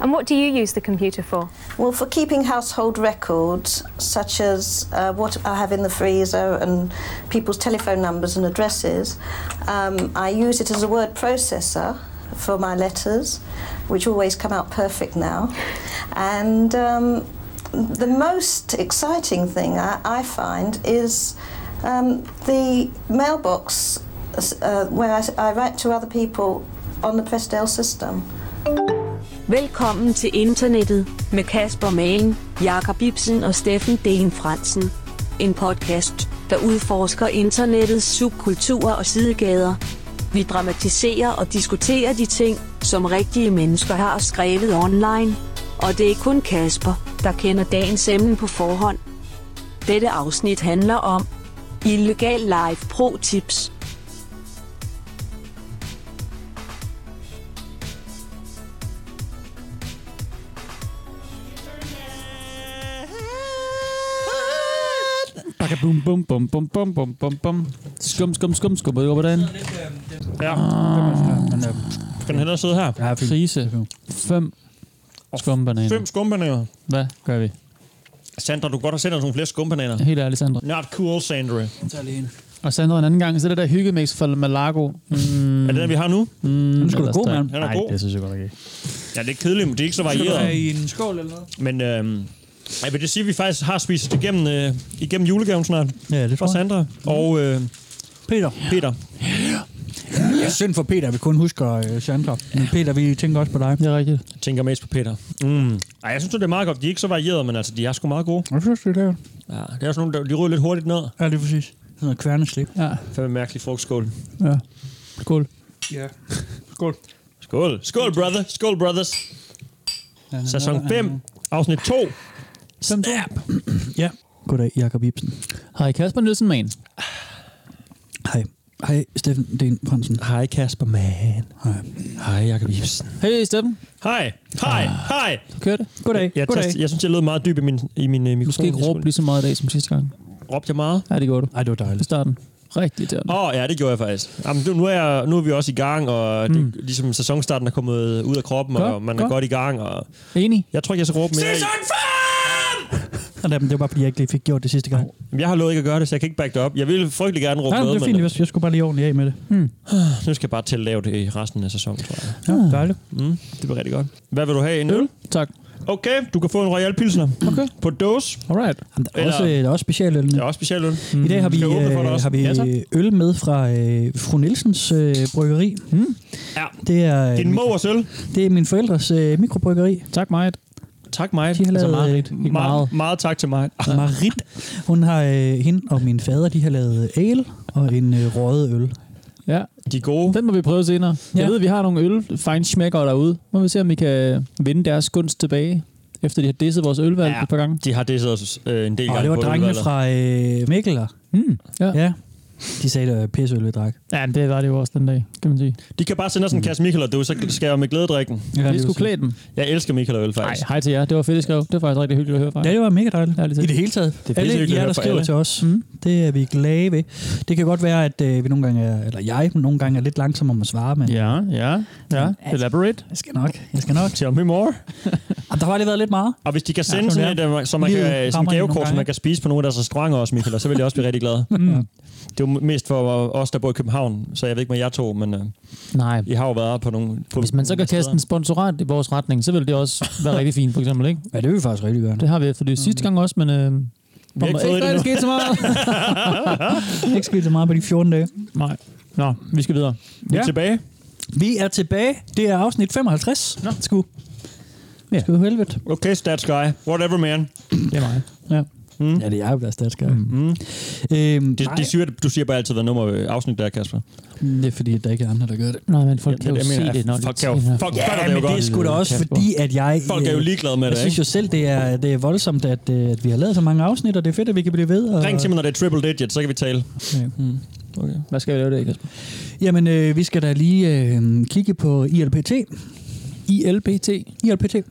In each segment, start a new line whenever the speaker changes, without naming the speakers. And what do you use the computer for?
Well, for keeping household records, such as uh, what I have in the freezer and people's telephone numbers and addresses, um, I use it as a word processor for my letters, which always come out perfect now. And um, the most exciting thing I, I find is um, the mailbox uh, where I, I write to other people on the Prestel system.
Velkommen til internettet med Kasper Magen, Jakob Ibsen og Steffen Den Fransen. En podcast, der udforsker internettets subkulturer og sidegader. Vi dramatiserer og diskuterer de ting, som rigtige mennesker har skrevet online. Og det er kun Kasper, der kender dagens emne på forhånd. Dette afsnit handler om Illegal Live Pro Tips –
Bakka bum bum bum bum bum bum bum bum. Skum skum skum skum ud over dagen.
Ja.
Men, øh,
Skal den hellere sidde her?
ja, Krise. Fem skumbananer.
Fem skumbananer.
Hvad gør vi?
Sandra, du kunne godt har sendt os nogle flere skumbananer.
Helt ærligt, Sandra.
Not cool, Sandra. Mm.
Og Sandra en anden gang, så er det der hyggemix fra Malago. Mm,
Er det den, vi har nu?
den
sgu da god, mand.
Den er
Nej,
god.
det synes jeg godt nok ikke.
Ja, det er kedeligt, men det er ikke så
Skal
varieret.
i en skål eller noget?
Men øhm, jeg vil det sige, at vi faktisk har spist igennem, øh, igennem julegaven snart.
Ja, det tror
Fra
jeg.
Sandra og øh,
Peter.
Peter.
Ja. Synd for Peter, vi kun husker øh, Sandra. Men Peter, vi tænker også på dig.
Det er rigtigt.
Jeg tænker mest på Peter. Mm. Ej, jeg synes, det er meget godt. De er ikke så varierede, men altså, de er sgu meget gode.
Jeg synes, det er det.
Ja, det er sådan nogle, der, de ryger lidt hurtigt ned.
Ja, det er præcis. Sådan noget kværneslik.
Ja,
Fem mærkelig frugtskål.
ja. Skål.
Ja. Skål.
Skål. Skål, brother. Skål, brothers. Sæson 5, afsnit 2. Snap.
Ja. Goddag, Jakob Ibsen.
Hej Kasper Nielsen Mann.
Hej. Hej, Steffen Den Fransen.
Hej, Kasper Mann.
Hej.
Hej, Ah. Jakob Ibsen.
Hey Steffen,
Hej. Hej. Hej.
du kører det?
Goddag.
Jeg,
Goddag.
tast, jeg synes, jeg lød meget dyb i min, i min
øh,
uh, mikrofon.
Du skal ikke råbe lige så meget i dag som sidste gang.
Råbte jeg meget?
Ja, det gjorde du.
Ej, det var
I
dejligt.
starten. Rigtig der.
Åh, oh, ja, det gjorde jeg faktisk. Jamen, nu, nu, er jeg, nu er vi også i gang, og det, mm. ligesom sæsonstarten er kommet ud af kroppen, godt, og
Godt,
man er
godt.
godt i gang. Og
Enig?
jeg tror ikke, jeg skal råbe mere.
Ja, men det var bare, fordi jeg ikke lige fik gjort det sidste gang.
i- Jamen, Jeg har lovet ikke at gøre det, så jeg kan ikke back det op. Jeg ville frygtelig gerne råbe
Nej,
noget,
det er fint.
men
Jeg skulle bare lige ordentligt af med det.
øh, nu skal jeg bare til at lave det i resten af sæsonen, tror jeg.
Ja, dejligt.
Mm, det bliver rigtig godt. Hvad vil du have? En øl?
Tak.
Okay, du kan få en Royal Pilsner.
Okay.
På dåse.
Alright.
Jamen, der er
Eller-
også, øh, der er også specialøl.
Det
med.
er også specialøl.
I dag har vi,
Skal jeg åbne for dig
øh,
også?
har vi
Ja, tak.
øl med fra øh, fru Nielsens øh, bryggeri. Hmm?
Ja.
Det er, øh,
Din
min-
mor og sølv.
det er min forældres øh, mikrobryggeri.
Tak Altså, meget.
Tak, mig.
De har lavet, øh,
Ikke meget.
meget, meget tak til mig.
Marit. Hun har, øh, hende og min fader, de har lavet ale og en øh, røget øl.
Ja,
De er gode.
den må vi prøve senere. Jeg
Ja.
ved, vi har nogle øl feinschmeckere derude. Må vi se, om vi kan vinde deres gunst tilbage, efter de har disset vores ølvalg ja.
Ja.
et par gange.
De har det så øh, en del
Og
gange
det var
på
drengene
udvalget.
fra øh, Mikkeler.
Mm. Ja. ja.
Ja. De sagde, at pisseøl vi drak.
ja men det var det jo også den dag, kan man sige.
De kan bare sende os en kasse Michael, og du så skal jeg med glæde drikken.
Ja, vi skulle klæde dem.
Jeg elsker Michael og øl,
Nej,
faktisk.
hej til jer. Det var fedt, I skrev. Det var faktisk rigtig hyggeligt at høre fra.
Ja,
jer.
det var mega dejligt.
Ærligt talt.
I det hele taget. Det
pisse
alle
hyggeligt at
jer,
høre
der
fra
skriver
alle.
til os, mm. det er vi glade ved. Det kan godt være, at øh, vi nogle gange er, eller jeg nogle gange er lidt langsom om at svare, men Mm.
Ja, ja, ja. Elaborate.
jeg skal nok. Jeg skal nok.
Tell me more.
Jamen, der har lige været lidt meget.
Og hvis de kan sende
sådan
sådan et, øh, som man
Livet
kan, som
rammer en nogle
gavekort, som
gange.
man kan spise på nogle af deres restauranter også, Michael, og så vil jeg også blive rigtig glad. Mm. Det er jo mest for os, der bor i København, så jeg ved ikke med jer to, men øh,
Nej.
I har jo været på nogle... På
Hvis man så kan kaste en sponsorat i vores retning, så vil det også være rigtig fint, for eksempel, ikke?
Ja, det vil vi faktisk rigtig gerne.
Det har vi efterlyst sidste gang også, men... Øh,
Vi har ikke fået det endnu.
sket så meget.
Ikke spillet så meget på de 14 dage.
Nej. Nå, vi skal videre.
Vi er tilbage.
Vi er tilbage. Det er afsnit 55. Nå. Sku. Ja. Sku helvete.
Okay, stats guy. Whatever, man.
Det er mig.
Ja. Mm. Ja, det er jo deres statskab. Mm. Øhm,
De,
det, nej,
de siger, du siger bare altid, hvad nummer øh, afsnit der, er, Kasper.
det er fordi, at der ikke er andre, der gør det.
Nej, men folk kan jo
Jeg
se
mener,
det, når
fuck,
de
kan jo,
tænder.
fuck,
Ja,
fatter
men
det jo
det er
godt.
sgu da også,
Kasper.
fordi at jeg...
Folk er jo
øh,
ligeglade med
Jeg
det,
synes jo
ikke?
selv, det er, det er voldsomt, at, øh, at vi har lavet så mange afsnit, og det er fedt, at vi kan blive ved. Og,
Ring til mig, når det er triple digit, så kan vi tale. Mm.
Hvad skal vi lave det, Kasper?
Jamen, øh, vi skal da lige øh, kigge på ILPT.
ILPT.
ILPT.
Er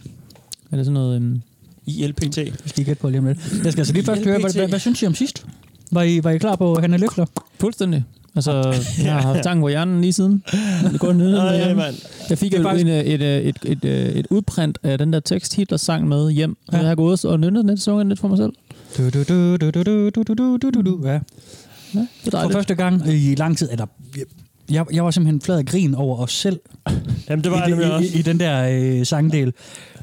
det sådan noget... Øhm,
ILPT.
Vi skal gætte på lige om lidt. Jeg skal altså lige først høre, hvad,
ILPT.
hvad, hvad synes I om sidst? Var I, var I klar på Hanna Løfler?
fuldstændig. Altså, jeg har haft tanken på hjernen lige siden. Det går ned.
Nej, mand.
Jeg fik
Det er
jo
faktisk-
en, øh, et, øh, et, et, øh, et, udprint af den der tekst, Hitler sang med hjem. Ja. Jeg har gået og nynnet den lidt, sunget den lidt for mig selv.
Du, du, du, du, du, du, du, du, du, du, du. Ja.
Ja, det er
For
dejligt.
første gang i lang tid, eller jeg, jeg var simpelthen flad af grin over os selv
Jamen, det var jeg
i,
nemlig
det,
også.
i, i, i den der øh, sangdel.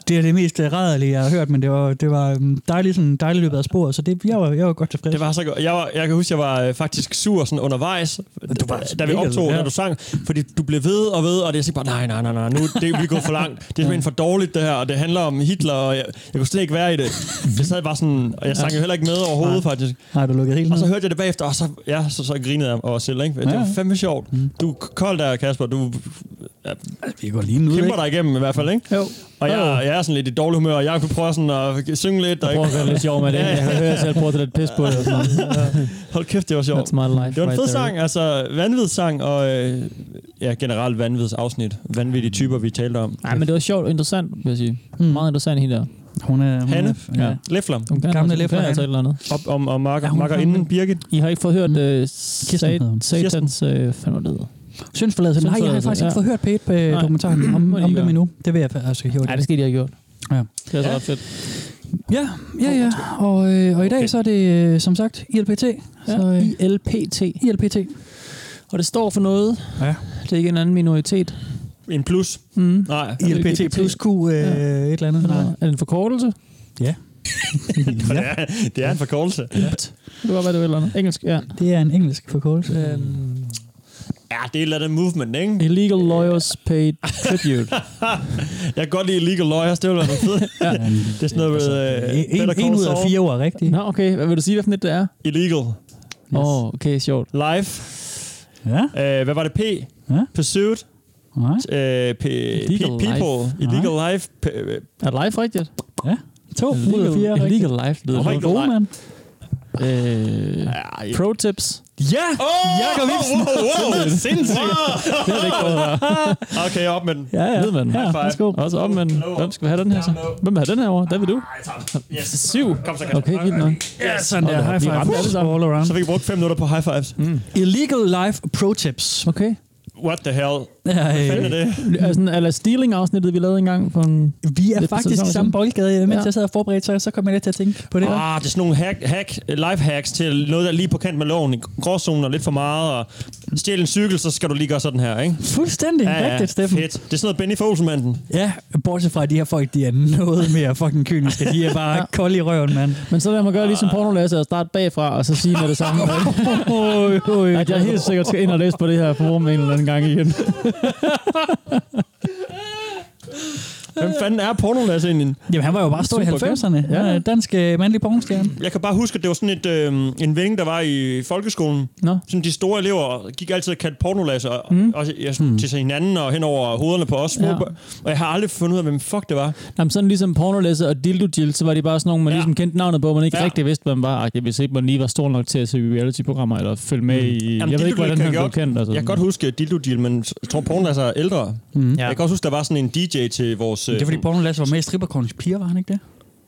Det er det mest øh, rædderlige, jeg har hørt, men det var, det var øhm, dejligt, sådan, dejligt løbet af sporet, så det, jeg, var, jeg var godt tilfreds.
Det var så godt. Jeg, var, jeg kan huske, jeg var øh, faktisk sur sådan undervejs,
Du var
da, da vi
mega-
optog,
ja.
ja. da du sang. Fordi du blev ved og ved, og det er sådan bare, nej, nej, nej, nej, nu det, vi er gået for langt. Det er simpelthen for dårligt, det her, og det handler om Hitler, og jeg, jeg kunne slet ikke være i det. Jeg sad bare sådan, og jeg sang jo heller ikke med overhovedet, faktisk.
Nej, du lukkede helt
Og
ned.
så hørte jeg det bagefter, og så, ja, så, så grinede jeg over os selv, ikke? Det
Ja, ja.
var fandme sjovt.
Mm.
Du er kold der, Kasper. Du
Altså, Vi går lige nu, ikke?
kæmper dig igennem i hvert fald, ikke?
Jo.
Og jeg, jeg er sådan lidt i dårlig humør, og jeg du prøver sådan at synge lidt. Og
Jeg prøver at være lidt sjov med det. Jeg kan høre, at jeg selv bruger det lidt pis på det. Og sådan noget.
Hold kæft, det var sjovt.
That's my life
Det var en
right
fed
there.
sang, altså vanvidssang, og øh, ja, generelt vanvids afsnit. Vanvittige typer, vi talte om.
Nej, men det var sjovt og interessant, vil jeg sige. Mm. Meget interessant hende der.
Hun er... Hun
Hanne,
Er, ja.
ja. Leflam,
Hun kan,
Gamle
altså, hun kan
Lefler,
altså
Hanne.
et eller andet.
op om, om makker,
Ja,
ja,
hun
makker
kom
inden
med-
Birgit.
I har ikke fået hørt uh, sat,
hedder hun.
Satans... Uh, fandme hvad det hedder.
Syndsforladelse. Nej, jeg har faktisk ikke
Ja.
fået hørt p på
Nej.
dokumentaren om,
Må de
om
gøre.
dem endnu. Det vil jeg fa- altså hive.
Nej, det skal de have gjort.
Ja.
Det er altså ret fedt.
Ja, ja, ja. Og, øh, og i dag
Okay.
så er det, øh, som sagt, ILPT.
Ja.
Så, øh,
ILPT.
ILPT.
Og det står for noget.
Ja.
Det er ikke en anden minoritet.
En plus.
Mm.
Nej,
ILPT plus Q, øh, ja. et eller andet.
Eller, er det en forkortelse?
Ja.
det
ja.
er, det er en forkortelse.
Det var, hvad det var et eller andet. Engelsk, ja.
Det er en engelsk forkortelse. Øhm,
Ja, det er et eller andet movement, ikke?
Illegal lawyers paid tribute.
Jeg kan godt lide Legal Lawyers, det ville være noget fedt. ja. Det er sådan noget med
Altså,
øh,
Altså, en,
Better
en
Call
ud af
Saul.
fire var rigtig.
Nå, okay. Hvad vil du sige, hvad for net det er?
Illegal.
Åh, yes. oh, okay, sjovt.
Life.
Ja.
Øh, hvad var det? P.
Ja.
Pursuit.
Nej.
Øh, P.
Illegal
Pe- people.
life.
Illegal life. P- øh,
Er det live rigtigt?
ja. To ud af fire
Illegal,
er rigtigt.
illegal life, lyder
Hvorfor
det.
ikke
som.
Gode, mand.
Øh,
ej.
pro tips.
Ja!
Åh,
Jakob Ibsen.
Wow, wow, wow, sindssygt.
Det er det ikke gået her.
Okay, op med den.
Ja, ja. Ved man.
Ja,
Ja,
værsgo.
Også om, men hvem skal have den her så? Hvem vil have den her over? Der vil du.
Ej, tak. Yes.
Syv.
Kom så, Kasper.
Okay, vildt nok.
Ja, sådan der.
da op.
High
Vi
five.
ramte alle sammen.
All around.
Så fik vi brugt fem minutter på high fives. Mm.
Illegal life pro tips.
Okay.
What the hell?
Ja,
Hvad
øh,
er det?
Altså, eller stealing-afsnittet, vi lavede engang for en...
vi er
Lidt på
faktisk
sæsonen
i samme
siden.
boldgade, mens
Ja.
jeg sad og forberedte, så, så kom jeg lidt til at tænke på det. der.
Ah, det er sådan nogle hack, hack, life hacks til noget, der er lige på kant med loven. Gråzonen og lidt for meget. Og stjæl en cykel, så skal du lige gøre sådan her, ikke?
Fuldstændig rigtigt, Steffen.
fedt. Det er sådan noget Benny Fogelmanden.
Ja, bortset fra, at de her folk, de er noget mere fucking kyniske. De er bare ja. kolde i røven, mand. Ah.
Men så lad mig gøre ligesom pornolæser og starte bagfra, og så sige med det samme, at jeg helt sikkert skal ind og læse på det her forum en eller anden gang igen.
Hvem fanden er porno, Lasse, egentlig?
Jamen, han var jo bare stor i
Super
90'erne.
Ja.
Ja. ja. Dansk øh, mandlig pornostjerne.
Jeg kan bare huske, at det var sådan et, øh, en vending, der var i folkeskolen.
Nå.
Sådan de store elever gik altid og kaldte pornolasser og, mm. og, ja, sådan, mm. til sig hinanden og hen over hovederne på os. Små
Ja.
ja. Og jeg har aldrig fundet ud af, hvem fuck det var.
Jamen sådan ligesom pornolæser og dildo Jill, så var de bare sådan nogle, man
Ja.
ligesom kendte navnet på, men ikke
Ja.
rigtig vidste, hvad man var. Ej, hvis ikke man lige var stor nok til at se reality-programmer, eller følge med i... jeg ved
Dildo
ikke, hvordan han
Deal Mm. kan
blev
godt-
kendt. Altså.
Jeg kan godt huske Dildo Deal, men jeg tror, pornolasser er ældre. Mm.
Ja.
Jeg kan også huske, der var sådan en DJ til vores... øh,
Det er fordi, pornolasse var med i stripperkornens piger, var han ikke det?
Øhm.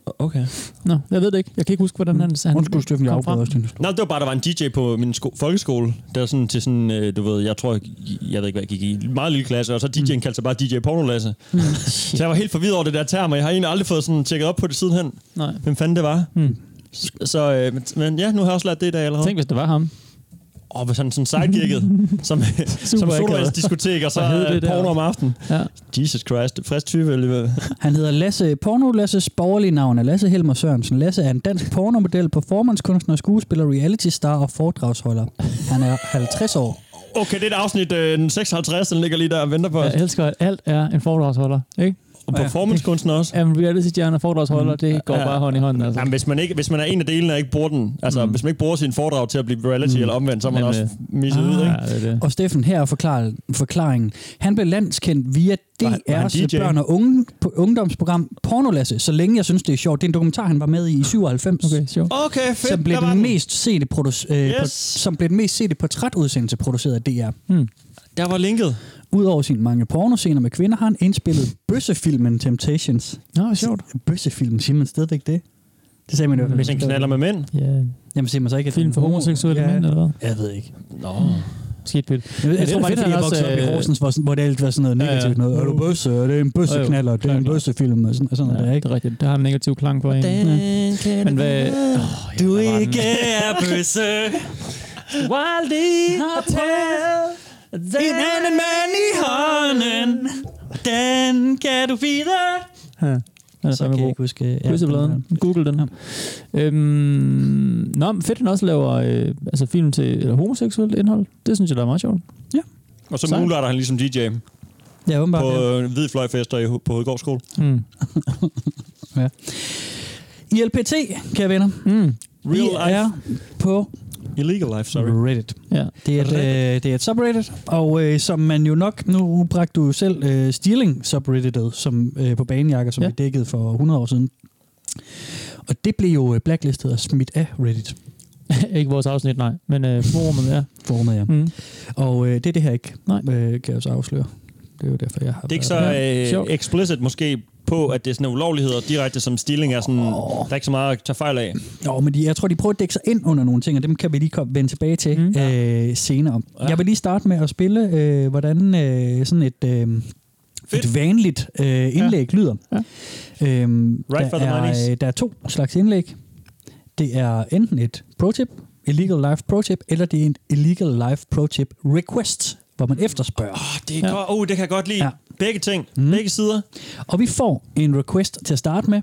Mm.
Okay.
Nå, jeg ved det ikke. Jeg kan ikke huske, hvordan han, han
Undskyld, Steffen, jeg
kom frem.
afbryder også din historie.
Nå, det var bare, der var en DJ på min sko- folkeskole, der sådan til sådan, øh, du ved, jeg tror, jeg, jeg ved ikke, hvad jeg gik i, en meget lille klasse, og så DJ'en
Mm.
kaldte sig bare DJ Pornolasse. så jeg var helt forvirret over det der term, og jeg har egentlig aldrig fået sådan tjekket op på det sidenhen,
Nej.
hvem fanden det var. Mm. Så, øh, men- men ja, nu har jeg også lært det i dag allerede.
Tænk, hvis det var ham.
Og hvis han sådan sidekickede, som, som
akavet.
sodavandsdiskotek, og så
Hvad hed det
øh,
der?
porno om aftenen.
Ja.
Jesus Christ, frisk type alligevel.
Han hedder Lasse Porno. Lasses borgerlige navn er Lasse Helmer Sørensen. Lasse er en dansk pornomodel, performancekunstner, skuespiller, reality star og foredragsholder. Han er 50 år.
Okay, det er et afsnit øh, den 56, den ligger lige der og venter på os.
Jeg elsker, at alt er en foredragsholder. Ikke?
Og performancekunstner også. Mm.
Jamen, reality-stjerne og foredragsholder, det går
Ja.
bare hånd i hånd. Altså.
Jamen, hvis man, ikke, hvis man er en af delene og ikke bruger den, altså mm. hvis man ikke bruger sin foredrag til at blive reality mm. eller omvendt, så er man
Men,
også
øh,
misset ud, ikke?
Ja, det er det.
Og Steffen, her er forklar- forklaringen. Han blev landskendt via
Var han- var han
DR's
DJ?
børn- og unge, på ungdomsprogram Pornolasse, så længe jeg synes, det er sjovt. Det er en dokumentar, han var med i i 97.
Okay, sjovt.
Okay, fedt.
Som blev,
Der var
den mest sete produ- øh,
Yes.
yes. som blev den mest sete portrætudsendelse produceret af DR.
Hmm.
Der var linket.
Udover sine mange pornoscener med kvinder, har han indspillet bøssefilmen Temptations.
Nå, sjovt. Hmm.
Bøssefilmen, siger man stadigvæk det? Det sagde
Mm.
man jo.
Hvis en knaller med mænd.
Ja.
Jamen, siger man så ikke, at
Film for
den-
homoseksuelle
Ja.
mænd, eller hvad? Mm.
Jeg ved ikke.
Nå.
skidt fedt.
Jeg, ved, jeg tror bare, det er, fordi jeg voksede op i Horsens, hvor, sådan- hvor det altid var sådan noget
Ja, ja.
negativt. Noget. Er du bøsse? Er det en bøsseknaller? Det er en
klart.
bøssefilm. Og sådan, og sådan
Ja,
noget der,
det
ikke?
er rigtigt. Der har en negativ klang på en.
Ja.
Men hvad... Oh,
Du ikke er bøsse. Wildy tell en anden mand i hånden. Den kan du videre.
den er
Så kan
fandme
jeg
god.
ikke huske... ja,
Løsebladen. Google den her. Øhm, nå, men fedt, han også laver øh, altså film til eller homoseksuelt indhold. Det synes jeg, der er meget sjovt.
Og
Sejt.
så moonlighter han ligesom DJ
Ja, åbenbart.
på
ja.
øh, hvidfløjfester i, Ho- på Hovedgård Skole.
Mm.
ILPT, kære venner.
Mm.
Real
I
life.
er på
Illegal life, sorry.
Reddit.
Ja.
Det er, et, øh, det er et subreddit, og øh, som man jo nok, nu bragte du selv øh, stealing subredditet som, øh, på banejakker, som
Ja.
ja. vi dækkede for 100 år siden. Og det blev jo øh, blacklistet og smidt af Reddit,
ikke vores afsnit, nej. Men øh, forumet, ja.
formet jeg.
Mm.
Og øh, det er det her ikke,
Nej.
Øh, kan jeg så afsløre. Det er jo derfor, jeg har
Det er ikke
været-
Ja,
så
sjovt.
øh, explicit måske på, at det er sådan nogle ulovligheder direkte, som stilling er sådan, oh. der er ikke så meget at tage fejl af.
Jo, men de, jeg tror, de prøver at dække sig ind under nogle ting, og dem kan vi lige komme, vende tilbage til
Mm.
mm. øh, senere. Ja. Jeg vil lige starte med at spille, øh, hvordan øh, sådan et, øh, et vanligt øh, indlæg ja. lyder.
Ja.
Øhm,
Right for
der,
the
er,
monies.
øh, der er to slags indlæg. Det er enten et pro-tip, illegal life pro-tip, eller det er en illegal life pro-tip request, hvor man efterspørger.
Oh, det, er ja. godt, oh, det kan jeg godt lide.
Ja.
Ja. Begge ting. Mm. Begge sider.
Og vi får en request til at starte med.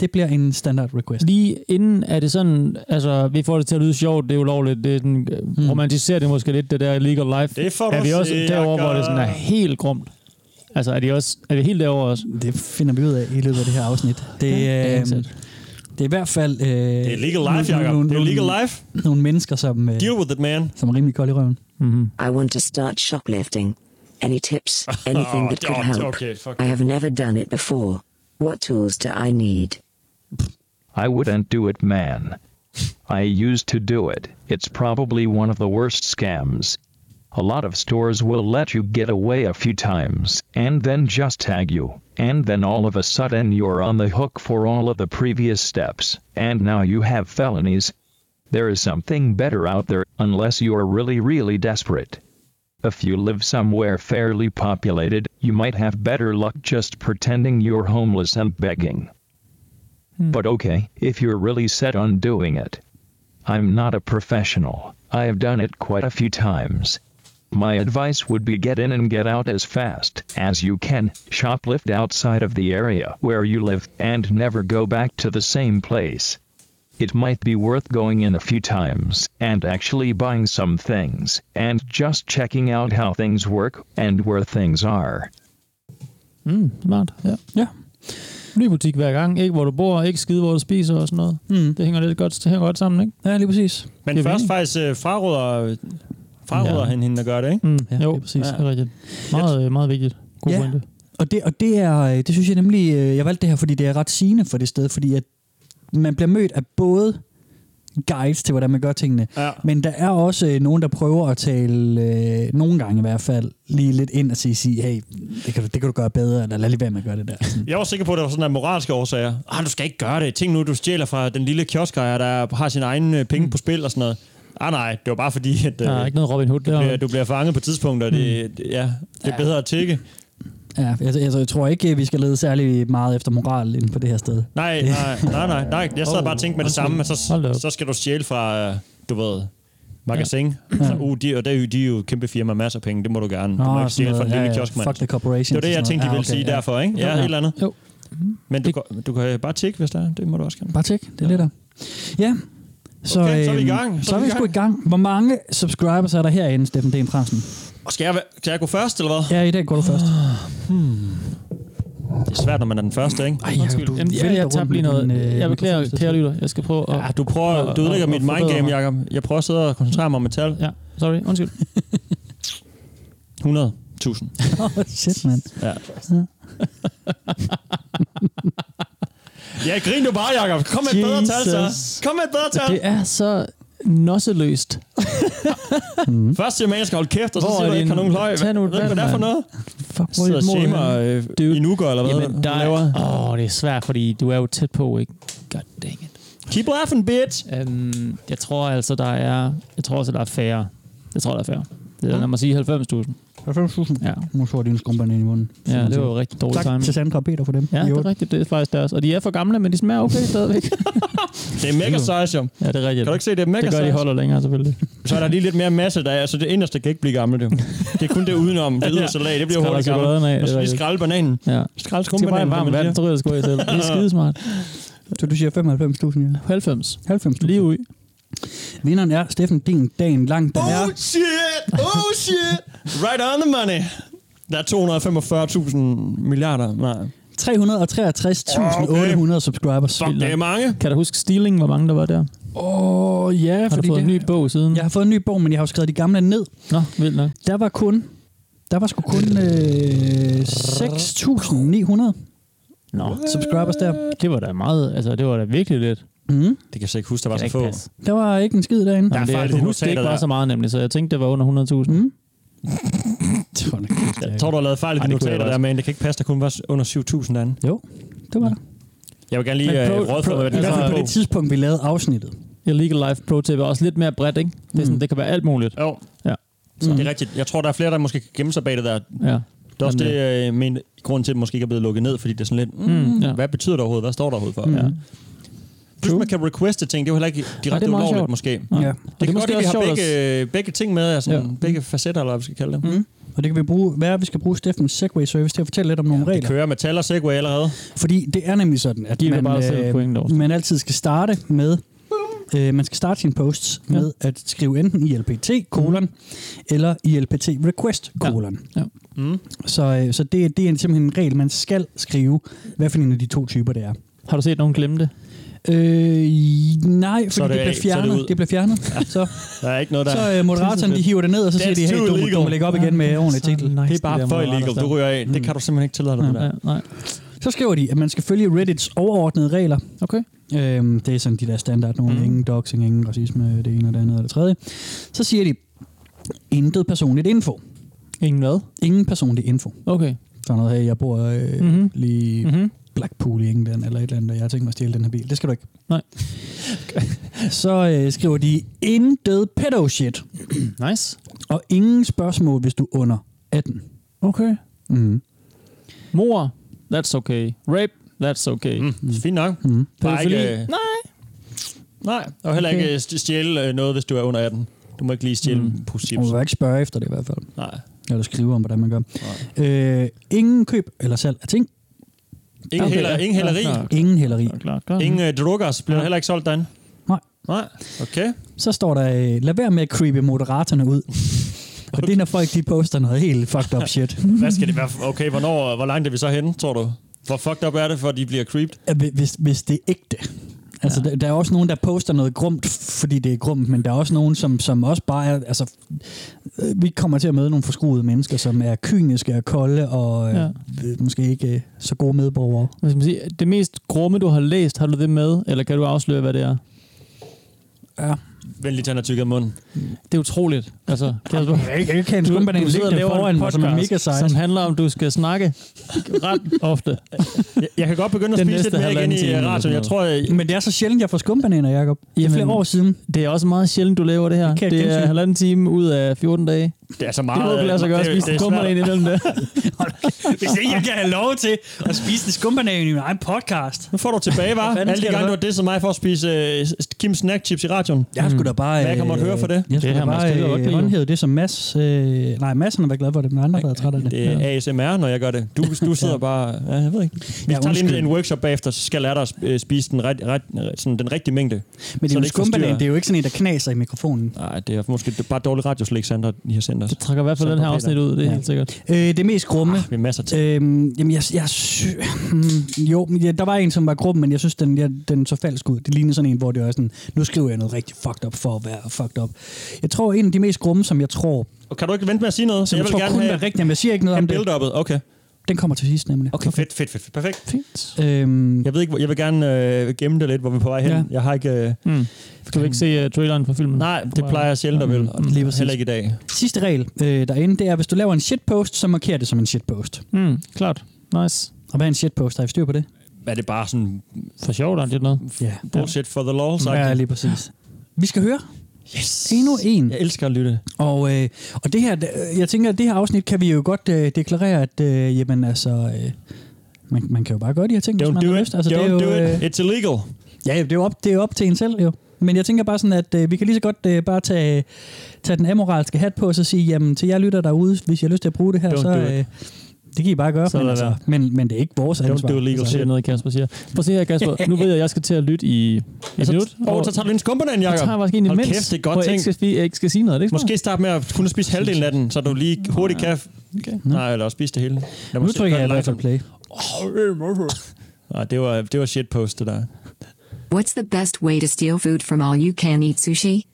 Det bliver en standard request.
Lige inden er det sådan, altså vi får det til at lyde sjovt, det er ulovligt, det er den, mm. romantiserer det måske lidt, det der legal life.
Det får
er
du
vi også
se,
derovre, hvor det sådan er
Jakob.
helt grumt? Altså er, de også, er det helt derovre også?
Det finder vi ud af i løbet af det her afsnit. Det,
det er
øh,
sandt.
det er i hvert fald... Øh, det
Det er legal life, Jacob. Det er legal life.
Nogle mennesker, som, øh,
Deal with it, man.
som er rimelig kold i røven.
Mm-hmm.
I want to start shoplifting. Any tips? Anything
Oh,
that could
oh,
help?
okay, fuck.
I have never done it before. What tools do I need?
I wouldn't do it, man. I used to do it. It's probably one of the worst scams. A lot of stores will let you get away a few times, and then just tag you, and then all of a sudden you're on the hook for all of the previous steps, and now you have felonies. There is something better out there, unless you're really, really desperate. If you live somewhere fairly populated, you might have better luck just pretending you're homeless and begging. But okay, if you're really set on doing it. I'm not a professional, I have done it quite a few times. My advice would be get in and get out as fast as you can, shoplift outside of the area where you live, and never go back to the same place. It might be worth going in a few times and actually buying some things, and just checking out how things work and where things are.
Mm, smart, ja.
Ja.
Ny butik hver gang, ikke hvor du bor, ikke skide, hvor du spiser og sådan noget. Mm. Det hænger lidt godt, det hænger godt sammen, ikke?
Ja, lige præcis.
Men
Det er
først
vi.
faktisk øh, fraråder, fraråder
Ja.
ja. han hende at gøre det, ikke?
Mm,
Ja,
jo,
det er præcis.
Ja. Det er rigtigt. Meget, øh, meget vigtigt. God
Ja.
pointe.
Og det, og det er, øh, det synes jeg nemlig, øh, jeg valgte det her, fordi det er ret sigende for det sted, fordi at man bliver mødt af både guides til, hvordan man gør tingene,
Ja.
men der er også øh, nogen, der prøver at tale, øh, nogle gange i hvert fald, lige lidt ind og sige, sige hey, det kan, du, det kan du gøre bedre, eller lad lige være med at gøre det der. Sådan.
Jeg var sikker på, at der var sådan der moralske årsager. Ah, du skal ikke gøre det. Tænk nu, du stjæler fra den lille kioskejer, der har sine egne øh, penge på spil og sådan noget. Ah nej, det var bare fordi, at
Der er
øh,
ikke noget Robin Hood der.
bliver, du bliver fanget på tidspunkter. Det, det- ja, det er bedre at tække.
Ja, altså, altså, jeg tror ikke, vi skal lede særlig meget efter moral inden på det her sted.
Nej, nej, nej, nej, nej. Jeg sad bare og tænkte med det samme, men så,
Hold da op.
så skal du stjæle fra, øh, du ved, magasin. Ja. Uh, de, og det er jo, de er jo et kæmpe firma, masser af penge, det må du gerne. Du
Nå,
må
sådan
ikke stjæle fra en
noget.
lille
Ja, ja.
kioskmand.
Fuck the corporation.
Det var det, jeg tænkte, de ville sige
Ah, ja.
derfor, ikke? Ja,
Ja.
et eller andet.
Jo.
Men du, kan- du kan øh, bare tjekke, hvis der er. Det må du også gerne.
Bare tjek, det er lettere. Ja, så,
Okay, så er vi i
øhm,
gang.
Så, er vi sgu i gang. Hvor mange subscribers er der herinde, Steffen D. Fransen?
Og skal jeg, væ- skal jeg gå først, eller hvad?
Ja, i dag går du først.
Det er svært, når man er den første, ikke?
Ej, Jacob,
Jamen, ja, jeg tabte lige noget. øh, jeg beklager, kære lytter. Jeg skal prøve at...
øh, Ja, du, prøver, du ødelægger mit mindgame, Jacob. Jeg prøver at sidde og koncentrere mig om metal.
Ja, sorry. Undskyld.
100.000.
Oh, shit, mand.
Ja, grin du bare, Jacob. Kom med et bedre tal, så.
Jesus.
Kom med et bedre tal.
Det er så nosseløst.
Først siger man, at jeg skal holde kæft, og så
Hvor
siger
er
du, at jeg
din-
ikke har nogen løg.
Tag nu et
Ved du, hvad det er
valg,
for noget?
Fuck, hvor er
Sidder
dit
og
mål?
shamer
henne?
øh,
Dude.
i nuker, eller hvad?
Jamen, der
du
er...
laver.
Åh, oh, det er svært, fordi du er jo tæt på, ikke? God dang it. Øhm,
Keep laughing, bitch.
Um, jeg tror altså, der er... Jeg tror også, der er færre. Jeg tror, der er færre. Eller lad mig sige 90.000.
90.000?
Ja.
Nu så de en skumbane i munden.
Ja, det var rigtig dårlig
tak
timing.
til Sandra og Peter for dem.
Ja,
I
det er
øvrigt.
rigtigt. Det er faktisk deres. Og de er for gamle, men de smager okay stadigvæk.
Det er mega size, jo.
ja, det er rigtigt.
Kan du ikke se, det er mega
det gør, de
size?
holder længere, selvfølgelig.
Så er der lige lidt mere masse, der er, så det inderste kan ikke blive gammelt. Det. det er kun det udenom. Det yderste lag, det bliver
Skræller
hurtigt gammelt.
chokoladen af,
Og
det
så
er
lige
rigtigt.
skralde bananen.
Ja.
Skralde
Det er bare
skumbananen,
en varm
som man
vand,
siger.
så ryger jeg skulle i selv. Det er skidesmart.
Så du siger 95.000, ja.
90.
90.000.
Lige ud.
Vinderen er Steffen Din Dagen Lang. Den er
Oh shit! Oh shit! Right on the money! Der er 245.000 milliarder. Nej.
363.800 subscribers.
Fuck, det er mange.
Kan du huske Stealing, hvor mange der var der?
Åh, oh, ja,
Har du
fordi
fået
det,
en ny bog siden?
jeg har fået en ny bog, men jeg har jo skrevet de gamle ned.
Nå, vildt nok.
Der var kun... Der var sgu kun øh, 6.900
Nå,
subscribers der.
det var da meget, altså det var da virkelig lidt.
Mm.
Det kan jeg så ikke huske, der var
Kan
så
ikke
få.
passe.
Der var ikke en skid derinde.
Jamen, det, jeg
fejl i
kunne
de
huske, det ikke
notater
var
der.
så meget nemlig, så jeg tænkte, det var under 100.000. Mm.
Det var da kæft,
Jeg
jeg
tror, du har lavet fejl i
Ej,
dine
det kunne jeg
notater der, men det kan ikke passe, der kun var under 7.000 derinde.
Jo, det var der.
Jeg vil gerne lige
Men
øh,
pro-
rådføre
pro-
I
med, hvad det
hvert
er
fald
for
på det
en bog.
tidspunkt, vi lavede afsnittet.
Illegal Life Pro Tip er også lidt mere bredt, ikke? Det, er sådan,
Mm.
det kan være alt muligt.
Jo,
Ja.
så det er rigtigt. Jeg tror, der er flere, der måske kan gemme sig bag det der.
ja.
Det er også
Jamen,
det, øh, men grund til, at det måske ikke er blevet lukket ned, fordi det er sådan lidt, mm,
Mm, ja.
hvad betyder det overhovedet? Hvad står der overhovedet for? Mm. Ja. Plus man kan requeste ting, det er jo heller ikke
Ej, det
direkte
er meget
ulovligt
sjovt.
måske. Det,
Ja.
Ja.
det kan
måske
godt lide, at vi
også
har
sjovt at-
begge, øh, begge ting med, altså,
Ja.
ja. begge facetter, eller hvad vi skal kalde det. Mm.
Mm. Og det kan vi bruge, hvad er, det, vi skal bruge Steffens Segway Service til at fortælle lidt om nogle
Det
regler.
kører med tal og segway allerede.
Fordi det er nemlig sådan, at
Giv det
man, øh,
bare selv point derovre.
man altid skal starte med, øh, man skal starte sine posts ja. med at skrive enten ILPT, kolon, eller ILPT request, kolon.
Ja.
Mm.
Så, øh, så det, det er simpelthen en regel, man skal skrive, hvad for en af de to typer det er.
Har du set nogen glemme det?
Øh, nej, fordi
er
det, det,
det
bliver
af, så er det
fjernet.
ud.
det, bliver fjernet. Så,
Der er ikke noget, der...
så øh, moderatoren, de hiver det ned, og så siger de,
That's
hey,
too
du, du må
illegal."
lægge op igen med ordentlig titel.
det Ah, er bare for illegal. Du ryger
Mm.
af. Det kan du simpelthen ikke tillade dig.
ja,
det der.
ja, nej.
Så skriver de, at man skal følge Reddits overordnede regler.
Okay.
Øhm, det er sådan de der standard nogle. Mm. Ingen doxing, ingen racisme, det ene og det andet og det tredje. Så siger de, intet personligt info.
Ingen hvad?
Ingen personlig info.
Okay.
Sådan noget, hey, jeg bor øh,
Mhm.
mm-hmm. lige
Mm-hmm.
Blackpool i England, eller et eller andet, og jeg har tænkt mig at stjæle den her bil. Det skal du ikke.
Nej.
Så øh, skriver de, intet pedo shit.
Nice.
Og ingen spørgsmål, hvis du er under 18.
Okay.
Mm.
Mor, that's okay. Rape, that's okay. Mm.
Mm. Fint nok.
Mm.
Bare ikke,
Pædofili?
øh,
Nej.
nej, og heller ikke øh, st- stjæle øh, noget, hvis du er under 18. Du må ikke lige stjæle mm.
Og
positivt.
man må ikke spørge efter det i hvert fald.
Nej.
Eller skrive om, hvordan man gør. Øh, ingen køb eller salg af ting.
Ingen,
Okay,
heller,
ja.
ingen hæleri.
Ja, klar.
Ingen hæleri.
Ja, klart, klart.
Ingen øh, druggers bliver heller ikke solgt derinde.
Nej.
Nej, okay.
Så står der, øh, lad være med at creepe moderatorerne ud. Og det er, når folk de poster noget helt fucked up shit.
Hvad skal det være? for- Okay, hvornår, hvor langt er vi så henne, tror du? Hvor fucked up er det, for at de bliver creeped?
Ja, hvi- Hvis, hvis det er ægte. Altså, ja. der, der er også nogen, der poster noget grumt, fordi det er grumt, men der er også nogen, som, som også bare er... Altså, øh, vi kommer til at møde nogle forskruede mennesker, som er kyniske og kolde, og ja.
Ja.
øh, måske ikke øh, så gode medborgere.
Hvad skal man sige? Det mest grumme, du har læst, har du det med? Eller kan du afsløre, hvad det er?
Ja.
Vent lige, til han har tykket munden.
Det er utroligt. Altså, kan du,
Jeg kan ikke have en skumbanan liggende foran mig, som er mega sejt.
som handler om, du skal snakke ret ofte.
Jeg, jeg kan godt begynde at
Den
spise
næste
lidt mere igen
halvanden
i
time
øh,
eller sådan
radioen. Jeg
noget.
tror, jeg,
Men det er så sjældent, jeg får skumbananer, Jacob. Det er flere
Jamen,
år siden.
Det er også meget sjældent, du laver det her.
Det kan jeg
det er
gensyge.
halvanden time ud af 14 dage.
det er så
Det altså
meget...
må du lade sig
øh,
gøre at
det-
spise
det er
kummer
svært.
ind imellem det.
Hvis ikke jeg kan have lov til at spise en skumbanan i min egen podcast.
Nu får du tilbage, var.
Hvad fanden
Alle de
sker der
gange, du
så?
har disset mig for at spise øh, Kim Snack Chips i radioen.
Jeg skulle da bare... øh,
Hvad kan man høre for det?
Jeg skulle
Det
da
har man
bare
sgu da godt
øh,
lide.
håndhæve det, som Mads... Øh, nej, Mads han har været glad for det, men andre der er træt af det.
Det er
Ja.
ASMR, når jeg gør det. Du, du sidder bare... Ja, jeg ved ikke. Vi
Ja,
ja, tager lige
undskyld.
en workshop bagefter, så skal jeg lære dig at sp- øh, spise den, ret, ret, sådan, den rigtige mængde.
Men det
så
er jo
det
en
ikke
skumbanan,
forstyrrer.
det er jo ikke sådan en, der knaser i mikrofonen.
Nej, det er måske det er bare dårlig radioslæg, Sandra, I har sendt os.
Det trækker i hvert fald den her
Peter.
afsnit ud, det er
Ja.
helt sikkert.
Øh, det mest grumme...
Ah, Vi har masser af tid.
Øhm, jamen, jeg, jeg sy- hmm, jo, men ja, der var en, som var grum, men jeg synes, den, jeg, den så falsk ud. Det lignede sådan en, hvor det var sådan, nu skriver jeg noget rigtig fucked up for at være fucked up. Jeg tror, en af de mest grumme, som jeg tror,
Og Kan du ikke vente med at sige noget?
som jeg, jeg tror kun er rigtig, men jeg siger ikke noget om
have
det.
build-up'et. Okay.
Den kommer til sidst nemlig.
Okay, fedt, fedt, fedt. fedt. Perfekt.
Fint.
Øhm,
Jeg ved ikke, hvor- jeg vil gerne øh, gemme det lidt, hvor vi er på vej hen.
Ja.
Jeg har ikke... Øh,
Mm. Skal vi ikke
øh,
se uh, traileren for filmen?
nej, det plejer jeg sjældent at vil.
Mm. Lige præcis.
Heller ikke i dag.
Sidste regel øh, derinde, det er, hvis du laver en shitpost, så marker det som en shitpost.
Mm, klart. Nice.
Og hvad er en shitpost? Har I styr på det?
Er det bare sådan
For sjov, der er lidt noget.
Ja.
bullshit for the law?
Ja, lige præcis. Vi skal høre Yes. Endnu en.
Jeg elsker at lytte.
Og, øh, og det her, øh, jeg tænker, at det her afsnit kan vi jo godt øh, deklarere, at øh, jamen, altså, øh, man, man kan jo bare gøre de her ting, hvis
Don't
man
do
har
it.
lyst. Altså, det er
Don't
jo,
do
øh,
it. It's illegal.
Ja, det er jo op, det er jo op til en selv jo. Men jeg tænker bare sådan, at øh, vi kan lige så godt øh, bare tage, tage den amoralske hat på, og så sige, jamen til jer lytter derude, hvis I har lyst til at bruge det her,
Don't
så
do
øh,
it.
det kan I bare gøre.
Altså, Så
men,
lad
altså,
være.
men, men det er ikke vores
Don't
ansvar.
do illegal
altså.
shit. Det er noget, Kasper siger. Prøv at se her, Kasper. Nu ved jeg, at jeg skal til at lytte i et minut.
Åh, så tager du en skumbanan, Jacob.
Jeg Altså, tager faktisk en
Hold
imens,
kæft, det er godt
hvor jeg
tænkt.
ikke skal, spi- jeg ikke skal sige noget. Er det ikke
Måske starte med at kunne spise halvdelen af den, så du lige hurtigt kan...
Okay.
Nej, eller spise det hele. Lad
Nu trykker jeg
live
i play.
Nej, det var, det var shitpost, det der.
What's the best way to steal food from all you can eat sushi?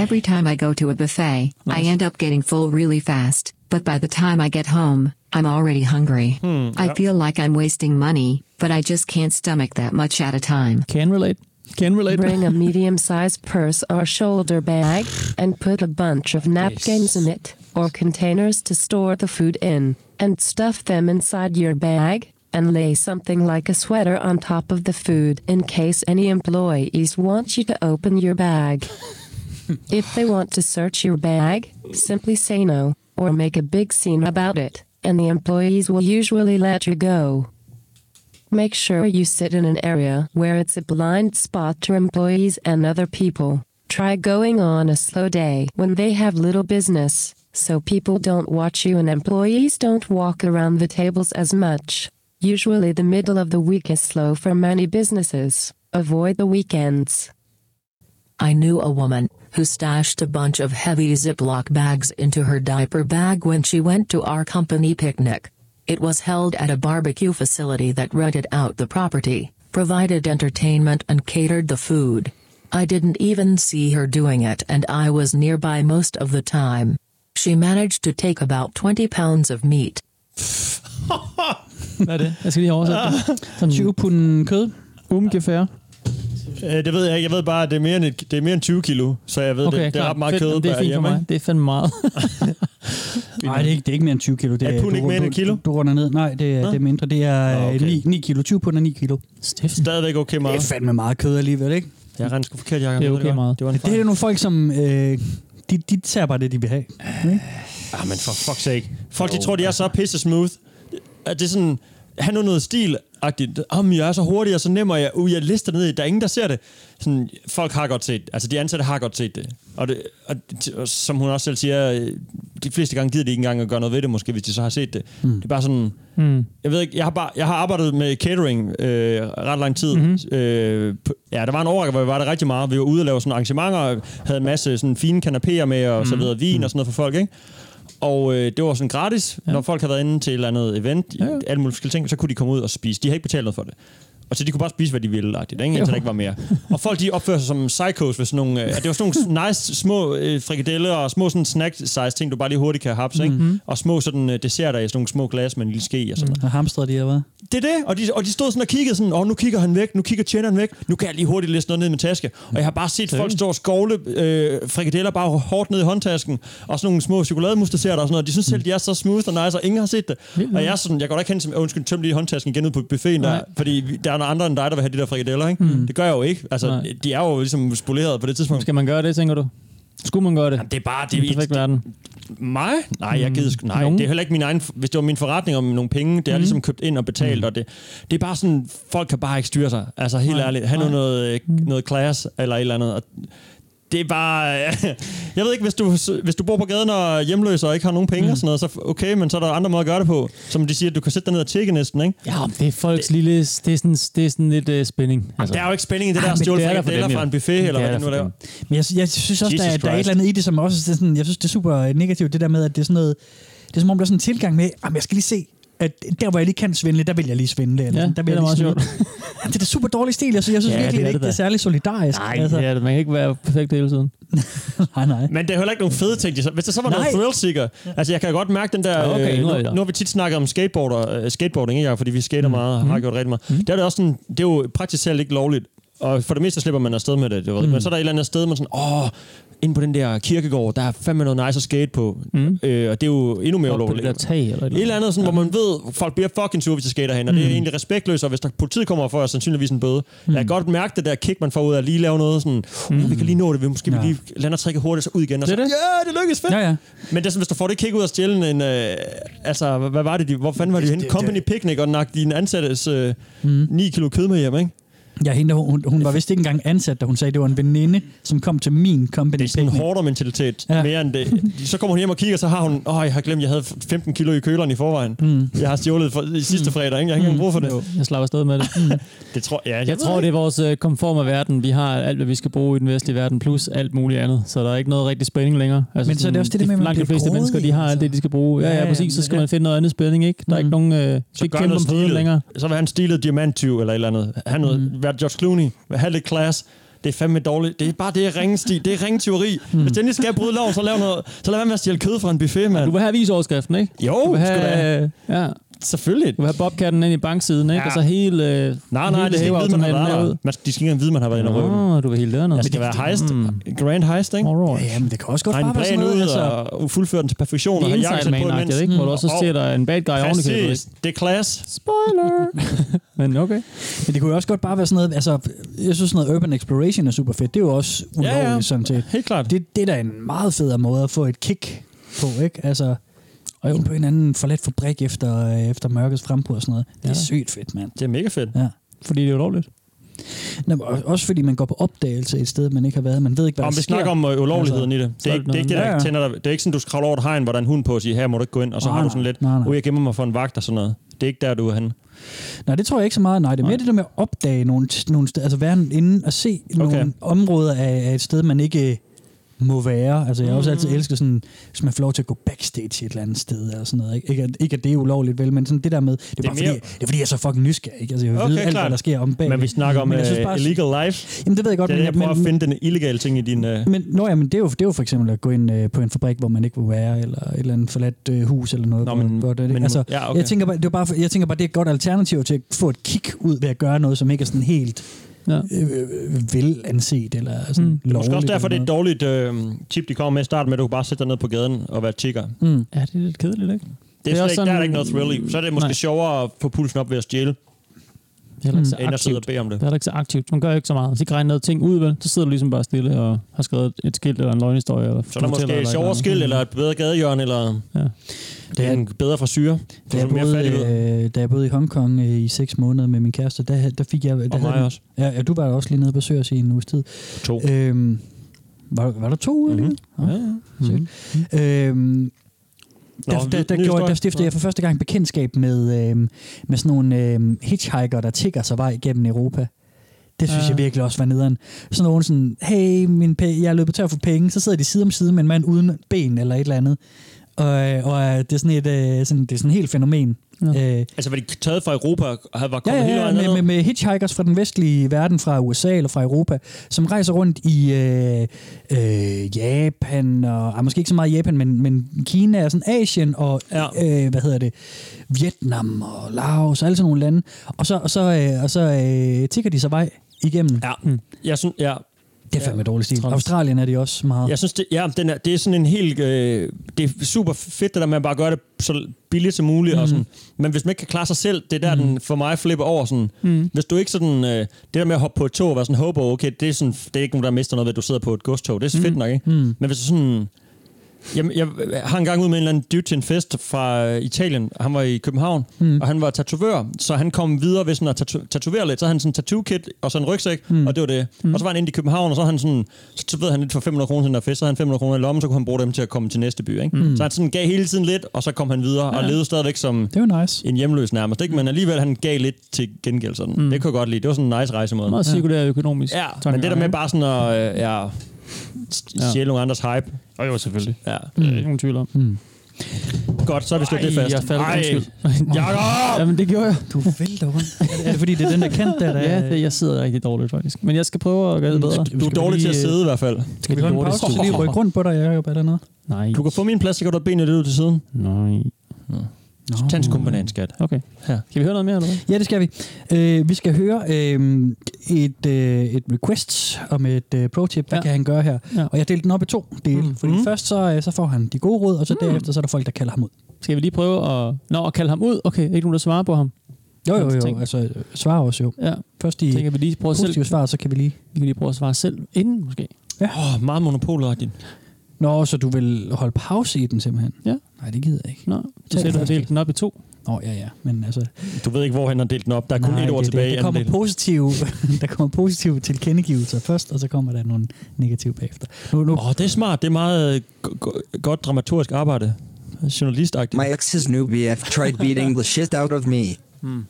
Every time I go to a buffet, I end up getting full really fast, but by the time I get home, I'm already hungry.
Hmm,
I
yeah.
feel like I'm wasting money, but I just can't stomach that much at a time.
Can relate. Can relate.
Bring a medium sized purse or shoulder bag and put a bunch of napkins in it or containers to store the food in and stuff them inside your bag and lay something like a sweater on top of the food in case any employees want you to open your bag. if they want to search your bag, simply say no or make a big scene about it, and the employees will usually let you go. Make sure you sit in an area where it's a blind spot to employees and other people. Try going on a slow day when they have little business, so people don't watch you and employees don't walk around the tables as much. Usually, the middle of the week is slow for many businesses. Avoid the weekends.
I knew a woman who stashed a bunch of heavy Ziploc bags into her diaper bag when she went to our company picnic. It was held at a barbecue facility that rented out the property, provided entertainment, and catered the food. I didn't even see her doing it, and I was nearby most of the time. She managed to take about 20 pounds of meat.
Hvad er det? Jeg skal lige oversætte det. Sådan
20 pund kød.
Umgefær.
Øh, det ved jeg ikke. Jeg ved bare, at det er mere end, et, det er mere end 20 kilo, så jeg ved,
Okay,
det, det er
klar.
ret meget
Fedt.
kød.
Jamen, det er
der
fint for
hjemme,
mig.
ikke?
Det er fandme meget.
Nej, det er, ikke, det er ikke mere end 20 kilo. Det
Er pund
du-
ikke mere end
du-
et kilo?
Du, du runder ned. Nej, det er,
Nå.
det er mindre. Det er
Nå,
okay.
okay.
9, 9 kilo. 20 pund og 9 kilo.
Steffen.
Stadigvæk okay meget.
Det er fandme meget kød alligevel, ikke?
Jeg regner sgu forkert, Jacob.
Det er
Jeg ved
okay
godt.
meget.
Det var en
Det er jo nogle folk, som... Øh, de, de tager bare det, de vil have. Ikke?
Ah, men for fuck's sake. Folk, de tror, de er så pisse smooth. At det er sådan, han nu noget stil-agtigt. Om jeg er så hurtig og så nem, og jeg, uh, jeg lister ned i, der er ingen, der ser det. Sådan, folk har godt set, altså de ansatte har godt set det. Og, det, og, t- og som hun også selv siger, øh, de fleste gange gider de ikke engang at gøre noget ved det, måske, hvis de så har set det. Mm. Det er bare sådan,
Mm.
jeg ved ikke, jeg har, bare, jeg har arbejdet med catering øh, ret lang tid. Mm-hmm. Øh, på- ja, der var en overrække, hvor vi var der rigtig meget. Vi var ude og lave sådan arrangementer, og havde en masse sådan fine kanapéer med, og så videre vin og sådan noget for folk, ikke? Og øh, det var sådan gratis, Mhm. ja. når folk havde været inde til et eller andet event, ja. alle mulige forskellige ting, så kunne de komme ud og spise. De havde ikke betalt noget for det. Og så de kunne bare spise, hvad de ville, agtigt, ikke? indtil
Jo.
der ikke var mere. Og folk de opførte sig som psychos ved sådan nogle... Øh, og det var sådan nogle nice små øh, frikadeller og små sådan snack-size ting, du bare lige hurtigt kan hapse. Mm-hmm. Ikke? Og små sådan, øh, desserter i sådan nogle små glas med en lille ske og sådan
Og hamstrer de her, hvad?
det er det, og de, og de stod sådan og kiggede sådan, åh, nu kigger han væk, nu kigger tjeneren væk, nu kan jeg lige hurtigt læse noget ned i min taske. Og jeg har bare set folk stå og skovle øh, frikadeller bare hårdt ned i håndtasken, og sådan nogle små chokolademustaserer der og sådan noget. De synes selv, de er så smooth og nice, og ingen har set det.
Vildt,
Og jeg er sådan, jeg går da ikke hen til, "Åh, undskyld, tøm lige håndtasken igen ud på buffeten, der, fordi vi- der er nogle andre end dig, der vil have de der frikadeller, ikke? Mm. Det gør jeg jo ikke. Altså,
Nej.
de er jo ligesom spoleret på det tidspunkt.
Skal man gøre det, tænker du? Skulle man gøre det? Jamen,
det er bare...
Det er perfekt verden. Mm.
Mig? Nej, jeg gider sgu- Nej,
Nogen? Mm.
det er heller ikke min egen... Hvis det var min forretning om nogle penge, det er ligesom købt ind og betalt, og det, det er bare sådan, folk kan bare ikke styre sig. Altså helt
Nej,
ærligt, han er
nej. Mm.
noget, øh, noget class eller et eller andet, og det er bare... jeg ved ikke, hvis du, hvis du bor på gaden og er hjemløs og ikke har nogen penge mm. og sådan noget, så okay, men så er der andre måder at gøre det på. Som de siger, du kan sætte dig ned og tjekke næsten, ikke?
Ja, men det er folks lille... Det er sådan, det er sådan lidt uh, spænding.
Der er jo ikke spænding i det der
Ej,
at
men
stjåle
det er der for
frikadeller
dem jo.
fra en buffet,
Det
eller
er der
hvad det nu
for
er.
dem.
Men jeg, jeg synes også,
Jesus
der, er- der er et
Christ.
eller andet i det, som også det er sådan, jeg synes, det er super negativt, det der med, at det er sådan noget, det er som om, der er sådan en tilgang med, at jeg skal lige se, at der, hvor jeg lige kan svindle, der vil jeg lige svindle. Eller
Ja,
sådan, der vil
det er
jeg
da
lige
meget
svindle. det er da super dårlig stil, jeg synes, jeg synes
Ja,
virkelig
det er
ikke,
det
det er
da.
særlig solidarisk. altså.
Nej, det altså. er det. Man kan ikke være perfekt hele tiden.
nej, nej.
Men det er heller ikke nogen fede ting. de så- Hvis der så var
Nej.
noget thrillseeker. Altså, jeg kan godt mærke den der...
Ja, okay,
øh, nu,
nå, ja.
nu, har vi tit snakket om skateboarder, øh, skateboarding, ikke? Jacob? fordi vi
Mm.
skater meget og har gjort rigtig meget. Der er det også sådan, det er
Mm.
jo praktisk talt ikke lovligt. Og for det meste slipper man afsted med det, du ved. Men så er der et eller andet sted, man sådan, åh, inde på den der kirkegård, der er fandme noget nice at skate på. Mm. Øh, og det er jo endnu mere
Op på det
ulovligt.
der tag eller et eller
et eller andet, sådan, ja. hvor man ved, folk bliver fucking sure, hvis de skater hen, og mm. det er
Mm.
egentlig respektløst, og hvis der politiet kommer for, er sandsynligvis en bøde. Mm. Jeg kan godt mærke det der kick, man får ud af at lige lave noget sådan, mm. vi kan lige nå det, vi måske ja.
Ja.
vi lige lander trække hurtigt, så ud igen, og så,
Det er
ja,
det.
det lykkedes fedt.
Ja, ja.
Men det er sådan, hvis du får det kick ud af stjælen, en, øh, altså, hvad- hvad var det, de, hvor fanden var de henne? Company picnic, og nak din ansattes øh, mm. 9 kilo kød med hjem, ikke?
Ja, hende, hun, hun var vist ikke engang ansat, da hun sagde, at det var en veninde, som kom til min company. Det er
sådan en hårdere mentalitet, ja. mere end det. Så kommer hun hjem og kigger, så har hun, åh, jeg har glemt, jeg havde 15 kilo i køleren i forvejen. Mm. Jeg har stjålet for, i sidste fredag, ikke? Jeg har ikke engang brug for det.
Mm. Jeg slapper afsted med det. Mm.
det tror, ja,
Jeg tror, det er vores øh, konforme verden. Vi har alt, hvad vi skal bruge i den vestlige verden, plus alt muligt andet. Så der er ikke noget rigtig spænding længere. Altså,
Men så er det også det der med, at man
langt de
bliver
fleste
grådig,
mennesker, de har alt det, de skal bruge. Ja,
Ja,
ja,
ja,
præcis. Så
men
skal
det-
man finde noget andet spænding, ikke?
Mhm.
Der er ikke nogen... Øh, skal ikke kæmpe om pøden længere. Mhm.
Så vil han stilet diamanttyv eller et eller andet. Han vil mm. være George Clooney, have lidt class. Det er fandme dårligt. Det er bare det ringesti. Det er ringtyveri.
Mhm.
Mm. Hvis den lige skal bryde lov, så lav noget. Så lad være med at stjæle kød fra en buffet, mand. Du
vil have avisoverskriften, ikke?
Jo,
Du vil
sgu da.
have, øh, ja.
Selvfølgelig.
Du vil have bobkatten ind i banksiden, ikke?
Ja.
Ja. Og så hele... Øh,
Nej, nej, det
hele
skal ikke vide, man har været der.
derud.
Man skal, de skal ikke engang vide, man har været inde og røve dem.
Nå, du vil helt lade noget. Mm.
Det skal være heist. Grand heist, ikke?
Alright.
Ja, men det kan også
Regne planen ud
altså-
og fuldføre den til perfektion.
Det er
og have
Inside
jakkesæt på
Man-agtigt,
imens.
ikke? Hvor du også
Og-
sætter en bad guy oven i købet, ikke?
Præcis. Det er class.
Spoiler! Men okay.
Men det kunne jo også godt bare være sådan noget, altså, jeg synes sådan noget urban exploration er super fedt. Det er jo også ulovligt,
Ja,
ja,
ja.
ja. sådan set.
Helt klart.
Det, det er da en meget federe måde at få et kick på, ikke? Altså, og ind på en anden forladt fabrik efter, øh, efter mørkets frembrud og sådan noget. Det er
Ja.
sygt fedt, mand.
Det er mega fedt.
Ja.
Fordi det er ulovligt.
Nå, men og- også fordi man går på opdagelse et sted, man ikke har været. Man ved ikke, hvad
Om
der
vi
sker.
snakker om øh, ulovligheden
Altså,
i det. Det er, ikke, det er ikke det, der
Ja, ja.
tænder dig. Det er ikke sådan, du kravler over et hegn, hvor der er en hund på og siger, her må du ikke gå ind, og så
Nej,
har du
nej.
sådan lidt,
Nej, nej.
ude jeg gemmer mig for en vagt og sådan noget. Det er ikke der, du er henne.
Nej, det tror jeg ikke så meget. Nej, det er mere det der med at opdage nogle, nogle steder, altså være inde og se nogle
Okay.
områder af, af et sted, man ikke øh, må være. Altså jeg har også altid
Mm.
elsket sådan, hvis man får lov til at gå backstage et eller andet sted eller sådan noget. Ikke, ikke, at, ikke at det er ulovligt vel, men sådan det der med, det er,
Det er
bare
mere-
fordi, det er fordi, jeg er så fucking nysgerrig. Ikke? Altså jeg vil
Okay,
okay, vide alt,
klart.
hvad der sker om bag.
Men vi snakker om
jeg synes
øh,
bare-
illegal life.
Jamen det ved jeg godt,
det er,
men
jeg prøver
men-
at finde den illegale ting i din... Øh,
men, nå ja, men det er, jo, det er jo for eksempel at gå ind øh, på en fabrik, hvor man ikke må være, eller et eller andet forladt øh, hus eller noget.
Nå,
hvor-
men-
hvor det,
men-
altså,
ja, okay.
jeg, tænker bare, det er bare, for- jeg tænker bare, det er et godt alternativ til at få et kig ud ved at gøre noget, som ikke er sådan helt
ja.
øh, øh, velanset eller sådan mm. lovligt.
Måske også derfor, det er
eller
et dårligt øh, tip, de kommer med i starten med, at du kan bare sætter dig ned på gaden og være tigger.
Mm.
Ja, det er lidt kedeligt, ikke?
Det er, det er,
også
ikke, der er der ikke noget thrill i. Så er det måske
Nej.
Nej. sjovere at få pulsen op ved at stjæle.
Det er heller ikke så
End at sidde og
aktivt.
bede om det.
Det er heller ikke så aktivt. Man gør jo ikke så meget. Hvis ikke regner noget ting ud, vel? Så sidder du ligesom bare stille og har skrevet et skilt eller en løgnhistorie. Eller
Så er der måske et sjovere skilt, eller et bedre gadehjørne, eller
ja.
det er en bedre frisyre.
Da jeg, boede, øh, da jeg boede i Hongkong øh, i seks måneder med min kæreste, der, der fik jeg... Der
Og mig
havde-
også.
Ja, ja, du var da også lige nede og besøge os i en uges tid.
To. Mhm.
Øhm, var, var der to uger mm-hmm.
Ja, Mhm.
Sødt. Øhm,
Nå,
der, der, der,
ny
gjorde,
historie.
der stiftede jeg for første gang bekendtskab med, øhm, med sådan nogle øhm, hitchhiker, der tigger sig vej gennem Europa. Det synes
Ja.
ja. jeg virkelig også var nederen. Sådan nogen sådan, hey, min pe- jeg er løbet tør for penge. Så sidder de side om side med en mand uden ben eller et eller andet. Og, øh, og øh, det er sådan et øh, sådan, det er sådan et helt fænomen. Ja. Øh,
Altså, var de taget fra Europa og havde var
Ja,
kommet hele
ja, ja
vejen
med,
ned?
med, med hitchhikers fra den vestlige verden, fra USA eller fra Europa, som rejser rundt i øh, øh, Japan, og ah, måske ikke så meget Japan, men, men Kina og sådan Asien, og ja. øh, hvad hedder det, Vietnam og Laos, alle sådan nogle lande. Og så, og så, øh, og så øh, tigger de sig vej igennem.
Ja. Jeg synes, ja.
Det er fandme dårlig stil. Australien er de også meget.
Jeg synes, det, ja, den er, det er sådan en helt... Øh, det er super fedt, det der med at bare gøre det så billigt som muligt. Mm.
Mhm.
Og sådan. Men hvis man ikke kan klare sig selv, det er der, mm.
Mhm.
den for mig flipper over. Sådan. Mm. Hvis du ikke sådan... Øh, det der med at hoppe på et tog og være sådan hobo, okay, det er, sådan, det er ikke nogen, der mister noget ved, at du sidder på et godstog. Det er fedt nok, ikke?
Mm.
Men hvis du sådan... Jamen, jeg har engang ud med en eller anden dude til en fest fra øh, Italien. Han var i København, mm.
Mm.
og han var tatovør. Så han kom videre ved sådan at tatu- tatovere lidt. Så havde han sådan en tattoo-kit og så en rygsæk, mm. og det var det. Mm. Og så var han inde i København, og så, havde han sådan, så så ved han lidt for 500 kroner til den der fest. Så havde han 500 kroner i lommen, så kunne han bruge dem til at komme til næste by. Ikke? Mm.
Mm.
Så han sådan gav hele tiden lidt, og så kom han videre ja. og
Ja.
levede stadigvæk som
det var nice.
en hjemløs nærmest. Ikke? Men alligevel, han gav lidt til gengæld sådan. Mm. Det kunne jeg godt lide. Det var sådan en nice rejsemåde.
Meget cirkulær økonomisk.
Ja, men det der med bare sådan at øh, ja,
Ja.
ja. sjæle nogle andres hype. Og jo, selvfølgelig. Ja.
Mm. Det er ikke nogen tvivl om.
Mm.
Godt, så har vi slået
Ej,
det fast.
jeg faldt.
Ej.
Undskyld.
Jakob!
Jamen, det gjorde jeg.
Du vælter rundt. Er det fordi, det er den der kant, der... der
Ja, det, jeg sidder rigtig dårligt faktisk. Men jeg skal prøve at gøre det bedre.
Du er dårlig til at sidde i hvert fald.
Mm. Skal vi holde en pause, så lige rykke rundt på dig, Jacob, eller noget?
Nej.
Du kan få min plads, så kan du have benene lidt ud til siden.
Nej.
No. Tandskumpananen, skat.
Okay.
Her. Kan vi høre noget mere, eller hvad?
Ja, det skal vi. Øh, vi skal høre øh, et, øh, et request om et øh, pro-tip. Hvad ja. kan han gøre her? Ja. Og jeg delte den op i to dele. Mm. Fordi mm. først så, øh, så får han de gode råd, og så mm. derefter så er der folk, der kalder ham ud.
Skal vi lige prøve at... Nå, at kalde ham ud? Okay, ikke nogen, der svarer på ham?
Jo, jo, jo.
Tænk.
Altså, svarer også jo.
Ja.
Først de
Tænker vi lige prøve
positive
selv.
svar, så kan vi lige...
Vi kan lige prøve at svare selv inden, måske.
Ja.
Åh, oh, meget monopolagtigt.
Nå, så du vil holde pause i den simpelthen?
Ja.
Nej, det gider jeg ikke.
Nå, Du sagde, du havde delt den op i to.
Nå, ja, ja. Men altså...
Du ved ikke, hvor han har delt den op. Der er kun
Nej,
et ord
det, er
tilbage. i
Det, der,
anden
kommer
del.
positive, der kommer positive tilkendegivelser først, og så kommer der nogle negative bagefter. Nu, nu.
Åh, oh, det er smart. Det er meget øh, go- go- godt dramaturgisk arbejde. Journalistagtigt.
My ex's new BF tried beating the shit out of me.
Hmm.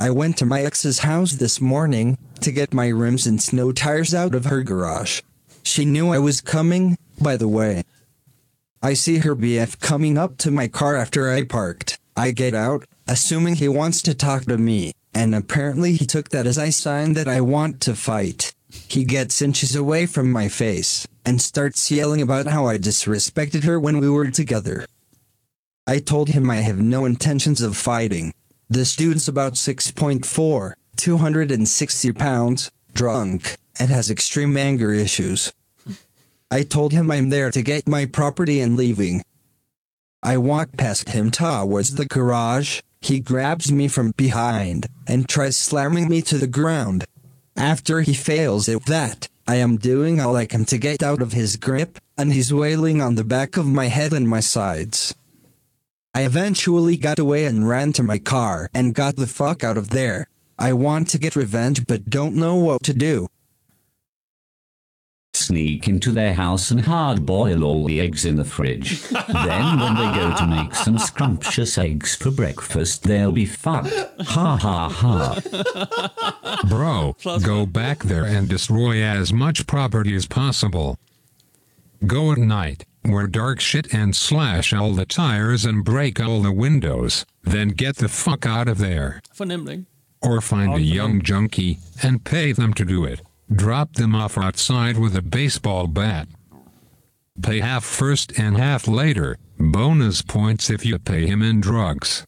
I went to my ex's house this morning to get my rims and snow tires out of her garage. She knew I was coming, by the way. I see her BF coming up to my car after I parked. I get out, assuming he wants to talk to me, and apparently he took that as a sign that I want to fight. He gets inches away from my face and starts yelling about how I disrespected her when we were together. I told him I have no intentions of fighting. This dude's about 6.4, 260 pounds, drunk, and has extreme anger issues. I told him I'm there to get my property and leaving. I walk past him towards the garage. He grabs me from behind and tries slamming me to the ground. After he fails at that, I am doing all I can to get out of his grip, and he's wailing on the back of my head and my sides. I eventually got away and ran to my car and got the fuck out of there. I want to get revenge but don't know what to do.
sneak into their house and hard boil all the eggs in the fridge. then, when they go to make some scrumptious eggs for breakfast, they'll be fucked. Ha ha ha.
Uh, Bro, go back there and destroy as much property as possible. Go at night, wear dark shit and slash all the tires and break all the windows, then get the fuck out of there.
Fornemt, ikke?
Or find a young junkie and pay them to do it. Drop them off outside with a baseball bat. Pay half first and half later. Bonus points if you pay him in drugs.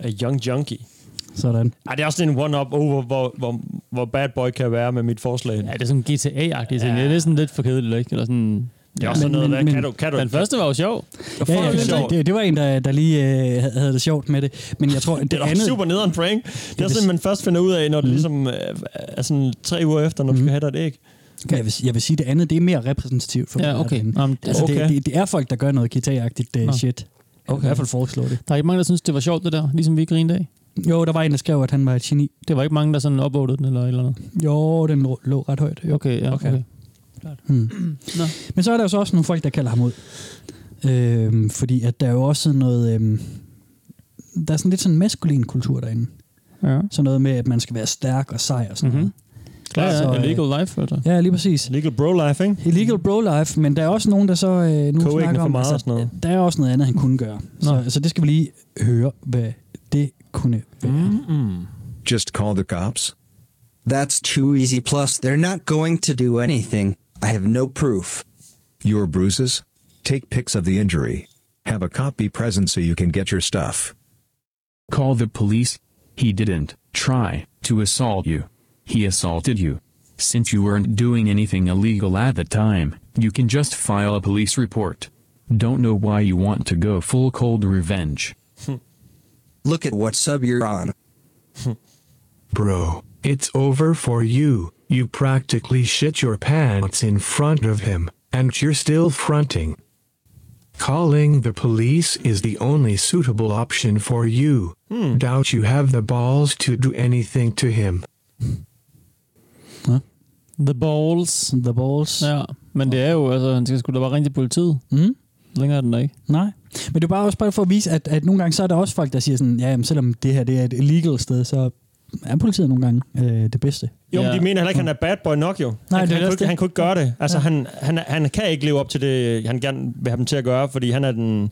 A young junkie.
Sådan.
Ej, det er også sådan en one-up over, hvor, hvor, hvor bad boy kan være med mit forslag. Ja,
det er sådan GTA-agtigt. Ja. Det er sådan lidt for kedeligt, ikke? Eller sådan...
Det er også sådan noget, hvad kan du- kan du-
Den første var jo sjov.
Ja, ja, det, det, det var en, der, der lige øh, havde- havde det sjovt med det. Men jeg tror, det,
Det er da
andet... Mhm.
super nederen prank. Det er
det-
sådan, man først finder ud af, når det ligesom øh, er sådan tre uger efter, når du skal have dig et æg.
Ja, Mhm. jeg, vil, jeg vil sige, det andet det er mere repræsentativt for
Ja,
mig.
okay.
Jamen,
altså,
okay.
Det, det, det er folk, der gør noget guitaragtigt uh,
Nå.
shit. Jeg vil
Okay.
i hvert fald foreslå det.
Der er ikke mange, der synes, det var sjovt, det der. Ligesom vi grinede af.
Jo, der var en, der skrev, at han var et geni.
Det var ikke mange, der sådan upvotede den eller et eller andet.
Jo, den lå, lå ret højt. Jo.
Okay, ja, okay.
Hmm.
Nå.
Men så er der jo så også nogle folk, der kalder ham ud. Øhm, fordi at der er jo også sådan noget... Øhm, der er sådan lidt sådan en maskulin kultur derinde.
Ja. Mhm.
Sådan noget med, at man skal være stærk og sej og sådan mm-hmm. noget.
Ja, ja,
øh,
illegal life, altså.
Ja, lige præcis.
Illegal bro life, ikke?
Illegal bro life, men der er også nogen, der så øh, nu
Koge æggene
snakker
for
om,
meget og sådan noget.
der er også noget andet, han kunne gøre. Så, så det skal vi lige høre, hvad det kunne være. Mm-hmm.
Just call the cops? That's too easy, plus, they're not going to do anything. I have no proof.
Your bruises? Take pics of the injury. Have a cop be present so you can get your stuff.
Call the police. He didn't try to assault you. He assaulted you. Since you weren't doing anything illegal at the time, you can just file a police report. Don't know why you want to go full cold revenge.
Hmm. Look at what sub you're on.
Bro, it's over for you. You practically shit your pants in front of him, and you're still fronting. Calling the police is the only suitable option for you. Doubt you have the balls to do anything to him.
The balls.
The balls.
Ja, men det er jo, altså, han skal sgu da bare ringe til politiet.
Mm.
Længere er den der ikke.
Nej, men det er bare også bare for at vise, at, at nogle gange så er der også folk, der siger sådan, ja, jamen, selvom det her det er et illegal sted, så er politiet nogle gange øh, det bedste.
Jo, men de mener heller ikke, han er bad boy nok jo.
Nej,
han,
det er også
han, kunne, ikke-
det.
han kunne ikke gøre det. Altså, han, han, han kan ikke leve op til det, han gerne vil have dem til at gøre, fordi han er den,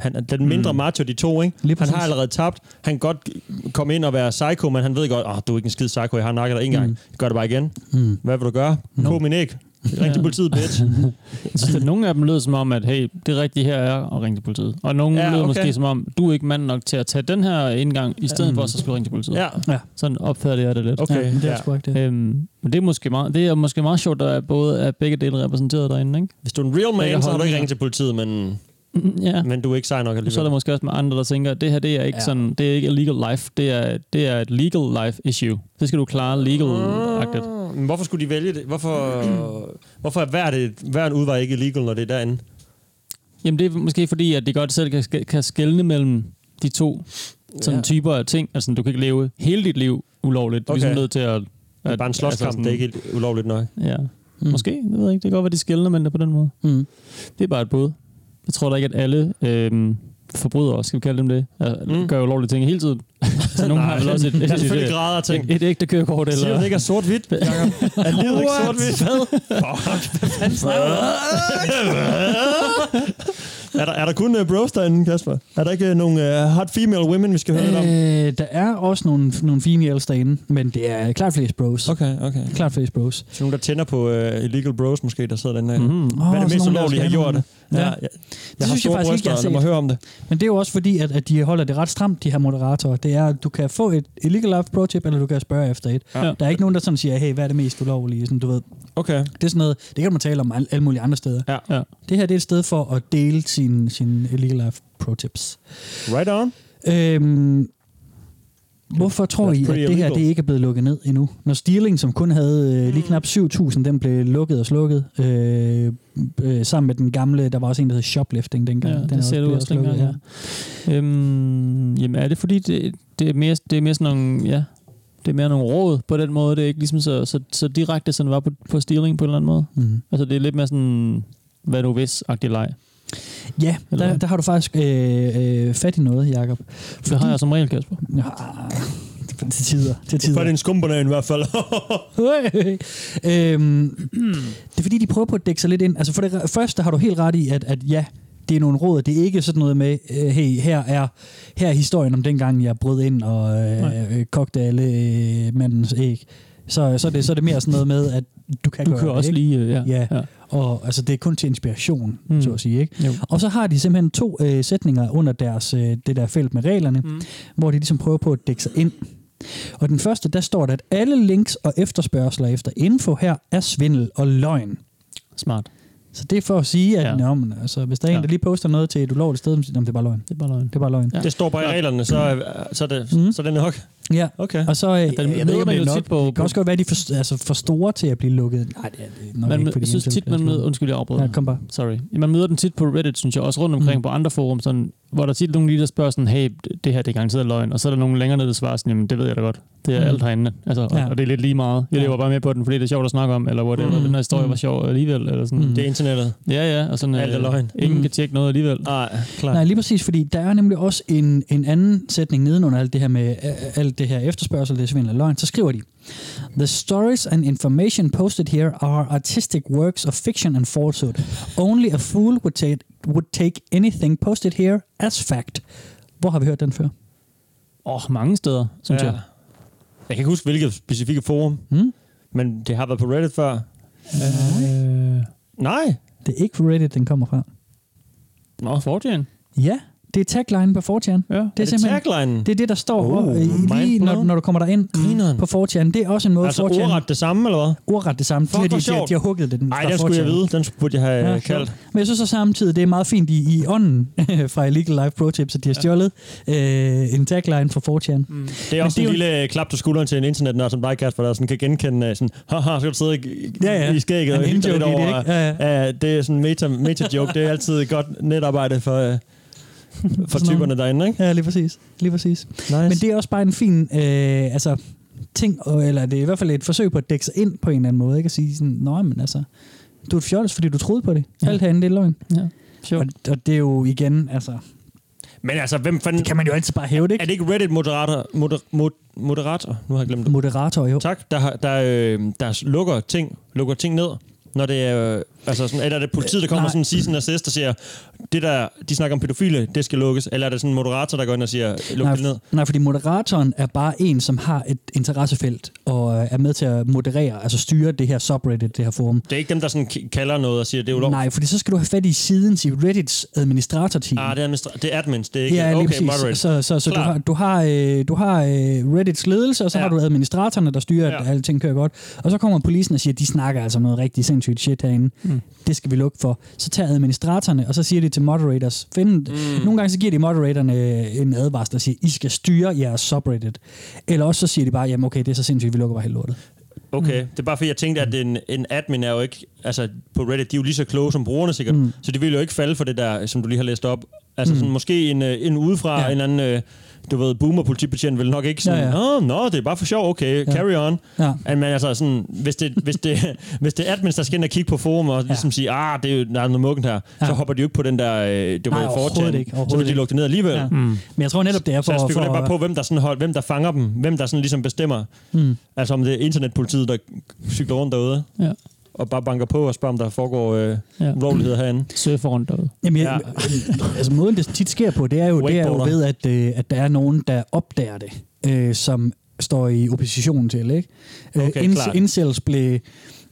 han er den mindre mm. macho af de to, ikke?
Hmm. Lige
han
præcis.
har allerede tabt. Han kan godt komme ind og være psycho, men han ved godt, at oh, du er ikke en skid psycho, jeg har nakket dig en gang.
Mm.
Gør det bare igen.
Mm.
Hvad vil du gøre? No. På min æg. Ring til politiet, bitch.
Jeg synes, at nogle af dem lød som om, at hey, det rigtige her er at ringe til politiet. Og nogle
Ja,
ja, lød
okay.
okay. måske som om, du er ikke mand nok til at tage den her indgang, i stedet
Mm.
mm. for at så skulle ringe til politiet.
Ja.
ja. Sådan opfattede jeg det lidt.
Okay, Ja, men det er ja. sgu
det. Øhm, men det er, måske meget, det er måske meget sjovt, at der er både er begge dele repræsenteret derinde. Ikke?
Hvis du er en real
Begge
man, så har du ikke
holdninger.
ringet til politiet, men,
ja.
men du er ikke sej nok alligevel.
Så er der måske også med andre, der tænker, at det her det er ikke
Ja.
ja. sådan, det er ikke a legal life, det er, det er et legal life issue. Det skal du klare legal-agtigt.
Ah, Men hvorfor skulle de vælge det? Hvorfor, hvorfor er hver, det, hver en udvej ikke illegal, når det er derinde?
Jamen det er måske fordi, at de godt selv kan, sk- kan skelne mellem de to sådan
Ja.
ja. typer af ting. Altså du kan ikke leve hele dit liv ulovligt. Du er
Okay.
ligesom nødt til at...
Det er
at- altså,
bare en slåskamp,
sådan-
det er ikke helt ulovligt nok.
Ja. Mm. Måske, jeg ved jeg ikke. Det kan godt være, de skældner mænd på den måde.
Mm.
Det er bare et bud. Jeg tror da ikke, at alle øhm, forbrydere, skal vi kalde dem det, mm. gør ulovlige ting hele tiden. Så nogen har vel også et,
Der er
et,
selvfølgelig
et,
grader af ting.
et, et ægte kørekort. Eller...
Siger du, det ikke er sort-hvidt, Jacob? Er livet ikke
What?
sort-hvidt? Fuck, hvad fanden snakker du om? er, der, er der kun uh, bros derinde, Kasper? Er der ikke uh, nogle uh, hot female women, vi skal høre lidt om?
Øh, der er også nogle, nogle females derinde, men det er klart flest bros.
Okay, okay.
Klart flest bros.
Så nogen, der tænder på uh, illegal bros måske, der sidder derinde.
Mhm.
Mm-hmm. Hvad er
Åh,
det mest
sådan nogen, der
ulovlige, jeg har
scanner
gjort?
dem.
Ja.
Ja.
Ja, jeg, jeg har store bryster, lad mig høre om det.
Men det er jo også fordi, at, at de holder det ret stramt, de her moderatorer. Det er, at du kan få et illegal life pro tip, eller du kan spørge efter et.
Ja.
Ja. Der er ikke nogen, der sådan siger, hey, hvad er det mest ulovlige? Sådan, du ved.
Okay.
Det er sådan noget, det kan man tale om al- alle mulige andre steder.
Ja.
Ja.
Det her det er et sted for at dele sine sin illegal life pro tips.
Right on.
Øhm, Hvorfor tror
That's
I, at
pretty
det her
illegal.
det ikke er blevet lukket ned endnu? Når Stirling, som kun havde øh, lige knap 7.000, den blev lukket og slukket, øh, øh, sammen med den gamle, der var også en, der hed Shoplifting dengang.
Ja,
den
det ser
blev
du også dengang, ja. Øhm, jamen er det fordi, det, det, er mere, det er mere sådan nogle, ja, det er mere nogle råd på den måde, det er ikke ligesom så, så, så direkte, som det var på, på stealing på en eller anden måde.
Mm.
Mhm.
Altså det er lidt mere sådan, hvad du hvis-agtig leg.
Ja, der, der har du faktisk øh, øh, fat i noget, Jacob.
Det har jeg som regel, Kasper.
Ja, til tider. Til tider.
Hvorfor er det en skumbanan i hvert fald?
øhm, det er fordi, de prøver på at dække sig lidt ind. Altså for det første har du helt ret i, at, at ja, det er nogle råd. Det er ikke sådan noget med, øh, hey, her er, her er historien om dengang, jeg brød ind og
Nej.
øh, øh, kogte alle øh, mandens æg. Så, så, er det, så er det mere sådan noget med, at du kan
Du
gøre
kan
det,
også
ikke?
lige, øh, ja.
ja.
Ja.
Og altså, det er kun til inspiration,
Mm.
mm. så at sige. Ikke?
Jo.
Og så har de simpelthen to øh, sætninger under deres, øh, det der felt med reglerne, mm. hvor de ligesom prøver på at dække sig ind. Og den første, der står der, at alle links og efterspørgseler efter info her er svindel og løgn.
Smart.
Så det er for at sige, at ja. nå, men, altså, hvis der er en,
Ja.
der lige poster noget til et ulovligt sted, så siger, "Nå, men det er bare løgn.
Det er bare løgn.
Det er bare løgn.
Det står bare i reglerne, så, er- så, er det, så er det nok.
Mhm. Ja,
okay.
og så øh, jeg,
Den
jeg ved
møder
ikke, om
man
det
jo
er nok.
tit på-
det kan også godt være, at de er for, altså, for store til at blive lukket. Nej, det er det er nok
man,
ikke.
mø-
fordi
jeg synes
det er
tit, man
tilfældet.
møder, undskyld, jeg afbryder.
Ja, kom bare.
Sorry. Man møder den tit på Reddit, synes jeg, også rundt omkring mm. på andre forum, sådan, hvor der er tit nogen lige, der spørger sådan, hey, det her det er garanteret løgn, og så er der nogen længere nede, der svarer sådan, jamen det ved jeg da godt. Det er mm.
Mm.
alt herinde. Altså, og,
Ja.
ja. og, det er lidt lige meget. Jeg lever bare med på den, fordi det er sjovt at snakke om, eller hvor det
Mm.
mm. den her historie
Mm.
var sjov alligevel. Eller sådan.
Det er internettet.
Ja, ja. Og sådan,
Alt er
øh,
løgn.
Ingen
Mm.
kan tjekke noget alligevel.
Nej, klart.
Nej, lige præcis, fordi der er nemlig også en, en anden sætning nedenunder alt det her med øh, alt det her efterspørgsel, det er svindel og løgn, så skriver de, The stories and information posted here are artistic works of fiction and falsehood. Only a fool would take, would take anything posted here as fact. Hvor har vi hørt den før?
Åh, oh, mange steder, synes
Ja.
jeg.
Jeg kan ikke huske, hvilket specifikke forum,
mm?
men det har været på Reddit før.
Øh,
Nej.
Det er ikke fra Reddit, den kommer fra.
Nå, 4
Ja, det er tagline på 4 Ja, det er,
det taglinen?
Det er det, der står
Oh,
oh, lige, når,
mindblown.
når du kommer derind på 4 Det er også en måde,
Altså
4chan
ordret det samme, eller hvad?
Ordret det samme. De,
Fuck,
har- de,
hvor
de, har-
sjovt.
de har hugget det.
Nej,
fra
den skulle jeg
4chan.
vide. Den burde jeg have ja,
sjovt.
øh, kaldt.
Men jeg synes så samtidig, det er meget fint i, i ånden fra Illegal Life Pro Tips, at de har stjålet øh, en tagline fra 4chan. Mm.
Det er også
det er
en
jo-
lille øh, klap til skulderen til en internetnør som dig, Kasper, der sådan kan genkende øh, sådan, haha, skal du sidde i, ja,
Ja,
ja.
ja.
i skægget og
En
hygge dig lidt
in-joke i det,
over. Det,
ikke?
ja, ja. Ja, det er sådan en meta, meta-joke. det er altid et godt netarbejde for, øh, for typerne derinde, ikke?
Ja, lige præcis. Lige præcis.
Nice.
Men det er også bare en fin øh, altså, ting, og- eller det er i hvert fald et forsøg på at dække sig ind på en eller anden måde, ikke? At sige sådan, nej, men altså, du er et fjols, fordi du troede på det. Ja. Alt herinde, det er løgn.
Ja.
Og, og det er jo igen, altså,
Men altså, hvem fanden... Det
kan man jo altid bare hæve det,
ikke? Er det ikke Reddit-moderator? Moder, mod, moderator? Nu har jeg glemt det.
Moderator, jo.
Tak. Der, har- der, øh, der lukker ting, lukker ting ned, når det er øh, Altså sådan, eller er det politiet, der kommer
Øh,
og sådan siger sådan assist og siger, det der, de snakker om pædofile, det skal lukkes? Eller er det sådan en moderator, der går ind og siger, luk
nej,
det ned?
Nej, fordi moderatoren er bare en, som har et interessefelt og øh, er med til at moderere, altså styre det her subreddit, det her forum.
Det er ikke dem, der sådan k- kalder noget og siger, det er ulovligt.
Nej, fordi så skal du have fat i siden til Reddits administrator-team.
Ah, det er, administra- det er admins, det er ikke...
ja, lige
okay,
præcis.
moderate.
Så, så, så du
Klart.
har, du har, øh, du har øh, Reddits ledelse, og så ja. har du administratorerne, der styrer, at
Ja.
alle ting kører godt. Og så kommer polisen og siger, de snakker altså om noget rigtig sindssygt shit herinde.
Mm.
Mm. Det skal vi lukke for. Så tager administratorerne, og så siger de til moderators, find, mm. nogle gange så giver de moderatorerne en advarsel og siger, I skal styre jeres subreddit. Eller også så siger de bare, jamen okay, det er så sindssygt, vi lukker bare helt lortet.
Okay, mm. det er bare fordi, jeg tænkte, at en, en admin er jo ikke... Altså, på Reddit, de er jo lige så kloge som brugerne sikkert, mm.
Mm.
så de vil jo ikke falde for det der, som du lige har læst op. Altså, mm.
Mm.
sådan, måske en, øh, en udefra, ja. en eller anden, øh, du ved, boomer-politibetjent vil nok ikke sådan,
Ja,
ja,
ja.
ja. Nå, nå, det er bare for sjov, okay, ja. carry on.
Ja.
Ja. Men altså, sådan, hvis, det, hvis, det, hvis det er admins, der skal ind og kigge på forum og ligesom ja. sige, ah, det er jo der er noget muggen her, ja. så hopper de jo ikke på den der, øh, du
Nej,
ved,
overhovedet
fortjent.
ikke,
Så
overhovedet
vil de
ikke.
lukke det ned alligevel.
Ja.
Ja.
Mm. Men jeg tror netop, det er for...
Så jeg spekulerer
for,
bare på, hvem der, sådan hold, hvem der fanger dem, hvem der sådan ligesom bestemmer.
Mm.
Altså om det er internetpolitiet, der cykler rundt derude,
Ja.
og bare banker på og spørger, om der foregår øh, ja. ulovligheder herinde.
Surfer rundt derude.
Jamen, ja. altså måden, det tit sker på, det er jo, det er jo
Wakeboarder.
ved, at, øh, at der er nogen, der opdager det, øh, som står i opposition til, ikke? Øh,
Okay, klart.
incels blev...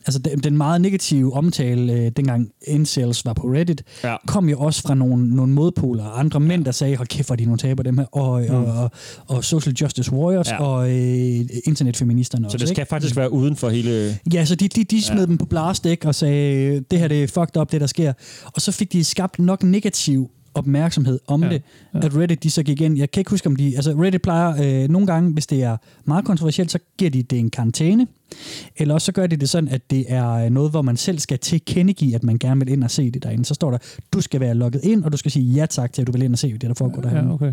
Altså den, den meget negative omtale, øh, dengang incels var på Reddit,
ja.
kom jo også fra nogle, nogle modpoler og andre mænd, der sagde, hold kæft, hvor de nogle taber dem her, og, mm. og, og, og social justice warriors,
Ja.
ja. og øh, internetfeministerne
Så
også,
det
ikke?
skal faktisk være uden for hele...
Ja, så de, de, de smed ja. dem på blarestik og sagde, det her det er fucked up, det der sker. Og så fik de skabt nok negativ opmærksomhed om
Ja,
ja. det, at Reddit de så gik ind. Jeg kan ikke huske, om de... Altså, Reddit plejer øh, nogle gange, hvis det er meget kontroversielt, så giver de det en karantæne. Eller også så gør de det sådan, at det er øh, noget, hvor man selv skal tilkendegive, at man gerne vil ind og se det derinde. Så står der, du skal være logget ind, og du skal sige ja tak til, at du vil ind og se det, der foregår derinde.
Ja, okay.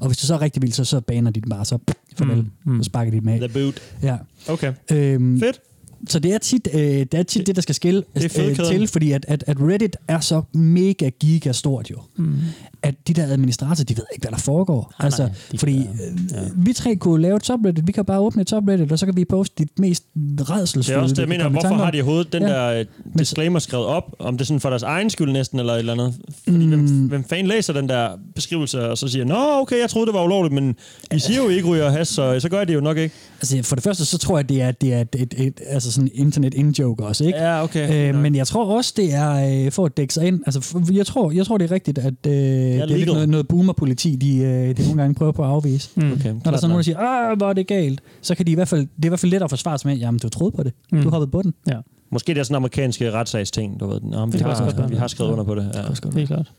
Og hvis du så er rigtig vildt, så, så baner de den bare, så pff, farvel,
Mm,
mm,
mm.
mm. så sparker de dem af.
The boot.
Ja.
Okay.
Øhm,
Fedt.
Så det er tit, øh, det, er tit det, der skal skille Altså,
det er fedkæden.
Øh, til, fordi at, at, at Reddit er så mega giga stort jo,
Mm.
at de der administratorer, de ved ikke, hvad der foregår. Ah, altså, nej, fordi øh, vi tre kunne lave et subreddit, vi kan bare åbne et subreddit, og så kan vi poste de mest
Det
redselsfulde.
er også det,
vi
jeg
kan
mener.
komme i
Hvorfor
tanke om.
har de i hovedet den ja.
Ja.
der øh, disclaimer skrevet op? Om det er sådan for deres egen skyld næsten, eller et eller andet? Fordi hvem,
Mm.
hvem fanden læser den der beskrivelse, og så siger, Nå, okay, jeg troede, det var ulovligt, men I siger jo, I ikke ryger has,
Øh,
så, så gør I det jo nok ikke.
Altså, for det første, så tror jeg, det er, det er et, et, et altså sådan en internet in-joke også, ikke?
Ja, okay.
Øh, men jeg tror også, det er øh, for at dække sig ind. Altså, for, jeg, tror, jeg tror, det er rigtigt, at øh, det er
legal.
lidt noget, noget boomer-politi, de, øh, de nogle gange prøver på at afvise.
Mm.
Okay,
Når der er sådan nogen, der siger, ah, hvor er det galt, så kan de i hvert fald, det er i hvert fald let at forsvare sig med, jamen, du troede på det. Mm. Du hoppede på den.
Ja.
Måske det er sådan amerikanske retssagsting, du ved. Nå, men vi,
Det kan også godt
har,
være.
vi har skrevet
Ja.
under på det. Ja. Det
er klart.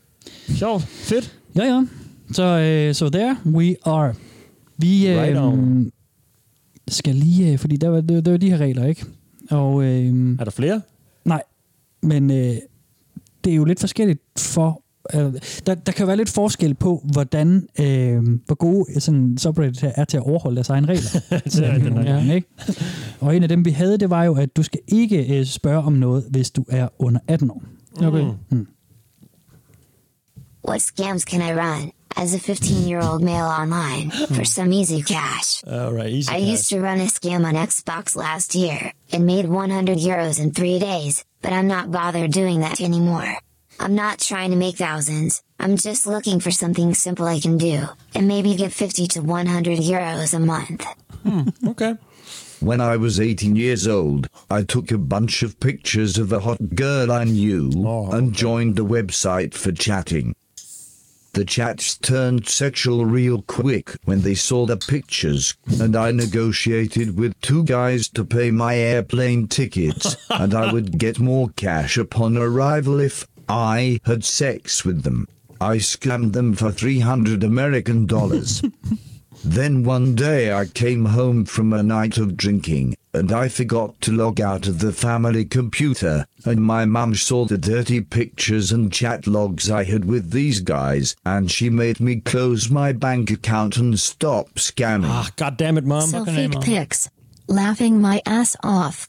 Sjovt. Fedt.
Ja, ja. Så øh, so there we are. Vi øh,
Right on.
skal lige, øh, fordi der var, der, der var de her regler, ikke? Og, øh,
er der flere?
Nej, men øh, det er jo lidt forskelligt for... Øh, der, der kan jo være lidt forskel på, hvordan, øh, hvor gode sådan, subreddit her er til at overholde deres egne regler.
det er rigtigt nok.
ja. ikke? Og en af dem, vi havde, det var jo, at du skal ikke øh, spørge om noget, hvis du er under 18 år.
Okay.
Mm.
What scams can I run as a 15 year old male online for some easy cash?
All right, Uh, easy
I
cash.
used to run a scam on Xbox last year and made 100 euros in three days, but I'm not bothered doing that anymore. I'm not trying to make thousands, I'm just looking for something simple I can do, and maybe get 50 to 100 euros a month.
Hmm, okay.
When I was 18 years old, I took a bunch of pictures of a hot girl I knew and joined a website for chatting. The chats turned sexual real quick when they saw the pictures, and I negotiated with two guys to pay my airplane tickets, and I would get more cash upon arrival if I had sex with them. I scammed them for 300 American dollars. Then one day I came home from a night of drinking, and I forgot to log out of the family computer, and my mum saw the dirty pictures and chat logs I had with these guys, and she made me close my bank account and stop scamming. Ah,
god damn it, mum.
Selfie pics. Laughing my ass off.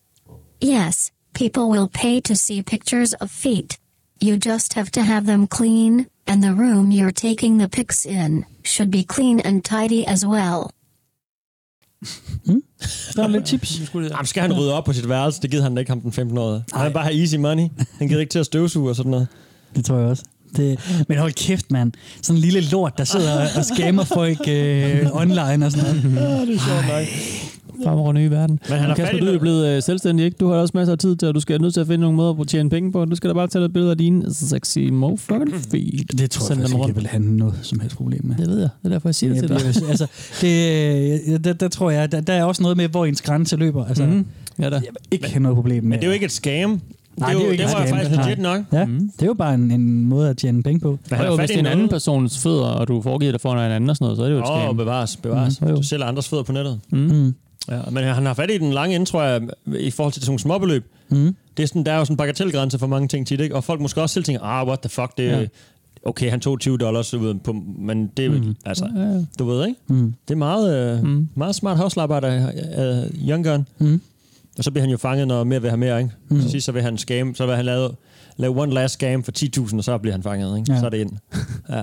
Yes, people will pay to see pictures of feet. You just have to have them clean, and the room you're taking the pics in should be clean and tidy as well.
Der er lidt tips.
Jamen, skal han rydde op på sit værelse? Det gider han da ikke, ham den 15-årige. Han vil bare have easy money. Han gider ikke til at støvsuge og sådan noget.
Det tror jeg også. Det, men hold kæft, mand. Sådan en lille lort, der sidder og scammer folk øh, online og sådan
Mhm.
noget.
det er sjovt nok. Bare over nye verden.
Men han er
Kasper,
fattig
du er
nu.
jo blevet øh, selvstændig, ikke? Du har også masser af tid til, og du skal nødt til at finde nogle måder at tjene penge på. Du skal da bare tage et billede af dine sexy motherfucking
Mm.
feet.
Det tror jeg faktisk ikke, jeg vil have noget som helst problem med.
Det ved jeg. Det er derfor, jeg siger det til
Jamen,
dig.
jeg vil- altså, det, øh, der, der, tror jeg, der, der, er også noget med, hvor ens grænse løber. Altså, mm-hmm.
ja, der.
Ikke have noget problem med. Mhm.
Men det er jo ikke et scam.
Nej,
det, er jo,
ikke
det
en
var
scam.
faktisk
Nej.
legit nok.
Ja, det er jo bare en, en måde at tjene penge på.
Men jo, hvis det er en anden persons fødder, og du foregiver dig for en anden og sådan noget, så er det jo et Mm.
Åh,
skam.
oh, bevares, bevares. Mm-hmm. Du sælger andres fødder på nettet.
Mm.
Ja, men han har fat i den lange ende, tror jeg, i forhold til sådan nogle småbeløb.
Mm.
Det er sådan, der er jo sådan en bagatelgrænse for mange ting tit, ikke? Og folk måske også selv tænker, ah, what the fuck, det er...
Ja.
Okay, han tog 20 dollars ud på, men det er jo,
Mm.
mm. altså,
Ja, ja.
du ved, ikke?
Mm.
Det er meget, øh, mm. meget smart housearbejder, uh, Young Gun.
Mm.
Og så bliver han jo fanget, når mere vil have mere, ikke? Mm.
Mm.
Til sidst, så vil han scam, så vil han lave, lave one last scam for 10.000, og så bliver han fanget, ikke?
Ja.
Ja. Så er det ind. ja.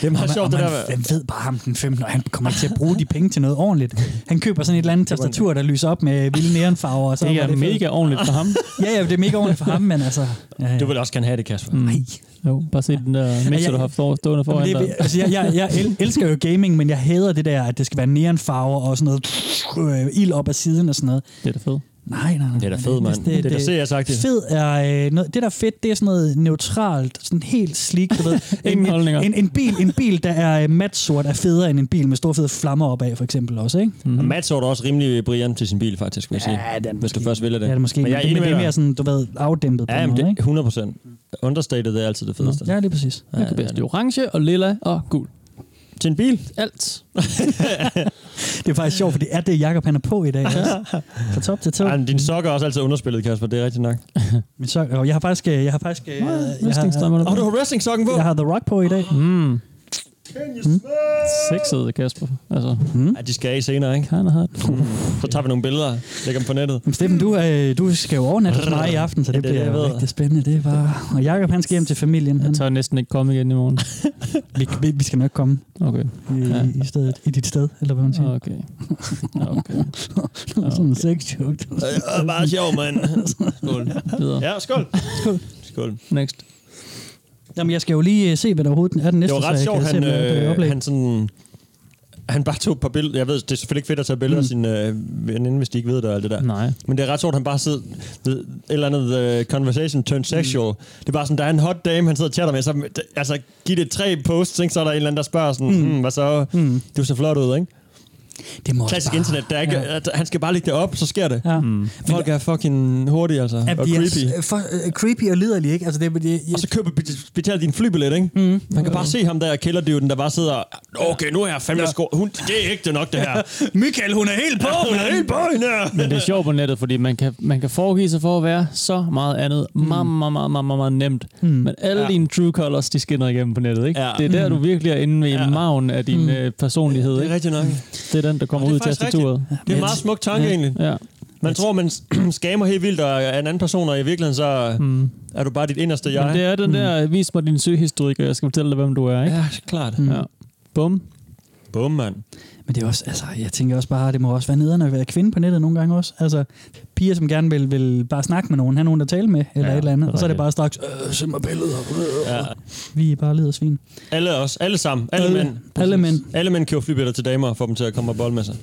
Det er
og
meget
man,
sjovt,
og
det
man,
der.
Jeg ved bare ham den 15, og han kommer ikke til at bruge de penge til noget ordentligt. Han køber sådan et eller andet tastatur, der lyser op med vilde neonfarver. Og så
Det er
var fedt.
mega ordentligt for ham.
ja, ja, det er mega ordentligt for ham, men altså... Ja, ja.
Du vil også gerne have det, Kasper.
Mm. Jo, bare se den der mixer,
Ja, jeg-
du har for, stående foran
Jamen,
dig.
det, er- altså, jeg, jeg, jeg el- elsker jo gaming, men jeg hader det der, at det skal være neonfarver og sådan noget øh, ild op ad siden og sådan noget.
Det er da fedt.
Nej, nej, nej.
Det er da fedt, mand. Det er da seriøsagtigt.
Fed er, øh, noget, det der er fedt, det er sådan noget neutralt, sådan helt slik, du ved. Ingen en, holdninger. En, en, bil, en bil, der er øh, matsort, er federe end en bil med store fede flammer opad, for eksempel også, ikke?
Mm. Og Mads var da også rimelig brillant til sin bil, faktisk, vil jeg
ja, sige.
Hvis du først vælger det.
Ja, det er måske,
Men jeg er enig med
det er mere
dig.
sådan, du ved, afdæmpet på
Ja,
en
jamen,
måde,
det er
ikke?
100 procent. Understated er altid det fedeste.
Ja, lige præcis.
Ja, det er bedst. Det er orange og lilla og gul. Til en bil? Alt.
Det er faktisk sjovt, for det er det, Jacob han er på i dag. altså? Også. Fra top til top.
Ej, men din sokker er også altid underspillet, Kasper. Det er rigtigt nok.
Min sok, og jeg har faktisk... øh, Jeg har faktisk øh, jeg
wrestlingstrømmer,
du har wrestling-sokken på?
Jeg har The Rock på i dag.
Mm.
Hmm?
Sexede Kasper. Altså.
Mm. Ja, de skal af senere, ikke?
Han har
Så tager vi nogle billeder, lægger dem på nettet.
Men Steffen, du, øh, du skal jo overnatte hos mig i aften, så det, ja,
Ja, det
det
er det,
bliver
jeg ved.
det, rigtig spændende. Det var... Og Jacob, han skal hjem til familien. Han... Jeg
tør næsten ikke komme igen i morgen.
vi, vi, vi, skal nok komme.
Okay.
I,
Ja.
ja. i, stedet, I dit sted, eller hvad man siger.
Okay. okay.
Sådan en sex joke.
Det er bare sjov, mand. Skål. Ja, skål. Skål.
Next.
Jamen, jeg skal jo lige øh, se, hvad der overhovedet er den
Det
næste.
var ret
så jeg
sjovt,
kan se,
han,
hvad der er på det
øh,
oplæg.
han sådan... Han bare tog et par billeder. Jeg ved, det er selvfølgelig ikke fedt at tage billeder mm. af sine øh, veninde, hvis de ikke ved det og alt det der.
Nej.
Men det er ret sjovt, han bare sidder... ved- Et eller andet uh, conversation turned sexual. Mm. Det er bare sådan, der er en hot dame, han sidder og chatter med. Så, altså, giv det tre posts, ikke? så er der en eller anden, der spørger sådan, mm.
Mm.
Hmm, hvad så? Mm. Du ser flot ud, ikke?
Det må
Klassisk
bare-
internet, der er ikke,
Ja.
ja. han skal bare lægge det op, så sker det.
Ja.
Mm. Folk er fucking hurtige, altså.
Jamen,
og
de er
creepy.
s- For, øh, creepy og liderlig, ikke? Altså, det, det, jeg,
Og så køber betaler din flybillet, ikke?
Mhm.
Mm. Man kan
Øh.
bare se ham der, kælderdyrten, der bare sidder... Okay, nu er jeg fandme ja. sko... Hun, det er ikke det nok, det her.
Michael, hun er helt på,
hun er helt på hende her.
Men det er sjovt på nettet, fordi man kan, man kan foregive sig for at være så meget andet. Mm. Meget, meget, meget, meget, meget, meget nemt. Mm. Men alle
Ja.
ja. dine true colors, de skinner igennem på nettet, ikke?
Ja.
Det er der,
Mm.
du virkelig er inde ved ja. maven af din mm. personlighed, ikke? Det
er rigtigt nok.
Det er den, der kommer
Det
ud
er
i
faktisk
tastaturet.
rigtigt. Det er en meget smuk tanke,
Ja.
egentlig.
Ja.
Man tror, man skamer helt vildt, og er en anden person, og i virkeligheden så mm. er du bare dit inderste jeg. Mm.
Men det er den der, øh, vis mig din søgehistorik, og jeg skal fortælle dig, hvem du er, ikke?
Ja, klart. Mm.
Ja. Bum.
Bum, mand.
Men det er også, altså, jeg tænker også bare, det må også være nederen at være kvinde på nettet nogle gange også. Altså, piger, som gerne vil, vil bare snakke med nogen, have nogen at tale med, eller
Ja,
ja, et eller andet.
det er
Og så er det
rigtigt.
bare straks, øh, send mig billeder. Øh.
Mm. Ja.
Vi er bare leder svin.
Alle os, alle sammen, alle,
Alle-
mænd.
alle mænd.
Alle mænd køber flybilletter til damer og får dem til at komme og bolle med sig.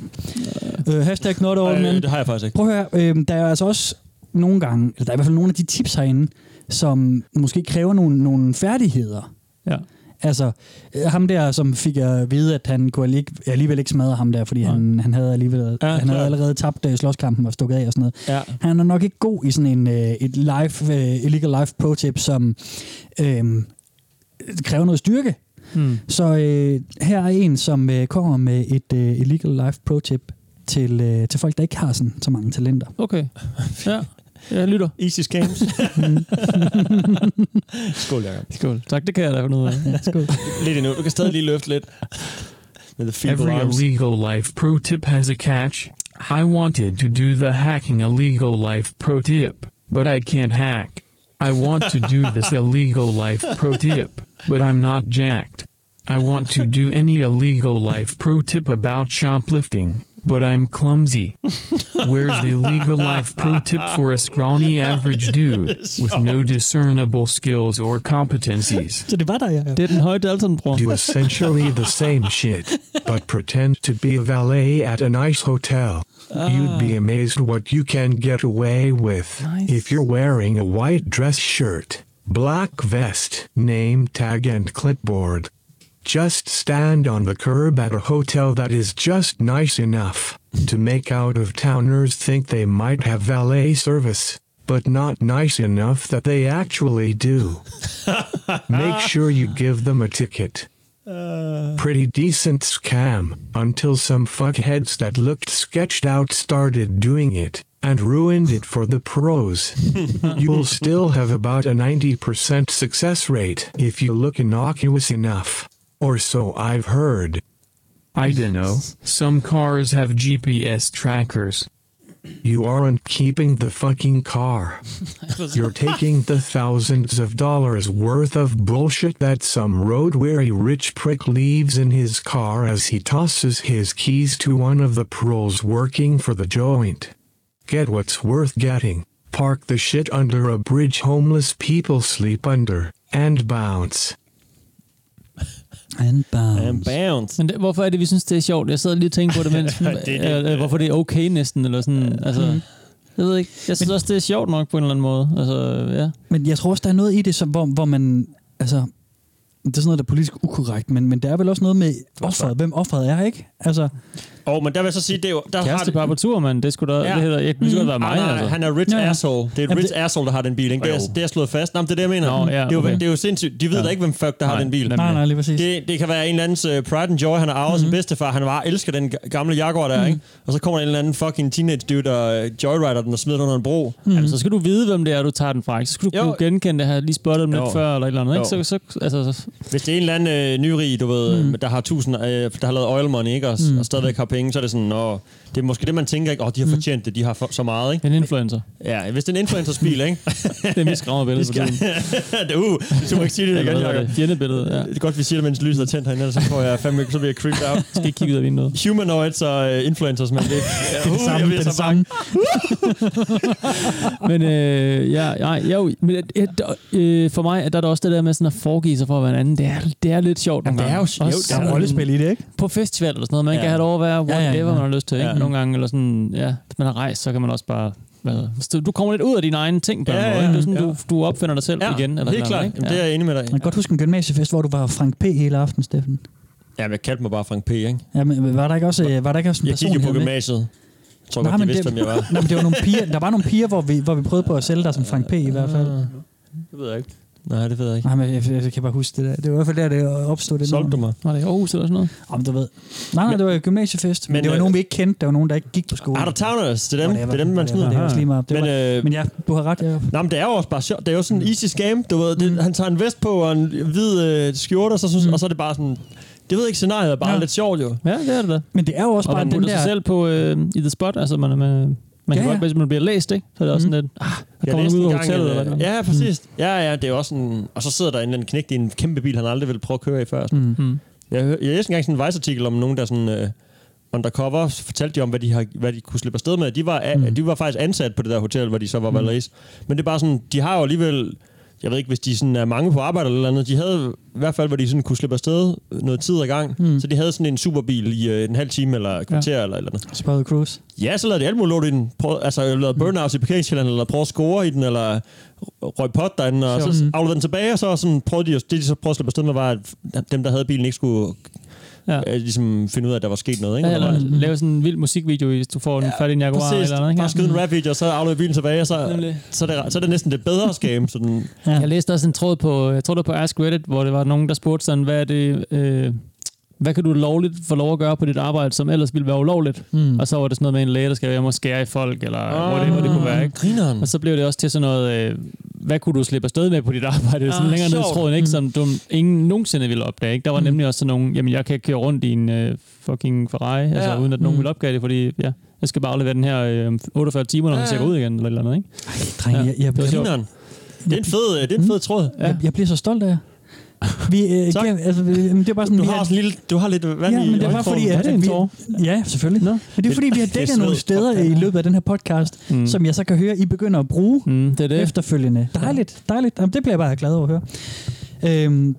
Øh, hashtag not all
Øh,
men.
det har jeg faktisk ikke.
Prøv at høre, øh, der er altså også nogle gange, eller der er i hvert fald nogle af de tips herinde, som måske kræver nogle, nogle færdigheder.
Ja.
Altså, øh, ham der, som fik at vide, at han kunne alligevel, alligevel ikke smadre ham der, fordi han, han havde alligevel
Ja,
ja, han havde
klart.
allerede tabt øh, slåskampen og stukket af og sådan noget.
Ja.
Han er nok ikke god i sådan en øh, et live, øh, illegal life pro-tip, som øh, kræver noget styrke.
Hmm.
Mm.
Så øh, her er en, som øh, kommer med et øh, illegal life pro-tip til, øh, til folk, der ikke har sådan, så mange talenter.
Okay. Ja. Jeg lytter.
Easy scams. Skål, Jacob.
Skål. Tak, det kan jeg da for noget af.
Skål.
lidt endnu. Du kan stadig lige løfte lidt. Med the feeble
Every
arms.
illegal life pro tip has a catch. I wanted to do the hacking illegal life pro tip, but I can't hack. I want to do this illegal life pro tip, but I'm not jacked. I want to do any illegal life pro tip about shoplifting, but I'm clumsy. Where's the legal life pro tip for a scrawny average dude with no discernible skills or competencies?
Så det var der, ja. Det er den høje Dalton-bror.
Do essentially the same shit, but pretend to be a valet at a nice hotel. You'd
Ah.
be amazed what you can get away with if you're wearing a white dress shirt, black vest, name tag, and clipboard. Just stand on the curb at a hotel that is just nice enough to make out of towners think they might have valet service, but not nice enough that they actually do. Make sure you give them a ticket. Pretty decent scam, until some fuckheads that looked sketched out started doing it, and ruined it for the pros. You'll still have about a 90% success rate if you look innocuous enough. Or so I've heard.
I dunno, some cars have GPS trackers.
You aren't keeping the fucking car. You're taking the thousands of dollars worth of bullshit that some road weary rich prick leaves in his car as he tosses his keys to one of the pros working for the joint. Get what's worth getting, park the shit under a bridge homeless people sleep under, and bounce.
And bounce.
And bounce. Men det, hvorfor er det, vi synes, det er sjovt? Jeg sad lige og tænkte på det, mens,
Ja,
ja,
det
det,
er
det.
det. Mm-hmm.
Øh, hvorfor det er okay næsten, eller sådan, altså...
Mm.
Jeg ved ikke. Jeg synes også, det er sjovt nok på en eller anden måde. Altså, ja.
Men jeg tror også, der er noget i det, som, hvor, hvor man... Altså, det er sådan noget, der er politisk ukorrekt, men, men der er vel også noget med offeret. Hvem offeret er, ikke? Altså,
Og men der vil jeg så sige, det er jo... Der
Kæreste par på tur, mand. Det skulle da... Ja. Det hedder, jeg, det skulle da være mig,
han, er,
altså.
Ah, han er rich ja, ja. asshole. Det er et
Jamen,
rich det... asshole, der har den bil. Ikke? Det, er,
Jo.
det er slået fast. Nå, men det er det, jeg mener.
Nå, ja,
det, er jo,
okay.
det er jo sindssygt. De ved
Ja.
ja. da ikke, hvem fuck, der har
Nej,
den bil.
nemlig. Mhm. Nej, nej, lige præcis.
Det, det kan være en eller andens uh, pride and joy. Han har arvet mm-hmm. sin bedstefar. Han var elsker den g- gamle Jaguar
Mhm.
der, mm-hmm. ikke? Og så kommer der en eller anden fucking teenage dude, der uh, joyrider den og smider den under en bro.
Mm. Jamen, så skal du vide, hvem det er, du tager den fra. Ikke? Så skal du
Jo.
kunne genkende det her, lige spottet dem
Jo.
lidt før, eller et eller andet. Ikke?
Jo.
Så, så, altså, så-
Hvis det er en eller anden øh, nyrig, du ved, mm. der har tusind, øh, der har lavet oil money, ikke? Og, mm.
Mm.
og stadigvæk har penge, så er det sådan, åh, det er måske det, man tænker, ikke? Åh, de har fortjent det, de har for, så meget, ikke?
En influencer.
Ja, hvis det er en influencers bil, ikke? det
er mit skræmmerbillede
på tiden. det, uh, du må ikke sige det
Eller
igen,
hvad er
Jacob.
det? Fjendebillede, ja.
Det er godt, vi siger det, mens lyset er tændt herinde, ellers så får jeg fandme, så bliver jeg creeped out.
skal ikke kigge ud af vinduet.
Humanoids og øh, influencers, men det, det er uh,
det samme, det er det samme. men øh, ja, nej, jo, men øh, øh, der- øh, for mig der er der også det der med sådan at foregive sig for at være en anden. Det er, det er lidt sjovt nogle
Jamen, det er jo
gange.
sjovt. Der er rollespil i det, ikke?
På festival eller sådan noget. Man ja. kan have lov at være whatever, ja, ja, ja. man har lyst til. Ikke? Ja. Nogle gange, eller sådan, ja, hvis man har rejst, så kan man også bare... hvad- så Du kommer lidt ud af dine egne ting på ja, en måde. Ja, ja. Det er sådan, du, du opfinder dig selv
Ja,
igen. Eller
helt
sådan noget,
klart.
ikke?
Jamen, det er jeg enig med dig i.
man kan godt huske en gymnasiefest, hvor du var Frank P. hele aften, Steffen.
Ja, men jeg kaldte mig bare Frank P, ikke?
Ja, men var der ikke også, øh, var der ikke også en
Jeg
person
gik jo på
her med?
gymnasiet. Jeg tror godt, de
men
vidste, hvem jeg var.
Nej, men det var nogle piger, der var nogle piger, hvor vi, hvor vi prøvede på at sælge dig som Frank P. i hvert fald.
Ah. Det ved jeg ikke. Nej, det ved jeg ikke.
Nej, men jeg, jeg, jeg kan bare huske det der. Det var i hvert fald der, det opstod. Det
Solgte du mig?
Var det i Aarhus eller sådan noget?
Om du ved. Nej, nej, det var jo gymnasiefest. Men, men det
øh,
var nogen, vi ikke kendte. Der var nogen, der ikke gik på skole.
Er der Towners? Det er dem,
Whatever.
det er dem man
Whatever.
smider.
Det er også lige meget. Det
men, øh,
men ja, du har ret, Jacob. Mm.
Nej, men det er jo også bare sjovt. Det er jo sådan en easy scam, du ved. Det, Han tager en vest på og en hvid øh, skjorte, og så, synes, og så er det bare sådan... Det ved jeg ikke, scenariet er bare
Ja.
lidt sjovt jo.
Ja, det er det da.
Men det er jo også
og
bare
man
den
putter
der...
sig selv på øh, i the spot, altså man er med, man
Ja,
kan
ja.
godt, hvis man bliver læst, ikke? Så er det også sådan lidt, ah, der
Jeg
kommer
læste
nogen ud af
engang
hotellet.
en,
eller
øh,
hvad?
Ja, præcis.
Mm.
Ja, ja, det er jo også sådan... Og så sidder der en eller anden knægt i en kæmpe bil, han aldrig ville prøve at køre i før. Sådan.
Mm.
Jeg, hør- jeg læste engang sådan en vejsartikel om nogen, der sådan... Øh, undercover så fortalte de om, hvad de, har, hvad de kunne slippe afsted med. De var, mm. de var faktisk ansat på det der hotel, hvor de så var mm. valgræs. Men det er bare sådan, de har jo alligevel... Jeg ved ikke, hvis de sådan er mange på arbejde eller noget. De havde i hvert fald, hvor de sådan kunne slippe afsted noget tid ad gang. Mm. Så de havde sådan en superbil i øh, en halv time eller et kvarter ja. eller et eller andet.
Spotted Cruise.
Ja, så lavede de alt muligt lort i den. Prøv, altså, jeg lavede burnouts i parkeringskælderen, eller prøvede at score i den, eller røg pot derinde, og så
Sjovt.
afleverede den tilbage, og så sådan prøvede de, at- det de så prøvede at slippe afsted med, var, at dem, der havde bilen, ikke skulle
Ja.
øh, ligesom finde ud af, at der var sket noget. Ikke?
Ja, eller
Eller-
lave sådan en vild musikvideo, hvis du får en færdig Jaguar
Præcis,
eller noget.
bare skyde en rap video, og så afleverer bilen tilbage, og så, så, er det, så er det næsten det bedre scam. Sådan,
Ja. Jeg læste også en tråd på, jeg tror det var på Ask Reddit, hvor det var nogen, der spurgte sådan, hvad er det, øh, hvad kan du lovligt få lov at gøre på dit arbejde, som ellers ville være ulovligt?
Mm.
Og så var det sådan noget med en læge, der skal hjem og skære i folk, eller ah, whatever det kunne være. Ikke?
Grineren.
Og så blev det også til sådan noget, øh, hvad kunne du slippe afsted med på dit arbejde? Sådan
Ah,
ah, længere ned i
sjovt.
tråden, ikke? som du ingen nogensinde ville opdage. Ikke? Der var
Mm.
nemlig også sådan nogle, jamen jeg kan ikke køre rundt i en øh, fucking Ferrari, ja.
Ja.
altså uden at nogen mm.
Mm.
vil opdage det, fordi ja, jeg skal bare aflevere den her øh, om 48 timer, når
Ja,
den ser
ja.
ud igen, eller et eller andet. Ikke?
Drenge, jeg, jeg,
Det var sjovt.
Mm.
Grineren. Det er en fed, øh, det er en fed tråd.
jeg, jeg bliver så stolt af jer. Vi, øh, igen, altså, det, jamen, det er bare sådan,
Du
vi
har, sådan en lille, du har lidt vand
Ja,
i
men det er bare fordi,
øjenkrogen.
at, vi, Ja, selvfølgelig. Nå. Men det er fordi, vi har
Det er
dækket nogle
sved.
steder i løbet af den her podcast, mm. som jeg så kan høre, I begynder at bruge mm, det er det. efterfølgende. Dejligt, dejligt. Jamen, det bliver jeg bare glad over at høre. Øhm,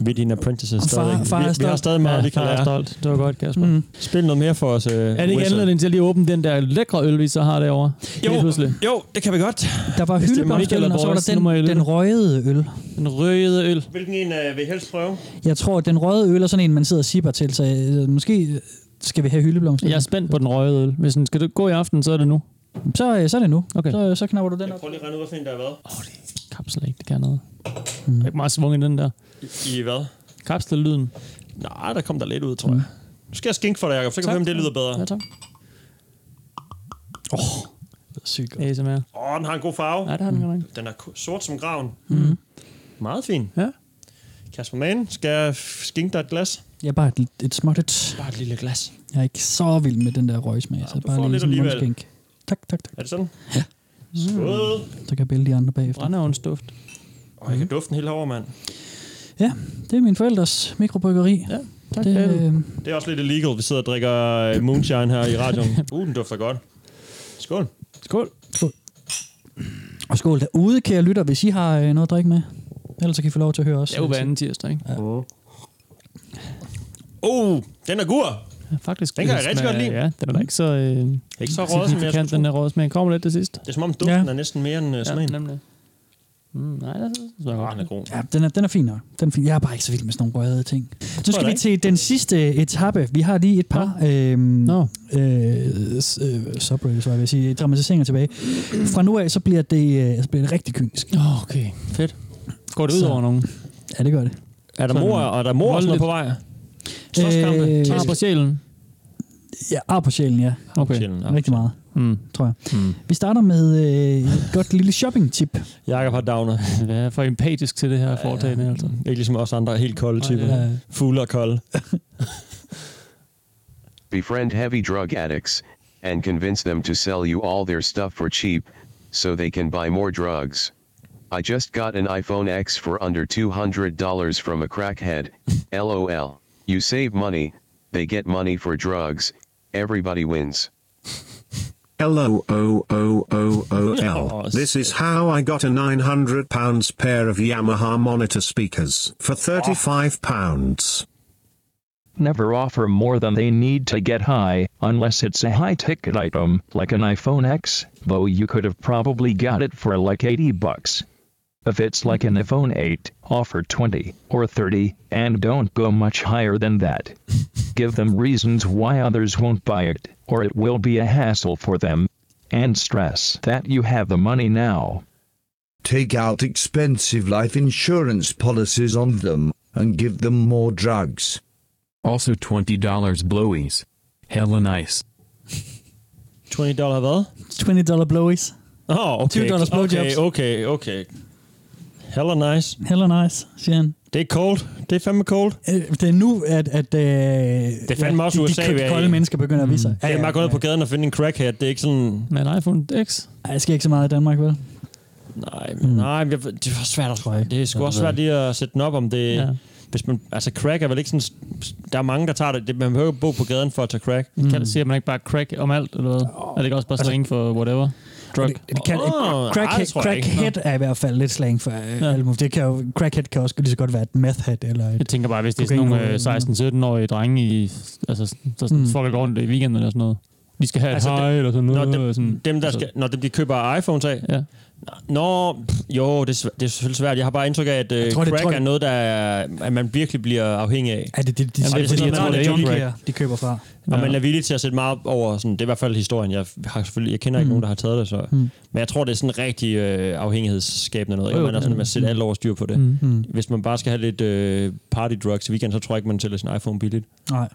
Vi er dine apprentices
Far-
stadig.
far er
vi, vi har
stolt.
stadig meget,
Ja,
vi kan
far er
lære.
stolt. Det var godt, Kasper.
Mm. Spil noget mere for os. Øh,
Er det ikke anledning til at lige åbne den der lækre øl, vi så har derovre?
Jo,
Lige pludselig.
jo, det kan vi godt.
Der var hyldebomstøllen, og så var der den, den røgede øl.
Den røgede øl.
Hvilken en øh, vil I helst prøve?
Jeg tror, den røde øl er sådan en, man sidder og sipper til, så øh, måske skal vi have hyldeblomster.
Jeg er spændt på den røgede øl. Hvis den skal gå i aften, så er det nu.
Så, øh, så er det nu.
Okay.
Så, så knapper du den
Jeg prøver lige at regne ud, hvad for en der er hvad.
Kapsel ikke, det kan noget. Mm. Jeg er ikke meget svunget i den der.
I, I hvad?
Kapsellyden.
Nej, der kom der lidt ud, tror jeg.
Mm.
Nu skal jeg skink for dig, Jacob, så kan vi
Tak.
høre, om det lyder bedre.
Ja, tak. Det er sygt godt. ASMR.
Åh, den har en god farve.
Ja, det har den godt
Den er ko- sort som graven.
Mm.
Meget fin.
Ja.
Kasper Mann, skal jeg f- skinke dig et glas?
Ja, bare et, et småt et.
Bare et lille glas.
Jeg er ikke så vild med den der røgsmag, så
får
bare lige
lidt
sådan en
alligevel.
mundskænk. Tak, tak, tak.
Er det sådan? Ja. Skål.
Så kan jeg bælge de andre bagefter.
Brændeovns duft.
Og jeg
Mm.
kan dufte den helt over, mand.
Ja, det er min forældres mikrobryggeri.
Ja,
tak,
det,
David.
øh,
Det er også lidt illegal, vi sidder og drikker øh, moonshine her i radioen. Uh, den dufter godt. Skål.
Skål.
Skål. Og skål derude, kære lytter, hvis I har øh, noget at drikke med. Ellers så kan I få lov til at høre os.
Det er jo hver anden tirsdag, ikke?
Ja. Oh, den er gur.
Ja, faktisk.
Den kan jeg rigtig godt lide.
Ja, den er da ikke så... Øh,
Ikke så røget, som jeg
signifikant, Den der rådsmag kommer lidt til sidst.
Det er som om duften ja. er næsten mere end uh, smagen.
Ja, nemlig. Mm, nej, det er så godt.
Ah, Den er god.
Ja, den er, den er fin nok. Den er fin. Jeg er bare ikke så vild med sådan nogle røde ting. Nu
jeg
skal
da
vi
ikke.
til den sidste etape. Vi har lige et par øhm, no. øh, s- øh, subreddits, hvad vil jeg sige, dramatiseringer tilbage. Fra nu af, så bliver det, øh, så bliver det rigtig kynisk.
Okay, fedt. Går det ud
Så-
over nogen?
Ja, det gør det.
Er der mor, og er der mor og sådan noget på vej? Slåskampe?
Øh,
Tæsk?
ar på
sjælen?
Ja, ar på sjælen, ja.
Ar på sjælen, ar på
Rigtig meget,
mm.
tror jeg. Mm. Vi starter med øh, et godt lille shopping-tip.
Jakob har downer.
Hvad er for empatisk til det her foretagende? Altså?
Ikke ligesom os andre helt kolde typer.
det er-
Fugle og kolde.
Befriend heavy drug addicts, and convince them to sell you all their stuff for cheap, so they can buy more drugs. I just got an iPhone X for under $200 from a crackhead. LOL. You save money, they get money for drugs, everybody wins.
LOOOOOOL. This is how I got a 900 pounds pair of Yamaha monitor speakers for 35 pounds.
Never offer more than they need to get high, unless it's a high ticket item, like an iPhone X, though you could have probably got it for like 80 bucks. If it's like an iPhone 8, offer 20 or 30, and don't go much higher than that. Give them reasons why others won't buy it, or it will be a hassle for them. And stress that you have the money now.
Take out expensive life insurance policies on them and give them more drugs.
Also $20 blowies. Hella nice.
$20 hvad?
$20 blowies.
Åh, oh, okay.
$20 blowjobs.
Okay, okay, okay. Hella nice.
Hella nice, siger han.
Det er koldt. Det er fandme koldt.
Øh, det er nu, at... at øh, det
er fandme også
de,
USA,
de,
vi er
de
i. Mm.
kolde mennesker begynder at vise sig.
Ja, det er bare gået ud på gaden og finde en crackhead. Det er ikke sådan...
Med en iPhone X?
Ej, jeg skal ikke så meget i Danmark, vel?
Nej,
Mm.
men, nej, men jeg, ved- det er også svært at tror Det er sgu
Ja,
også
det ved
svært lige at sætte den op, om det...
Ja.
Ja. Hvis man, altså crack er vel ikke sådan... Der er mange, der tager det. det man behøver ikke bo på gaden for at tage crack.
Mm. Kan det sige, at man ikke bare crack om alt, eller hvad? Er det ikke også bare
Altså-
slang for whatever? Drug?
Det, det kan, oh,
ej,
crackhead,
det tror jeg ikke.
crackhead er i hvert fald lidt slang for øh, ja. Det kan jo, crackhead kan også lige så godt være et methhead eller et
Jeg tænker bare, hvis det er sådan nogle øh, 16-17-årige drenge, i, altså, der sådan,
Mm.
mm. folk der går rundt i weekenden eller sådan noget. De skal have altså, et hej eller sådan noget.
Når dem,
sådan,
dem
Altså-
der skal, når dem, de køber iPhones af?
Ja.
Nå, pff, jo, det er, svæ- det er selvfølgelig svært. Jeg har bare indtryk af, at øh,
tror, det-
crack
tror, det-
er noget, der er, at man virkelig bliver afhængig af.
Er det det, de,
Og
Jamen,
sådan
de,
noget, man er
de,
villig-
de, de køber fra?
Og man er villig til at sætte meget op over, sådan, det er i hvert fald historien. Jeg, har selvfølgelig, jeg kender ikke
Mm.
nogen, der har taget det, så.
Mm.
Mm. Men jeg tror, det er sådan rigtig øh, afhængighedsskabende noget.
Jo,
Ikke? Man er
det er
sådan,
det.
man sætter alt over styr på det.
Mm. Mm.
Mm. Hvis man bare skal have lidt øh, party drugs i weekenden, så tror jeg ikke, man sælger sin iPhone billigt.
Nej.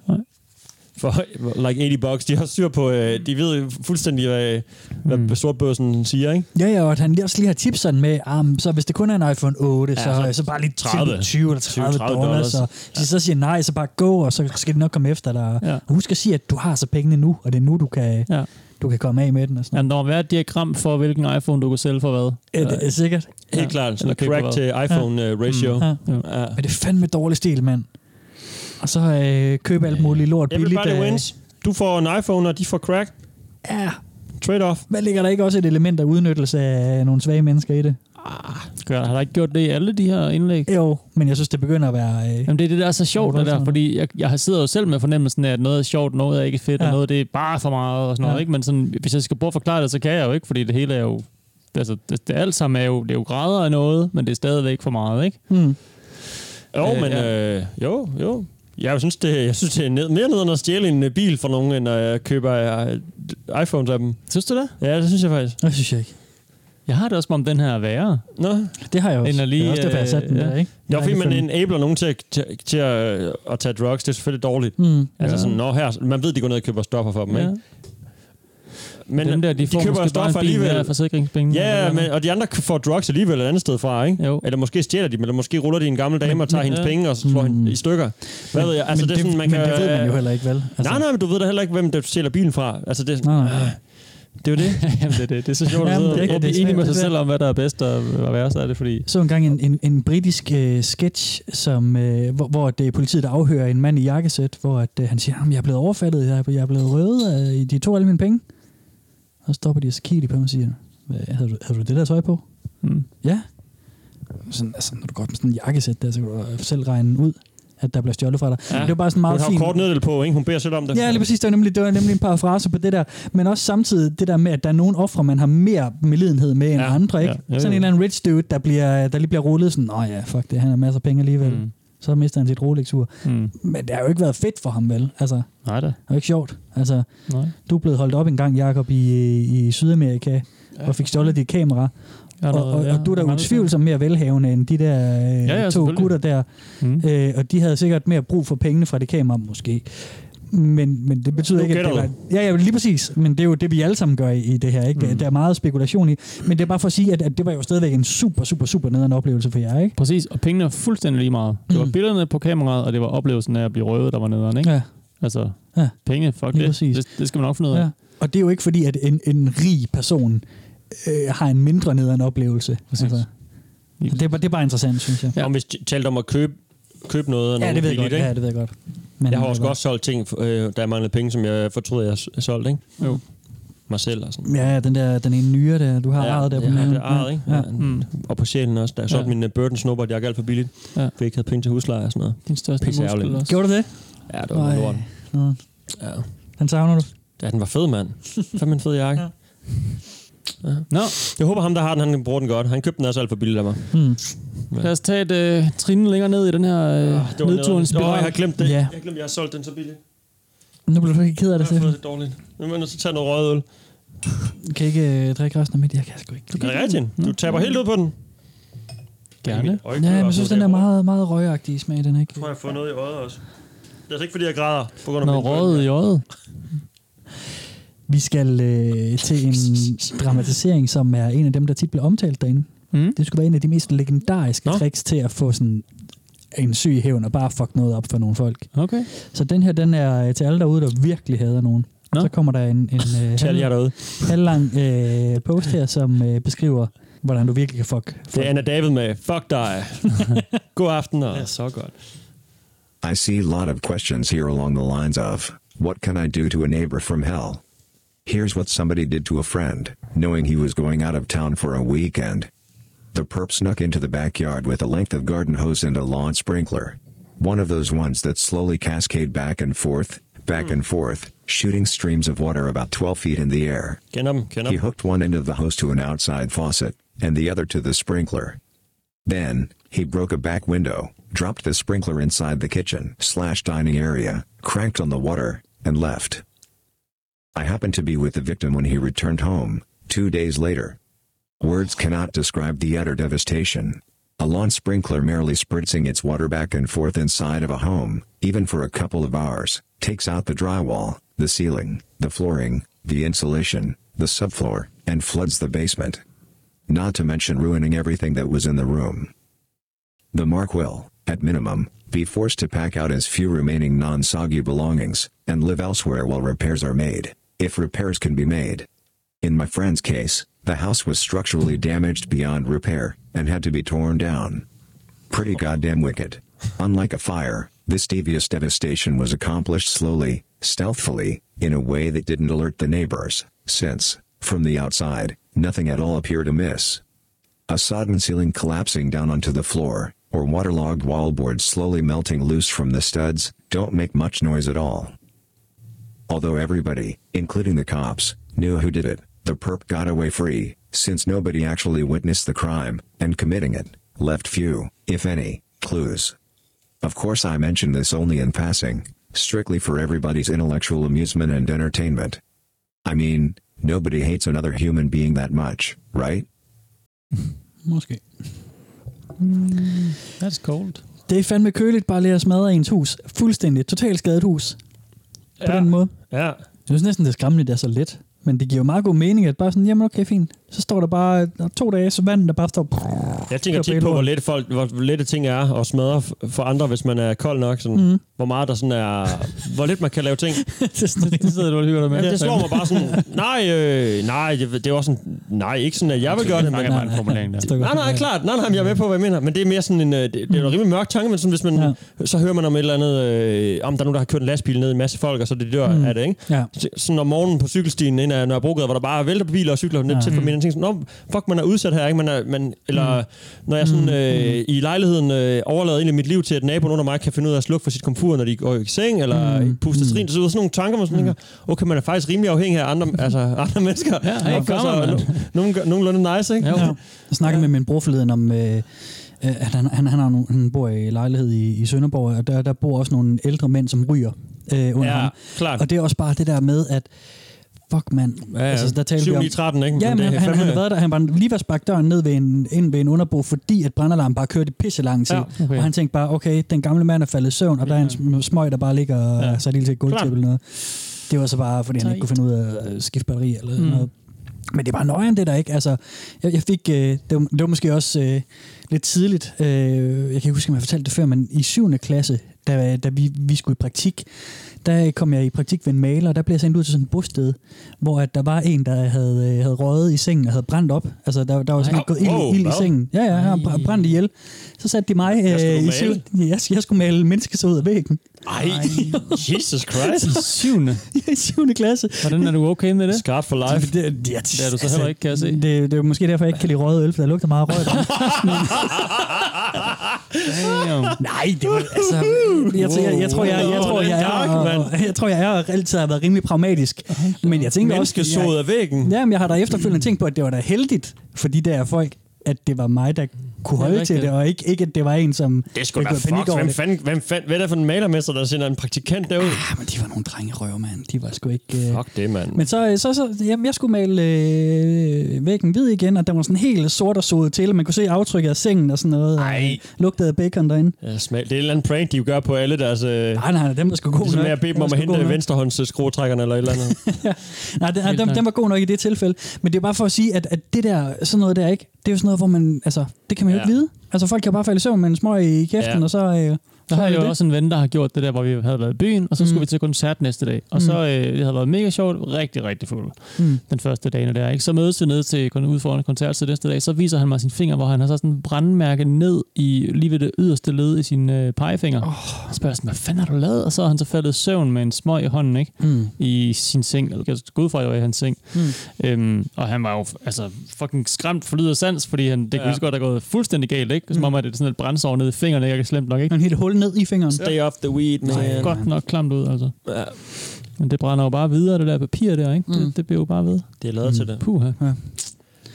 For like 80 bucks, de har styr på, øh, de ved fuldstændig, hvad, hvad
Mm.
sortbørsen siger, ikke?
Ja, ja, og at han lige også lige har tipsen med, um, så hvis det kun er en iPhone 8, ja, så, så, så bare lige 30, 20 eller 30, 30 dollars. Og hvis de så siger nej, så bare gå, og så skal de nok komme efter dig.
Ja.
Og husk at sige, at du har så pengene nu, og det er nu, du kan...
Ja.
du kan komme af med den og sådan
Jamen, der må være et diagram for, hvilken iPhone du kan sælge for hvad.
Ja, det er sikkert.
Helt klart. Sådan
Eller
en
købe
crack
for hvad. Mm.
til
Ja.
iPhone-ratio. Ja.
Ja. Men det er fandme dårlig stil, mand. Og så øh, købe alt muligt lort billigt.
Everybody
øh,
wins. Du får en iPhone, og de får crack.
Ja.
Trade-off.
Hvad ligger der ikke også et element af udnyttelse af nogle svage mennesker i det?
Gør, har der ikke gjort det i alle de her indlæg?
Jo, men jeg synes, det begynder at være... Øh,
Jamen, det er det, der er så sjovt, det der, fordi jeg, jeg sidder jo selv med fornemmelsen af, at noget er sjovt, noget er ikke fedt, ja. og noget det er bare for meget og sådan noget.
Ja.
Ikke? Men sådan, hvis jeg skal prøve at forklare det, så kan jeg jo ikke, fordi det hele er jo... Altså, det, det alt sammen er jo, det er jo grader af noget, men det er stadigvæk for meget, ikke?
Mm.
Jo,
Øh,
øh, men
ja.
ja. øh, jo, jo. Jeg synes, det, jeg synes, det er ned, mere ned, end at stjæle en øh, bil fra nogen, end at jeg køber øh, iPhones af dem.
Synes du det?
Ja, det synes jeg faktisk.
Det synes jeg ikke.
Jeg har det også, som om den her er værre.
Nå,
det har jeg også.
End at lige, øh,
det er også derfor, jeg satte den der, ikke?
Det er jo fordi, man
Rækkefølgen.
enabler nogen til, at- til, til at, øh, at tage drugs. Det er selvfølgelig dårligt.
Mm.
Altså
Ja.
sådan, nå her, man ved, de går ned og køber stoffer for dem,
Ja.
ja. ikke? Men øh,
Dem der, de får måske bare en bil mere af forsikringspengene, eller
Ja,
hvad?
men, og de andre får drugs alligevel et andet sted fra, ikke? Jo. Eller måske stjæler de dem, eller måske ruller de en gammel dame
Men-
og tager
men-
hendes
ja.
penge og slår
Mm.
hende i stykker. Hvad
Men-
ved jeg? Altså,
men
det, er
det-
sådan, man
men
kan,
det ved man jo heller ikke, vel?
Altså.
Altså-
Nej, nej, men du ved da heller ikke, hvem der stjæler bilen fra. Altså, det er sådan,
Nej, nej.
øh, det er jo det.
Jamen, det er det. Det er så sjovt at
Jamen,
sidde
det
og
er rigtigt, det
blive
er
enig med
svært,
sig
det
selv
der.
om, hvad der er bedst og hvad værst er det, fordi...
så en gang en, en, en britisk øh, sketch, som, øh, hvor, hvor det er politiet, der afhører en mand i jakkesæt, hvor at, øh, han siger, at jeg er blevet overfaldet, jeg er, jeg er blevet røvet, øh, de tog alle mine penge. Og så stopper de og så kigger de på mig og siger, "Hvad, havde du, havde du det der tøj på?
Mm.
Ja. Sådan, altså, når du går med sådan en jakkesæt der, så kan du øh, selv regne ud, at der bliver stjålet fra dig. Ja. Det var bare sådan en meget
Hun har jo
fin...
kort neddel på, ikke? Hun beder selv om det.
Ja, lige præcis. Det var, nemlig, det var nemlig en parafrase på det der. Men også samtidig det der med, at der er nogle ofre, man har mere medlidenhed med end ja, andre. Ikke?
ja.
Ja,
Jo, jo.
Sådan en eller anden rich dude, der, bliver, der lige bliver rullet sådan, åh ja, fuck det, han har masser af penge alligevel. Mm. Så mister han sit Rolex-ur.
Mm.
Men det har jo ikke været fedt for ham, vel? Altså,
Nej da.
det er jo ikke sjovt. Altså,
Nej.
du er blevet holdt op en gang, Jacob, i, i Sydamerika, ja. og fik stjålet dit kamera.
Ja,
Ja,
noget-
og, og,
ja,
og du er da
mange
utvivlsomt mere velhavende end de der øh,
Ja,
ja,
ja,
ja, to
selvfølgelig.
gutter der.
Mm.
Øh, og de havde sikkert mere brug for pengene fra det kamera, måske. Men, men det betyder
Nu
ikke, at det
gætter
var... Ja, ja, lige præcis. Men det er jo det, vi alle sammen gør i, i det her. Ikke? Mm. Der er meget spekulation i. Men det er bare for at sige, at, at det var jo stadigvæk en super, super, super nederen oplevelse for jer. Ikke?
Præcis, og pengene var fuldstændig lige meget. Det var billederne på kameraet, og det var oplevelsen af at blive røvet, der var nederen, ikke?
Hmm. Ja.
Altså,
ja.
penge, fuck det. det. Det skal man nok finde ud af.
Ja. Og det er jo ikke fordi, at en, en rig person øh, har en mindre nederen oplevelse. Altså, det, er, bare- det er bare interessant, synes jeg.
Ja. Om vi talte om at købe, købe noget
Ja,
af nogen
det ved jeg
billigt,
godt.
ikke?
Ja, det ved jeg godt.
Men
Men-
jeg har også godt solgt ting, øh, der manglede penge, som jeg fortryder, jeg s- solgte, ikke?
Jo.
Mig selv og sådan.
Ja, ja, den der den ene nyere der, du har ja, arvet der på
ja,
maven.
det er arret, ikke?
Ja.
Ja.
Ja.
Mm. Og på sjælen også. Da jeg
Ja.
solgte min uh, Burton Snowboard, jeg alt for billigt,
ja. fordi
jeg ikke havde penge til husleje og sådan noget.
Din største
Pisse
muskel
ærgerligt.
også.
Gjorde du det?
Ja, det var noget lort.
lort.
Ja.
Den savner du?
Ja, den var fed, mand. Fandme en fed jakke. Ja.
Nå.
Jeg håber, ham der har den, han kan bruge den godt. Han købte den også alt for billigt af mig. Øh,
Mm.
Ja.
Hmm. Lad os tage et øh, trin længere ned i den her øh, nedturens
Åh,
spiral.
jeg har glemt det.
Ja.
Jeg har glemt, jeg har solgt den så billigt.
Nu bliver du ikke ked af det,
Det er
Steffen.
lidt dårligt. Nu er jeg nødt til at tage noget røget øl.
Kan ikke øh, drikke resten af mit? Jeg kan sgu ikke. Mm.
Er det rigtigt? Du taber helt ud på den.
Gerne.
Ja,
Ja, men jeg synes, den er meget, meget røgagtig i smag, den ikke?
Jeg tror, jeg har fået noget i øjet også. Det er altså ikke, fordi jeg græder. På grund af
Noget
min bøl.
røget i øjet. Vi skal øh, til en dramatisering, som er en af dem, der tit bliver omtalt derinde.
Mm.
Det skulle være en af de mest legendariske Nå. tricks til at få sådan en syg hævn og bare fuck noget op for nogle folk.
Okay.
Så den her, den er øh, til alle derude, der virkelig hader nogen. Nå. Så kommer der en, en øh,
Til alle jer derude.
halvlang øh, post her, som øh, beskriver, hvordan du virkelig kan fuck.
Det er Anna David med Fuck dig. God aften. Og... Ja, så godt.
I see a lot of questions here along the lines of What can I do to a neighbor from hell? Here's what somebody did to a friend, knowing he was going out of town for a weekend. The perp snuck into the backyard with a length of garden hose and a lawn sprinkler. One of those ones that slowly cascade back and forth, back and forth, shooting streams of water about 12 feet in the air.
Kender dem, kender
He
dem.
hooked one end of the hose to an outside faucet, and the other to the sprinkler. Then, he broke a back window, dropped the sprinkler inside the kitchen slash dining area, cranked on the water, and left. I happened to be with the victim when he returned home, two days later. Words cannot describe the utter devastation. A lawn sprinkler merely spritzing its water back and forth inside of a home, even for a couple of hours, takes out the drywall, the ceiling, the flooring, the insulation, the subfloor, and floods the basement. Not to mention ruining everything that was in the room. The mark will, at minimum, be forced to pack out his few remaining non soggy belongings and live elsewhere while repairs are made. if repairs can be made. In my friend's case, the house was structurally damaged beyond repair and had to be torn down. Pretty goddamn wicked. Unlike a fire, this devious devastation was accomplished slowly, stealthily, in a way that didn't alert the neighbors, since, from the outside, nothing at all appeared amiss. A sodden ceiling collapsing down onto the floor, or waterlogged wallboard slowly melting loose from the studs, don't make much noise at all. Although everybody, including the cops, knew who did it, the perp got away free, since nobody actually witnessed the crime, and committing it, left few, if any, clues. Of course, I mention this only in passing, strictly for everybody's intellectual amusement and entertainment. I mean, nobody hates another human being that much, right?
Måske.
Mm,
That's cold.
Det er fandme køligt bare lige at smadre ens hus. Fuldstændig. Totalt skadet hus. På
Ja.
den måde.
Ja.
Jeg synes næsten, det er skræmmende, det er så let. Men det giver jo meget god mening, at bare sådan, jamen okay, fint. Så står der bare øh, to dage, så vandet der bare står...
Jeg tænker tit på, hvor lette, folk, hvor lette ting er at smadre f- for andre, hvis man er kold nok. Sådan,
Mhm.
mm. Hvor meget der sådan er... Hvor lidt man kan lave ting.
det, er sådan,
det sidder du og hygger dig med.
Ja, det slår mig bare sådan, nej, øh, nej, det, det er også sådan, nej, ikke sådan, at jeg vil gøre det. Men,
mangler bare en formulering der.
Nej, nej, klart. Nej, nej, men jeg er med på, hvad jeg mener. Men det er mere sådan en, øh, det, det er
Mhm.
en rimelig mørk tanke, men sådan, hvis man, ja. så hører man om et eller andet, øh, om der er nogen, der har kørt en lastbil ned i en masse folk, og så det dør
Mm.
mm. af det, ikke?
Ja.
Så- Sådan om morgenen på cykelstien ind ad Nørrebrogade, hvor der bare vælter biler og cykler net
Ja.
ja. til for min ting. Sådan, Nå, fuck, man er udsat her, ikke? Man er, man, eller når jeg sådan, øh, i lejligheden øh, overlader egentlig mit liv til, at naboen under mig kan finde ud af at slukke for sit komfur, når de går i seng, eller mm. puster trin, så sådan nogle tanker, man sådan tænker, okay, man er faktisk rimelig afhængig af andre, altså, andre mennesker.
Ja,
Og
ikke
altså,
gammel, mand.
no- nogen, gør- nogenlunde nice, ikke?
Ja. Jeg snakkede med min bror forleden om, øh, øh, at han, han, han, har nogle, han bor i lejlighed i, i Sønderborg, og der, der bor også nogle ældre mænd, som ryger øh, under
Ja,
ham.
klart.
Og det er også bare det der med, at fuck mand. Altså,
Ja, ja.
der talte
7,
vi om-
9, 13, ikke?
Ja,
Men
men
det
han,
er
han, han,
fandme-
havde været der, han var lige ved at sparke døren ned ved en, ind ved en underbo, fordi at brandalarmen bare kørte i pisse lang tid.
Ja, okay.
Og han tænkte bare, okay, den gamle mand er faldet i søvn, og der er en sm- smøg, der bare ligger og ja. så lige til et gulvtæppe
Klart.
eller noget. Det var så bare, fordi han
Tight.
ikke kunne finde ud af at skifte batteri eller
Mm.
mm. noget. Men det var nøjeren, det der ikke. Altså, jeg, jeg fik, øh, det, var, det var måske også øh, lidt tidligt. Øh, jeg kan ikke huske, om jeg fortalte det før, men i 7. klasse, da, da vi, vi skulle i praktik, der kom jeg i praktik ved en maler, og der blev jeg sendt ud til sådan et bosted, hvor at der var en, der havde, øh, havde røget i sengen og havde brændt op. Altså, der, der var sådan
Ej.
gået ild,
Wow,
ild i
hvad?
sengen. Ja, ja, han br- brændte ihjel. Så satte de mig
Jeg skulle
øh, i
male.
syv, jeg, jeg skulle male mennesker så ud af væggen.
Ej, Jesus Christ.
I syvende.
I syvende klasse.
Hvordan er du okay med det?
Scarf for life.
Det, det, altså- det,
det er du så heller ikke, kan jeg se.
Det, det er jo måske derfor, jeg ikke kan lide røget øl, for der lugter meget af røg. Nej, det var altså... Jeg, tror- jeg, jeg, tror, jeg, jeg, tror, jeg, er, og, jeg tror, jeg er og altid har været rimelig pragmatisk. Men jeg tænker også...
Menneskesået af væggen.
Jamen, jeg har da efterfølgende tænkt på, at det var da heldigt for de der folk, at det var mig, der kunne holde
rigtigt.
til det, og ikke, ikke at det var en, som...
Det er sgu
der
da
kunne have
fuck.
over
Hvem,
det.
fanden, hvem fanden, hvad er det for en malermester, der sender en praktikant derud? Ah,
men de var nogle drengerøver, mand. De var sgu ikke... Uh...
Fuck det, mand.
Men så, så, så jamen, jeg skulle male øh, væggen hvid igen, og den var sådan helt sort og sodet til, og man kunne se aftrykket af sengen og sådan noget, Ej. og lugtede af bacon derinde.
Ja, smal. Det er en eller anden prank, de gør på alle deres... Øh...
Ah, Nej, nej, dem er sgu gode
Ligesom
nok.
med at bede
Dem
dem
er
om at
sgu gode
hente
nok.
venstrehåndsskruetrækkerne eller et eller andet.
Nej, den,
Helt
den,
nok.
den var god nok i det tilfælde. Men det er bare for at sige, at, at det der, sådan noget der, ikke? det er jo sådan noget, hvor man, altså, det kan man jo
Ja.
ikke vide. Altså, folk kan bare falde i søvn med en smøg i kæften,
Ja.
ja. og så... Øh,
Der
så
har
er
jeg
det
jo
det.
også en ven, der har gjort det der, hvor vi havde været i byen, og så skulle
Mm.
vi til koncert næste dag. Og
Mm.
så øh, det havde været mega sjovt, rigtig, rigtig fuld
Mm.
den første dag, når det er. Ikke? Så mødes vi ned til kun ud foran koncert, så næste dag, så viser han mig sin finger, hvor han har så sådan en brandmærke ned i lige ved det yderste led i sin øh, pegefinger. Oh. Så spørger jeg sådan, hvad fanden har du lavet? Og så har han så faldet i søvn med en smøg i hånden, ikke?
Mm.
I sin seng. Eller jeg går ud fra, at jeg var i hans seng.
Mm.
Øhm, og han var jo f- altså, fucking skræmt for lyd og sans, fordi han, det kunne
Ja.
ja. lige så godt have gået fuldstændig galt, ikke? Som om, at det er sådan et brændsår nede i fingrene, ikke? er slemt nok, ikke?
En helt Mm. hul ned i fingeren.
Stay off the weed, man.
Nej, godt nok klamt ud, altså.
Ja.
Men det brænder jo bare videre, det der papir der, ikke? Mm. Det, det bliver jo bare ved.
Det er lavet til det.
Puha.
Ja.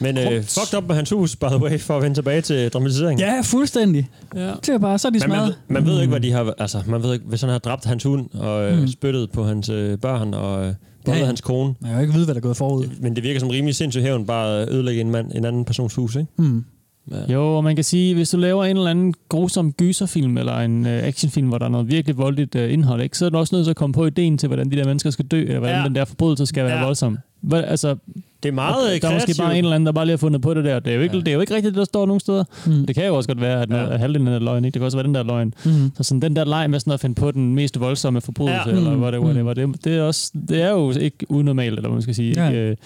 Men øh, fucked op med hans hus, by the way, for at vende tilbage til dramatiseringen.
Ja, fuldstændig.
Ja.
Det er bare, så er de
Men man,
smadret.
ved- man ved ikke, hvad de har... Altså, man ved ikke, hvis han har dræbt hans hund og øh,
Mm.
spyttet på hans øh, børn og øh, både
Ja, ja.
hans kone.
Man kan jo ikke vide, hvad der er gået forud.
Men det virker som rimelig sindssyg hævn, bare at ødelægge en, mand, en anden persons hus, ikke?
Mm.
Ja.
Jo, og man kan sige, hvis du laver en eller anden grusom gyserfilm eller en øh, actionfilm, hvor der er noget virkelig voldeligt øh, indhold, ikke? så er du også nødt til at komme på ideen til, hvordan de der mennesker skal dø, eller hvordan
Ja.
ja. den der forbrydelse skal være
Ja.
voldsom. Hvad, altså,
Det er meget
der er måske
kreativt.
bare en eller anden, der bare lige har fundet på det der. Det er jo ikke, ja. det er jo ikke rigtigt, det der står nogen steder. Mm. Det kan jo også godt være, at, ja. at halvdelen er løgn. Ikke? Det kan også være, den der er løgn.
Mhm.
Så sådan den der leg med sådan at finde på den mest voldsomme forbrydelse,
Ja.
ja. eller
Mm.
whatever, whatever, det, det, er også, det er jo ikke unormalt, eller hvad man skal sige.
Ja.
Ikke, øh,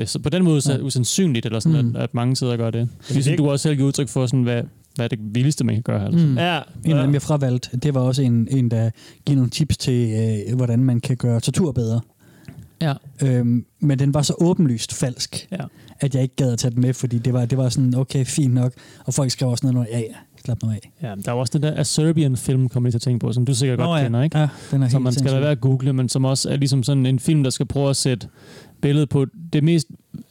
øh, så på den måde så er det
Ja.
usandsynligt, eller sådan,
Mm.
at, at mange sidder og gør det.
det
Ligesom
ikke-
du også selv giver udtryk for, sådan, hvad, hvad er det vildeste, man kan gøre? Altså.
Mm. Ja, en af dem, jeg fravalgte, det var også en, en der giver nogle tips til, øh, hvordan man kan gøre tortur bedre.
Ja.
Øhm, men den var så åbenlyst falsk,
ja.
at jeg ikke gad at tage den med, fordi det var, det var sådan, okay, fint nok. Og folk skrev også noget, noget ja, ja, slap nu af.
Ja, men der er jo også den der A Serbian film, kom jeg lige til at tænke på, som du sikkert
Nå
godt
ja,
kender, ikke?
ja, den er
som
helt
man skal lade
sindssyg.
være at google, men som også er ligesom sådan en film, der skal prøve at sætte billedet på det mest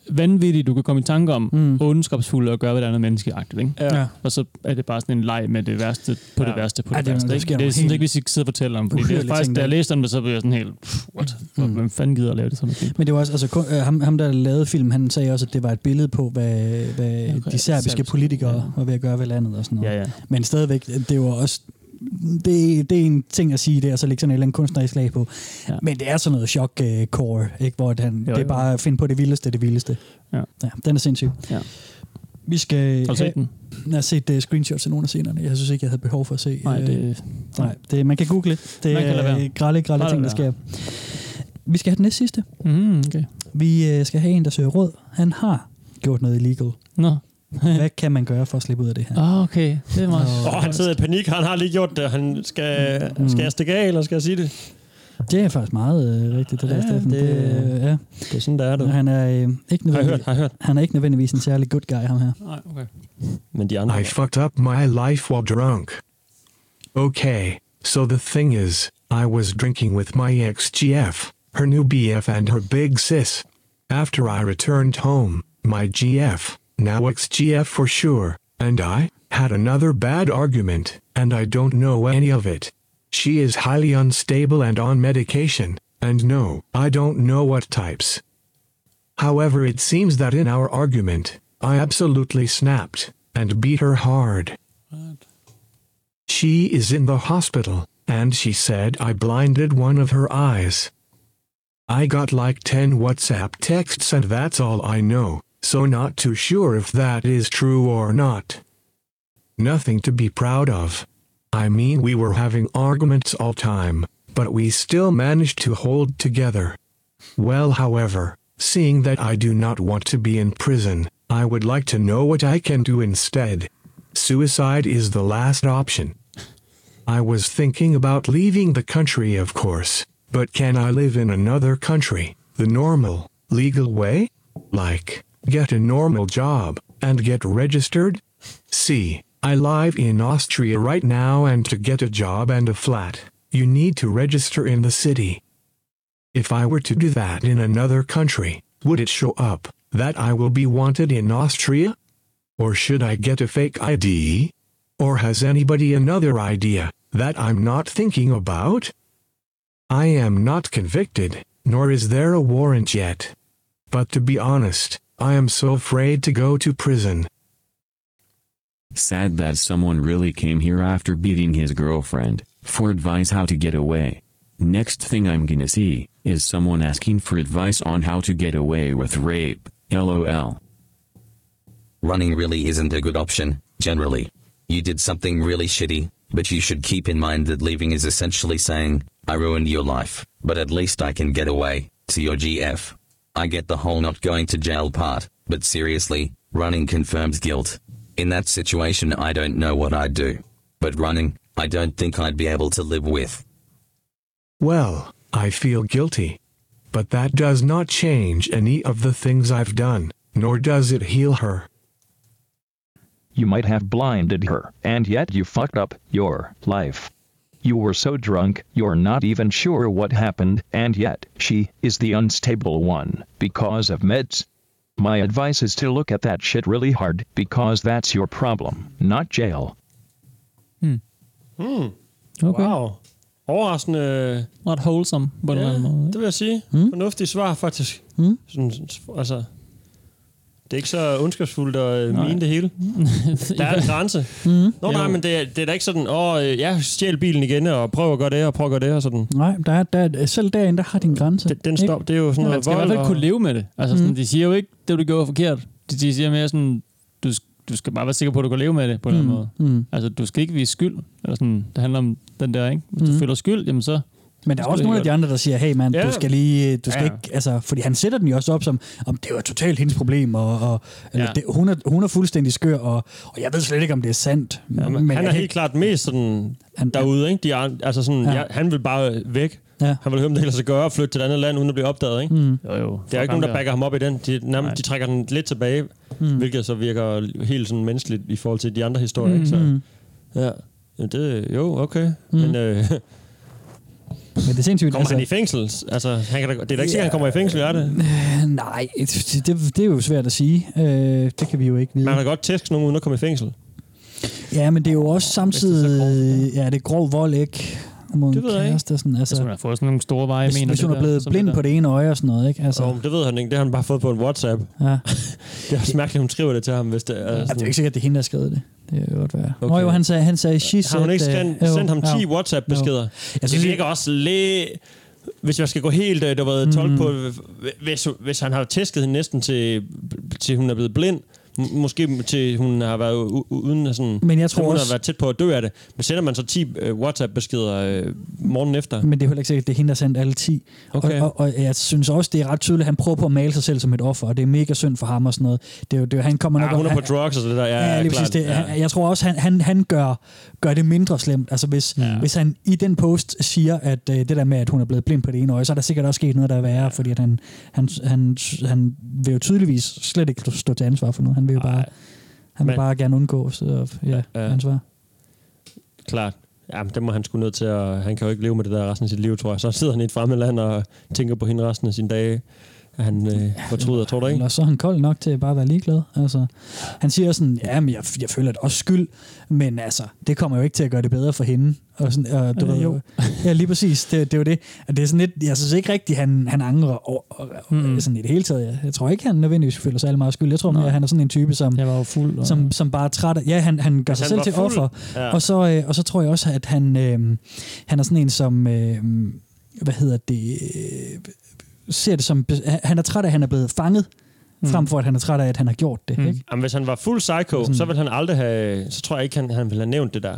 vanvittige, du kan komme i tanke om, mm. ondskabsfulde og gøre ved et andet menneskeagtigt, ikke?
Ja.
Og så er det bare sådan en leg med det værste på ja. det værste på
Ja,
det,
det er-
værste,
der
ikke?
sker
Det er
nogle
sådan
helt
ikke, vi skal sidde og fortælle om, fordi det er
uhyrlige
faktisk,
ting,
da jeg
der-
læste den, så blev jeg sådan helt, pff, what? Mm. Hvem fanden gider at lave det som en film?
Men det var også, altså, kun, øh, ham, ham, der lavede film, han sagde også, at det var et billede på, hvad, hvad de serbiske
serbiske,
politikere ja. var ved at gøre ved landet og sådan noget. Ja, ja. Men stadigvæk, det var også... Det, det er en ting at sige der, så lægge sådan et eller andet kunstnerisk lag på. Ja. Men det er sådan noget chok-core, ikke? hvor han, jo, det er
jo.
bare at finde på det vildeste, det vildeste.
Ja.
ja den er sindssyg.
Ja.
Vi skal
Har du set den?
Jeg har set uh, screenshots af nogle af scenerne. Jeg synes ikke, jeg havde behov for at se.
Nej,
øh,
det-
nej det, man kan google. Det
Man kan lade
er øh,
være.
grælle, grælle
Bare
ting, der
lad
sker.
være.
Vi skal have den næste sidste.
Mm, okay.
Vi øh, skal have en, der søger råd. Han har gjort noget illegal.
Nå.
Hvad kan man gøre for at slippe ud af det her?
Ah, okay. Det er meget...
Åh, oh, han sidder i panik. Han har lige gjort det. Han skal, mm. skal jeg stikke af, eller skal jeg sige det?
Det er faktisk meget øh, rigtigt, det der,
Ja,
Steffen.
det-
øh, ja.
det er sådan, der er det.
Han er, øh, ikke
Har jeg
nødvendigvis,
hørt, har jeg hørt.
han er ikke nødvendigvis en særlig good guy, ham her.
Nej, okay.
Men de andre...
I fucked up my life while drunk. Okay, so the thing is, I was drinking with my ex GF, her new BF, and her big sis. After I returned home, my GF, now ex GF for sure, and I had another bad argument, and I don't know any of it. She is highly unstable and on medication, and no, I don't know what types. However, it seems that in our argument, I absolutely snapped and beat her hard. She is in the hospital, and she said I blinded one of her eyes. I got like 10 WhatsApp texts, and that's all I know, so not too sure if that is true or not. Nothing to be proud of. I mean, we were having arguments all time, but we still managed to hold together. Well, however, seeing that I do not want to be in prison, I would like to know what I can do instead. Suicide is the last option. I was thinking about leaving the country, of course, but can I live in another country the normal, legal way? Like, get a normal job and get registered? See, I live in Austria right now, and to get a job and a flat, you need to register in the city. If I were to do that in another country, would it show up that I will be wanted in Austria? Or should I get a fake ID? Or has anybody another idea that I'm not thinking about? I am not convicted, nor is there a warrant yet. But to be honest, I am so afraid to go to prison.
Sad that someone really came here after beating his girlfriend for advice how to get away. Next thing I'm gonna see is someone asking for advice on how to get away with rape. LOL.
Running really isn't a good option, generally. You did something really shitty, but you should keep in mind that leaving is essentially saying, I ruined your life, but at least I can get away, to your GF. I get the whole not going to jail part, but seriously, running confirms guilt. In that situation, I don't know what I'd do. But running, I don't think I'd be able to live with.
Well, I feel guilty. But that does not change any of the things I've done, nor does it heal her.
You might have blinded her, and yet you fucked up your life. You were so drunk, you're not even sure what happened, and yet she is the unstable one because of meds. My advice is to look at that shit really hard because that's your problem, not jail.
Hmm.
Okay.
Wow. Overraskende...
Ret wholesome på en
ja,
eller anden måde. Hmm?
det vil jeg sige. Hmm? Fornuftige svar, faktisk.
Hmm?
Sådan, altså, Det er ikke så ondskabsfuldt at øh,
Nej.
mene det hele. Der er en grænse. Mm. Nå, nej, men det er, det er da ikke sådan, åh, oh, jeg stjæl bilen igen, og prøv at gøre det, og prøv at gøre det, og sådan.
Nej, der er, der er, selv derinde, der har din grænse. Den,
den stop, det er jo sådan
Man skal i hvert fald kunne leve med det. Altså, sådan,
Mm.
mm. De siger jo ikke, det du gjorde var forkert. De, de siger mere sådan, du, sk- du skal bare være sikker på, at du kan leve med det på en eller anden
Mm.
måde.
Mm.
Altså, du skal ikke vise skyld. Eller sådan, det handler om den der, ikke? Hvis du
Mm.
føler skyld, jamen så...
Men der er også nogle af de andre, der siger, hey mand,
Ja.
du skal lige, du skal
Ja.
ja. ikke, altså, fordi han sætter den jo også op som, om det var totalt hendes problem, og, og eller,
Ja.
det, hun, er, hun er fuldstændig skør, og, og jeg ved slet ikke, om det er sandt.
Ja, men han er
jeg kan
helt klart mest sådan han, derude, ikke? De er, altså sådan,
Ja.
ja. Ja, han vil bare væk.
Ja.
Han vil høre, om det ellers sig gøre og flytte til et andet land, uden at blive opdaget, ikke?
Mm.
Jo, jo.
Der er ikke nogen, der
ham der.
backer ham op i den. De, nærmest, de trækker den lidt tilbage, mm. hvilket så virker helt sådan menneskeligt i forhold til de andre historier. Mm. Ikke? Så,
Mm.
ja. Jamen, det, jo, okay.
Mm.
Mm. Men øh,
Men det er sindssygt.
kommer altså, han i fængsel? Altså, han kan da, det er da ikke sikkert,
Ja.
han kommer i fængsel, er det?
Øh, nej, det, det, det er jo svært at sige. Øh, det kan vi jo ikke vide.
Man kan da godt tæske nogen uden at komme i fængsel.
Ja, men det er jo også samtidig... ja. det er grov vold, ikke? Mod
Det ved jeg ikke.
kæreste, Sådan, altså,
Hvis man har fået sådan nogle store veje,
hvis,
mener
hvis hun
det
er blevet
der, som
blind
det
på det ene øje og sådan noget, ikke? Altså,
Altså. Oh, det ved han ikke. Det har han bare fået på en WhatsApp.
ja.
Det er også mærkeligt, at hun skriver det til ham, hvis det er...
Ja,
sådan-
det er jo ikke sikkert, det er hende, der har skrevet det. Det kan godt være. Okay. Nå jo, han sagde, han sagde, she
Har hun ikke
said,
sendt,
øh, jo,
sendt ham 10
jo.
WhatsApp-beskeder?
Jeg
det
synes,
virker også lidt... Hvis jeg skal gå helt øh, du
Mm.
ved, tolk på, hvis, hvis han har tæsket hende næsten til, til hun er blevet blind, m- måske til hun har været u- u- uden at sådan...
Men jeg tror
til hun
også-
har været tæt på at dø af det. Men sender man så 10 øh, WhatsApp-beskeder øh, morgenen efter?
Men det er heller ikke sikkert, at det er hende, der har sendt alle 10.
Okay.
Og, og, og, jeg synes også, det er ret tydeligt, at han prøver på at male sig selv som et offer, og det er mega synd for ham og sådan noget. Det er jo, det er, jo- han kommer nok...
Ja, Ah, hun er
han-
på drugs og så det der. Ja,
Ja,
ja,
lige
klart.
præcis. Det,
ja.
han, jeg tror også, han, han, han gør, gør det mindre slemt. Altså, hvis, ja. hvis han i den post siger, at øh, det der med, at hun er blevet blind på det ene øje, så er der sikkert også sket noget, der er værre, ja. fordi at han, han, han, han vil jo tydeligvis slet ikke stå til ansvar for noget. Han vil jo bare, han vil
Men-
bare gerne undgå så, ja, ja. ansvar.
Klart. Jamen, det må han sgu nødt til at... Han kan jo ikke leve med det der resten af sit liv, tror jeg. Så sidder han i et fremmed land og tænker på hende resten af sine dage. at Han øh, fortryder, tror du ikke?
Eller så er han kold nok til bare at være ligeglad. Altså, han siger sådan, ja, men jeg, jeg føler det også skyld, men altså, det kommer jo ikke til at gøre det bedre for hende. Og sådan, og, du
Øh,
ved,
jo.
Ja, lige præcis. Det, det er jo det. Og det er sådan lidt, jeg synes ikke rigtigt, han, han angrer over, mm. sådan i det hele taget. Jeg, jeg tror ikke, han nødvendigvis føler sig meget skyld. Jeg tror mere, han er sådan en type, som,
jeg var jo fuld, og...
som, som bare er træt. af- Ja, han, han gør
Hvis
sig
han
selv
var
til
fuld,
offer.
ja.
Og, så, øh, og så tror jeg også, at han, øh, han er sådan en, som... Øh, hvad hedder det? Øh, ser det som... Han er træt af, at han er blevet fanget,
Mm.
mm. frem for at han er træt af, at han har gjort det. Mm. Ikke?
Jamen, hvis han var fuld psycho,
Sådan.
så ville han aldrig have... Så tror jeg ikke, han, han ville have nævnt det der.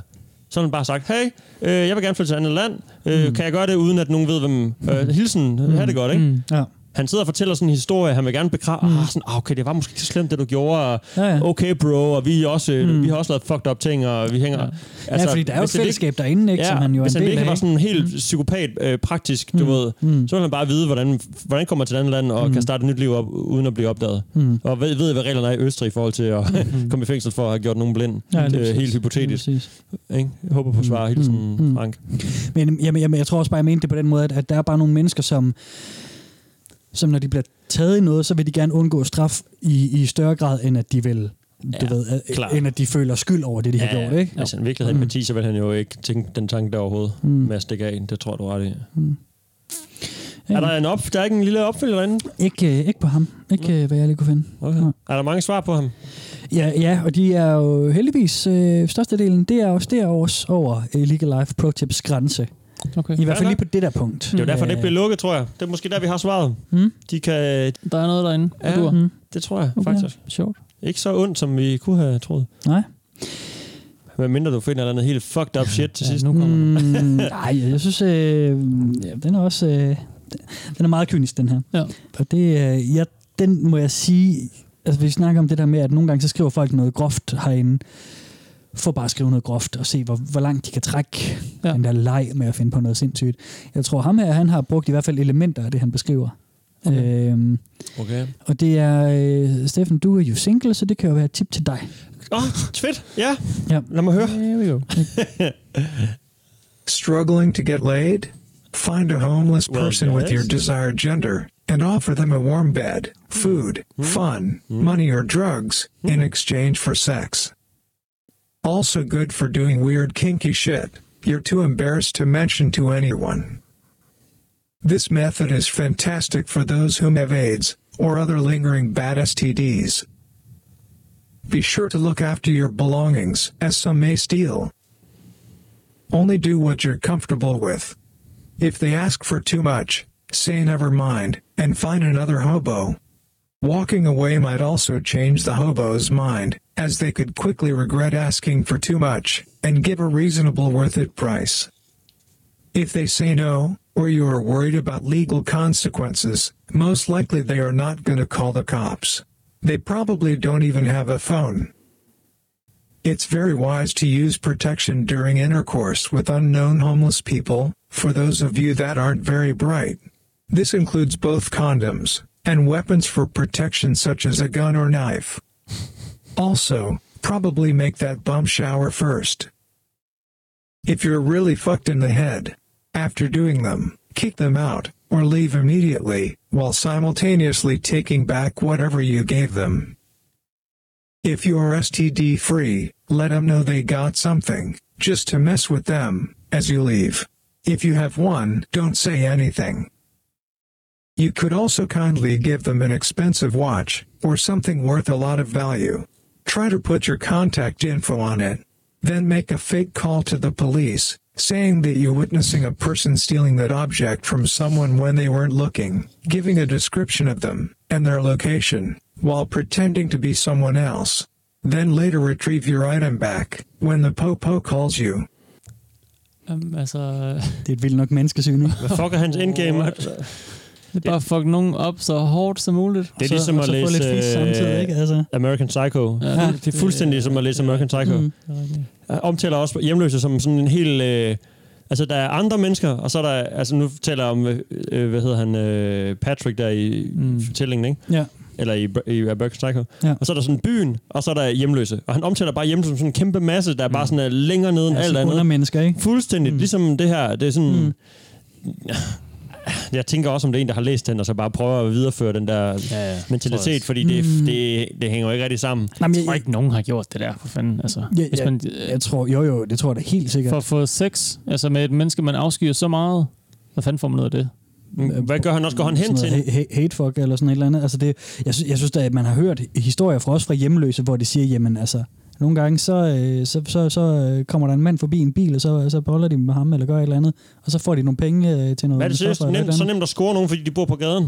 Så ville han bare sagt, hey, øh, jeg vil gerne flytte til et andet land. Øh, Kan jeg gøre det, uden at nogen ved, hvem... Øh, hilsen, mm. ha' det godt, ikke?
Mm. Mm. Ja.
Han sidder og fortæller sådan en historie, han vil gerne begrave. Mm. Ah, sådan, ah, okay, det var måske ikke så slemt, det du gjorde. Og, ja, ja. Okay, bro, og vi, er også, mm. vi har også lavet fucked up ting, og vi hænger... Ja,
Altså, ja, fordi der er jo et
hvis det
fællesskab ikke, derinde, ikke, ja, som han jo er
hvis
en
han
del
virkelig
af.
var
ikke?
sådan en helt mm. psykopat øh, praktisk, du mm. ved, mm. så ville han bare vide, hvordan, hvordan kommer man til et andet land og mm. kan starte et nyt liv op, uden at blive opdaget.
Mm.
Og ved, ved, hvad reglerne er i Østrig i forhold til at mm. komme i fængsel for at have gjort nogen blind.
Ja,
Ja,
lige
det er
præcis.
helt hypotetisk.
Lige
Ikke? Jeg håber på svar. Hilsen, mm. Frank.
Men jamen, jamen, jeg tror også bare, jeg mente det på den måde, at, at der er bare nogle mennesker, som, som når de bliver taget i noget, så vil de gerne undgå straf i, i større grad, end at de vil, du
Ja,
ja, ved, at-
klar.
end at de føler skyld over det, de ja, har gjort. Ikke?
Altså, i virkeligheden mm. parti, så vil han jo ikke tænke den tanke der overhovedet mm.
Mm.
med at stikke af. Det tror jeg, du er ret i.
Mm.
Er der, en op, der er ikke en lille opfølger derinde?
Ikke, øh, ikke på ham.
Mm.
Ikke, øh, hvad jeg lige kunne finde.
Okay.
Nej.
Er der mange svar på ham?
Ja, ja, og de er jo heldigvis øh, størstedelen, det er også derovre over øh, Legal Life Pro Tips grænse.
Okay.
I hvert fald
Fair
lige
nok.
på det der punkt.
Det er jo derfor,
Øh,
det ikke bliver lukket, tror jeg. Det er måske der, vi har svaret.
Mm.
De kan... Der
er noget derinde.
Ja,
dur.
mm. det tror jeg
Okay.
faktisk.
Sjovt.
Ikke så ondt, som vi kunne have troet.
Nej.
Hvad mindre du finder et eller andet helt fucked up shit til sidst.
nu
Mm, nej, jeg synes, øh, ja, den er også... Øh, den er meget kynisk, den her.
Ja.
Og det, øh, ja, den må jeg sige... Altså, vi snakker om det der med, at nogle gange så skriver folk noget groft herinde. For bare at skrive noget groft og se, hvor, hvor langt de kan trække ja. den der leg med at finde på noget sindssygt. Jeg tror, ham her, han har brugt i hvert fald elementer af det, han beskriver. Okay. Øhm,
Okay.
og det er, øh, Steffen, du er jo single, så det kan jo være et tip til dig.
Åh, oh, fedt. Ja.
ja.
Lad mig høre.
There we go.
Struggling to get laid? Find a homeless
Well,
person with your
yes. Hmm.
desired gender and offer them a warm bed, food, fun, money, or drugs in exchange for sex. Also good for doing weird kinky shit you're too embarrassed to mention to anyone. This method is fantastic for those whom have AIDS or other lingering bad STDs, Be sure to look after your belongings, as some may steal. Only do what you're comfortable with. If they ask for too much, say never mind, and find another hobo. Walking away might also change the hobo's mind, as they could quickly regret asking for too much, and give a reasonable worth it price. If they say no, or you are worried about legal consequences, most likely they are not going to call the cops. They probably don't even have a phone. It's very wise to use protection during intercourse with unknown homeless people, for those of you that aren't very bright. This includes both condoms and weapons for protection, such as a gun or knife. Also, probably make that bum shower first. If you're really fucked in the head, after doing them, kick them out, or leave immediately, while simultaneously taking back whatever you gave them. If you're STD free, let them know they got something, just to mess with them, as you leave. If you have one, don't say anything. You could also kindly give them an expensive watch, or something worth a lot of value. Try to put your contact info on it. Then make a fake call to the police, saying that you're witnessing a person stealing that object from someone when they weren't looking, giving a description of them and their location, while pretending to be someone else. Then later retrieve your item back when the popo calls you.
Um, altså,
Det er et vildt nok menneskesyn, ikke?
Hvad fuck er hans endgame? Altså.
altså. det er bare fuck nogen op så hårdt som muligt.
Det er
Så-
ligesom
og
at
så få
læse
lidt fisk samtidig, ikke? Altså.
øh, American Psycho.
Ja.
Ja, det, det er fuldstændig som at læse American Psycho.
Mm.
Mm. Omtaler også hjemløse som sådan en hel... Øh, altså, der er andre mennesker, og så er der... Altså, nu taler jeg om, øh, øh, hvad hedder han, øh, Patrick der i mm. fortællingen, ikke?
Ja.
Eller i, i American Psycho.
Ja.
Og så er der sådan byen, og så er der hjemløse. Og han omtaler bare hjemløse som sådan en kæmpe masse, der bare sådan er længere nede end
Ja,
alt
sådan
andet.
undermennesker, ikke?
Fuldstændigt. Mm. Ligesom det her, det er sådan... Mm. Jeg tænker også om det er en, der har læst den, og så bare prøver at videreføre den der ja,
tror jeg
mentalitet,
også.
fordi det,
Mm.
det, det hænger jo ikke rigtig sammen.
Jamen, jeg tror ikke, nogen har gjort det der, for fanden. Altså,
Ja, ja, jeg tror, jo jo, det tror jeg da helt sikkert.
For at få sex altså med et menneske, man afskyer så meget, hvad fanden får man ud af det?
Mm, Hvad gør han også? Går han hen
sådan noget
til
ha- ha- hate fuck eller sådan et eller andet. Altså det, jeg, sy- jeg synes da, at man har hørt historier fra også fra hjemløse, hvor de siger, jamen altså, nogle gange så, øh, så, så, så øh, kommer der en mand forbi en bil, og så, så boller de med ham eller gør et eller andet, og så får de nogle penge øh, til noget.
Hvad er det seriøst?
stoffer eller et
Nemt,
eller
så
andet.
nemt at score nogen, fordi de bor på gaden?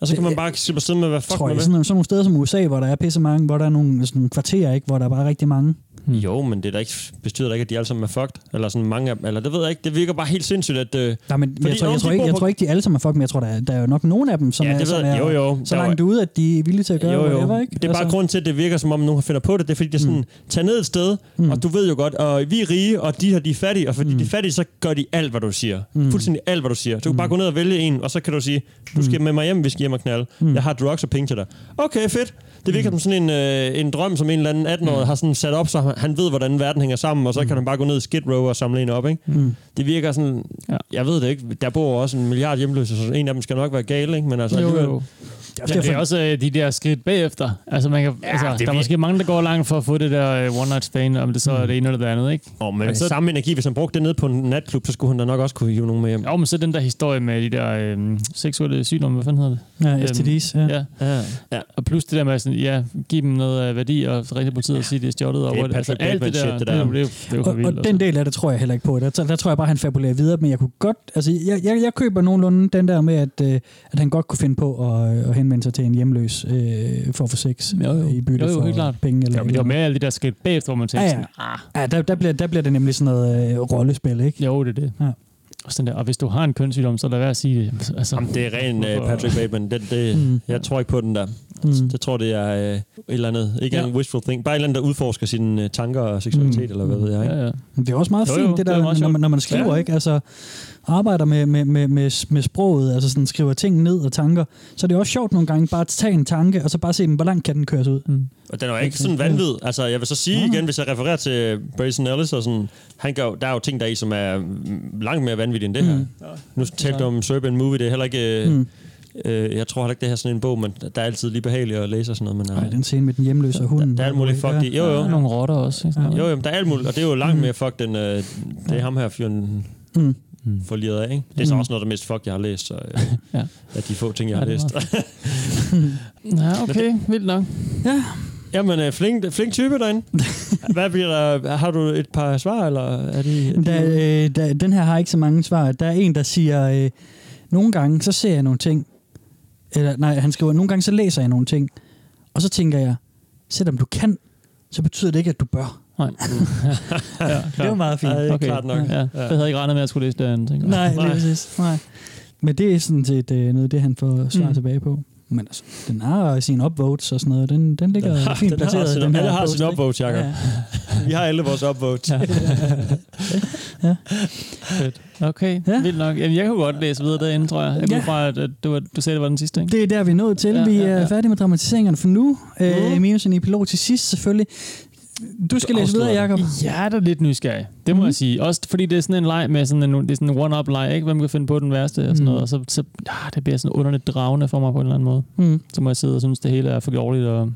Og så kan man bare slippe afsted med, hvad fuck
Tror
man
jeg,
vil.
sådan, sådan nogle steder som USA, hvor der er pisse mange, hvor der er nogle sådan nogle kvarterer, ikke, hvor der er bare rigtig mange.
Jo, men det er da ikke, betyder da ikke, at de alle sammen er fucked. Eller sådan mange af dem. Eller det ved jeg ikke. Det virker bare helt sindssygt, at... Øh,
Nej, men jeg tror, jeg, tror ikke, jeg tror ikke, de alle sammen er fuck, men jeg tror, der er, der er jo nok nogen af dem, som
Ja,
er,
det ved
som
jeg.
er
Jo, jo.
så
Der er-
langt ude, at de er villige til at gøre
jo, jo.
whatever, ikke?
Det er bare altså. grund til, at det virker, som om nogen finder på det. Det er, fordi det er sådan, mm. tag ned et sted, mm. og du ved jo godt, og vi er rige, og de her, de er fattige. Og fordi mm. de er fattige, så gør de alt, hvad du siger.
Mm.
Mm. Fuldstændig alt, hvad du siger. Du kan mm. bare gå ned og vælge en, og så kan du sige, du skal med mig hjem, vi skal hjem og knalde. Mm. Jeg har drugs og penge til dig. Okay, fedt. Det virker mm. som sådan en, øh, en drøm, som en eller anden 18-årig mm. har sådan sat op, så han- han ved, hvordan verden hænger sammen, og så mm. kan han bare gå ned i Skid Row og samle en op. Ikke?
Mm.
Det virker sådan, ja. jeg ved det ikke, der bor også en milliard hjemløse, så en af dem skal nok være gal, ikke? men altså...
Jo,
alligevel-
jo. Men det er også øh, de der skridt bagefter. Altså, man kan, ja, altså,
det
der er
vi-
måske mange, der går langt for at få det der øh, one night stand, om det så er det ene eller det andet, ikke?
Oh, men altså, samme energi, hvis han brugte det ned på en natklub, så skulle han da nok også kunne hive nogen med hjem.
Jo, men så den der historie med de der øh, seksuelle sygdomme, hvad fanden hedder det? Øhm,
Ja, STDs, ja.
ja.
ja. ja.
Og plus det der med, sådan, ja, give dem noget øh, værdi, og rigtig politiet og sige, det er stjålet. og
Det er
what-
Patrick Bateman shit, det der.
Det, er jo- det, er jo- det er jo for
og,
vildt. altså.
og den del af det tror jeg heller ikke på. Der, der tror jeg bare, han fabulerer videre, men jeg kunne godt... Altså, jeg, jeg, jeg køber nogenlunde den der med, at, øh, at han godt kunne finde på at, øh, at henvende sig til en hjemløs øh, for at få sex jo, jo. i bytte
Jo, jo,
for
helt klart.
penge. Eller
Ja, men det var mere alle de der skridt bagefter, hvor man tænker
Ja, ja.
sådan, ah,
Ja, der, der, bliver, der bliver det nemlig sådan noget øh, rollespil, ikke?
Jo, det er det.
Ja.
Og, sådan der, og hvis du har en kønssygdom, så lad være at sige det. Altså,
Jamen, det er ren øh,
hvorfor-
Patrick Bateman. Det, det,
Mm.
mm. Jeg tror ikke på den der.
Mm.
Mm. Jeg tror, det er øh, et eller andet. Ikke
Ja.
ja. en wishful thing. Bare et eller andet, der udforsker sine øh, tanker og seksualitet,
Mm.
mm. eller hvad ved jeg. Ikke?
Ja, ja.
Men Det er også meget
Jo,
fint,
jo,
det
det er
der,
meget
når man,
sjovt.
når man skriver, ja.
Ja.
ikke? Altså, arbejder med, med, med, med, med sproget, altså sådan skriver ting ned og tanker, så det er også sjovt nogle gange bare at tage en tanke, og så bare se, men, hvor langt kan den køres ud? Mm.
Og den er jo ikke sådan vanvid. Altså, jeg vil så sige igen, hvis jeg refererer til Brayson Ellis, og sådan, han gør, der er jo ting der i, som er mm, langt mere vanvittige end det her.
Mm.
Nu talte du om Serbian Movie, det er heller ikke... Øh,
Mm.
øh, jeg tror heller ikke, det her er sådan en bog, men der er altid lige behageligt at læse og sådan noget. Men, øh,
Ej, den scene med den hjemløse og hunden.
Der er alt muligt fuck i. Jo, jo.
Der er nogle rotter også. Ikke?
Jo, jo, men der er alt muligt, og det er jo langt mere fuck, den, øh, det er ham her fyren
Mm.
mm. får liret af. Ikke? Det er så
Mm.
også noget af det mest fuck, jeg har læst, så, øh,
ja.
af de få ting, jeg har
Ja, det er
læst.
meget Ja, okay. Vildt nok.
Ja.
Jamen, øh, flink, flink type derinde. Hvad bliver der? Har du et par svar, eller er det... Er
Der,
det
øh, der, den her har ikke så mange svar. Der er en, der siger, øh, nogle gange så ser jeg nogle ting, eller nej, han skriver, nogle gange så læser jeg nogle ting, og så tænker jeg, selvom du kan, så betyder det ikke, at du bør.
Nej. ja,
det var meget fint.
Ja, det er okay. klart nok. Ja. Ja. Jeg havde ikke regnet med, at jeg skulle læse den. Tænker. jeg.
Nej, lige præcis. Nej. Men det er sådan set øh, noget af det, han får svar
Mm.
mm. tilbage på. Men altså, den har sin upvotes og sådan noget. Den, den ligger
Den har-
fint
den har
placeret.
sin-
den her
alle har
post,
sin
ikke?
upvotes, Jacob. Vi har alle vores upvotes. Ja.
Fedt. Okay, ja. vildt nok. Jamen, jeg kunne godt læse videre derinde, tror jeg. Jeg kunne
Ja.
ja. fra, at, at du, var- du sagde, det var den sidste, ikke?
Det er der, vi er nået til.
Ja,
Ja, vi
ja,
er
ja. Mm.
færdige med dramatiseringerne for nu. Øh, minus en epilog til sidst, selvfølgelig. Du skal læse videre, Jacob. Mhm.
Jeg er da lidt nysgerrig. Det må mm. jeg sige. Også fordi det er sådan en leg med sådan en, det er sådan en one-up leg, ikke? Hvem kan finde på den værste og sådan
Mm.
noget. Og så, så ah, det bliver sådan underligt dragende for mig på en eller anden måde.
Mm.
Så må jeg sidde og synes, det hele er for dårligt, og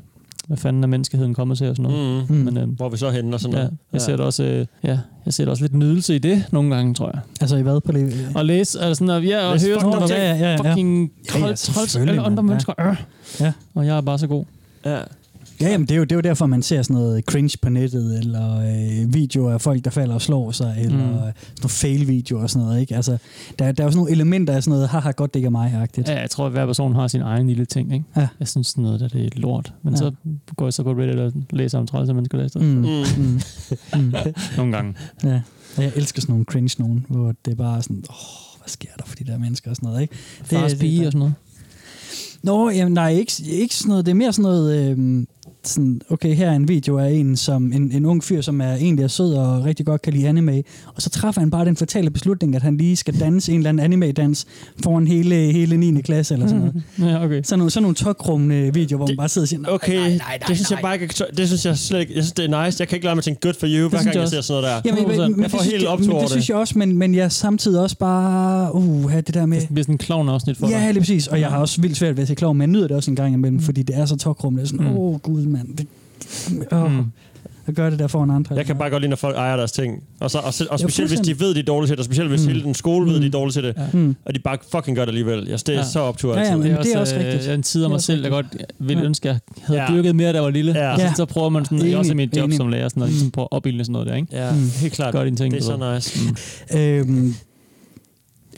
hvad fanden er menneskeheden kommet til og sådan noget.
Mm.
Mhm.
Men, øh,
Hvor vi så henne og sådan
ja,
noget.
jeg ser det også, øh, ja, jeg ser det også lidt nydelse i det nogle gange, tror jeg.
Altså i hvad på det?
Og læse, altså, eller sådan, og, ja, og
Læse
høre
fucking-
sådan,
ja, ja, ja.
fucking
Ja, ja,
koldt, koldt,
selvfølgelig,
eller andre
mand. Ja.
mennesker. Øh.
Ja.
Og jeg er bare så god.
Ja.
Ja, jamen, det er, jo, det er jo derfor, man ser sådan noget cringe på nettet, eller øh, videoer af folk, der falder og slår sig, eller
Mm.
mm. sådan nogle fail-videoer og sådan noget. Ikke? Altså, der, der er jo sådan nogle elementer af sådan noget, haha, godt det ikke er mig-agtigt.
Ja, jeg tror, at hver person har sin egen lille ting. Ikke?
Ja.
Jeg synes sådan noget, der det er lort. Men
Ja.
så går jeg så på Reddit og læser om trælse mennesker der i stedet.
Mm. Mm. Mm.
Nogle gange.
Ja. Og jeg elsker sådan nogle cringe nogen, hvor det er bare sådan, åh, hvad sker der for de der mennesker og sådan noget, ikke?
Fars pige og sådan noget.
Nå, jamen, nej, ikke, ikke sådan noget. Det er mere sådan noget, øh, sådan, okay, her er en video af en, som, en, en ung fyr, som er egentlig er sød og rigtig godt kan lide anime, og så træffer han bare den fatale beslutning, at han lige skal danse en eller anden anime-dans foran hele, hele 9. klasse eller sådan noget.
Ja, okay.
Sådan nogle, sådan nogle tokrummende videoer, hvor man bare sidder og siger, nej,
Okay,
nej, nej, nej,
det synes jeg bare ikke, det synes jeg slet ikke, jeg synes det er nice, jeg kan ikke lade mig tænke good for you, hver
synes
gang
jeg
jeg
også.
ser sådan noget der.
Jamen, men, men,
jeg får
det synes
helt
jeg-
optur
men
over
det. synes jeg også, men, men jeg er samtidig også bare, uh, det der med... Det
bliver sådan en clown-afsnit for
Ja,
dig.
lige præcis. Og jeg har også vildt svært ved at se klovn, men jeg nyder det også en gang imellem, fordi det er så tokrum. Det er sådan, åh,
Mm.
mm. oh, gud, mand. Det, oh, mm. Jeg gør det der foran andre.
Jeg kan bare godt lide, når folk ejer deres ting. Og, så, og, se- og
Ja,
specielt hvis de ved, de er dårlige til det, og specielt hvis
Mm.
hele den skole ved, de er dårlige til det,
Mm.
og de bare fucking gør det alligevel. Jeg det er så optur altid.
øh, en tid af mig selv, der godt ville
Ja.
ønske, jeg havde
Ja.
dyrket mere, da jeg var lille.
Ja.
Og så,
Ja.
så prøver man sådan,
Enig,
også i mit job
enig.
som lærer, sådan, at ligesom Mm. prøve at opildne sådan noget der. Ikke?
Ja, helt klart.
Gør dine ting.
Det er
du
så
ved.
nice.
Øhm,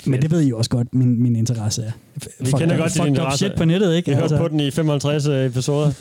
men det ved I jo også godt, min, min interesse er. F-
Vi
fucked
kender
up-
godt din
fucked up
interesse.
shit på nettet, ikke? Altså.
Vi har hørt på den i 55 episoder.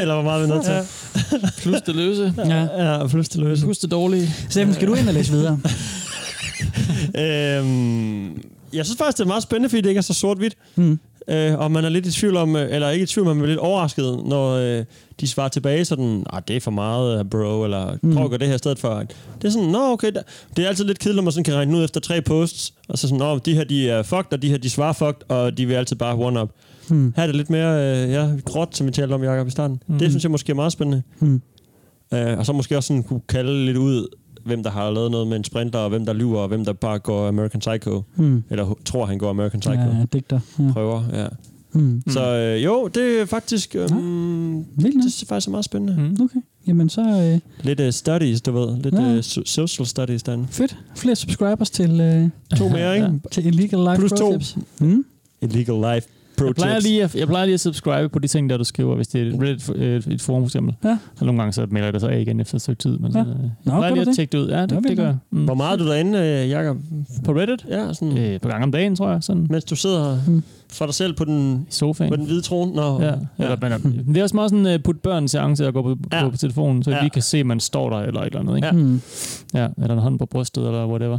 Eller hvor meget vi er nødt til.
Plus det løse.
Ja, ja plus det løse.
Plus det dårlige.
Steffen, skal du ind og læse videre?
øhm, jeg synes faktisk, det er meget spændende, fordi det ikke er så sort-hvidt.
Mm.
Øh, og man er lidt i tvivl om, øh, eller ikke i tvivl, man er lidt overrasket, når øh, de svarer tilbage sådan, ah, det er for meget, øh, bro, eller
Mm.
prøv at gøre det her i stedet for. Det er sådan, nå, okay, der, det er altid lidt kedeligt, når man sådan kan regne ud efter tre posts, og så sådan, nå, de her, de er fucked, og de her, de svarer fucked, og de vil altid bare one-up.
Mm.
Her er det lidt mere øh, ja, gråt, som vi talte om, Jacob, i starten. Mm.
Mm.
Det synes jeg måske er meget spændende.
Mm.
Øh, og så måske også sådan kunne kalde lidt ud, hvem der har lavet noget med en sprinter, og hvem der lyver, og hvem der bare går American Psycho.
Mm.
Eller ho- tror, han går American Psycho.
Ja, digter. Ja.
Prøver, ja.
Hmm.
Mm.
Så øh, jo, det er faktisk... Øh,
Ah. Vildt
det er faktisk meget spændende.
Mm.
Okay, jamen så øh,
Lidt uh, studies, du ved. Lidt
Ja.
uh, social studies derinde.
fedt. Flere subscribers til, øh,
To mere, ikke?
til Illegal Life
Plus
Pro
to.
Tips. Mm.
Illegal life pro
jeg plejer,
tips.
lige at, jeg plejer lige at subscribe på de ting, der du skriver, hvis det er et, Reddit, øh, et forum for eksempel.
Ja.
Og nogle gange så melder det sig af igen efter et stykke tid. Men
Ja.
ja. sådan, øh, jeg
Nå,
plejer
gør
lige
du
at
det?
tække det ud. Ja, det,
Nå,
det,
vildt
gør
nok.
jeg. Mm.
Hvor meget er du derinde, øh, Jacob?
På Reddit?
Ja, sådan...
Øh, et par gange om dagen, tror jeg. Sådan.
Mens du sidder
Hmm.
mm. for dig selv på den,
sofaen.
På den hvide trone. Nå,
Ja. Eller, men, det er også meget sådan, uh, put børn seance at gå på, ja. gå på telefonen, så ja.
Ja.
vi lige kan se, at man står der eller et eller andet. Ikke?
Ja. Mm.
ja eller en hånd på brystet, eller whatever.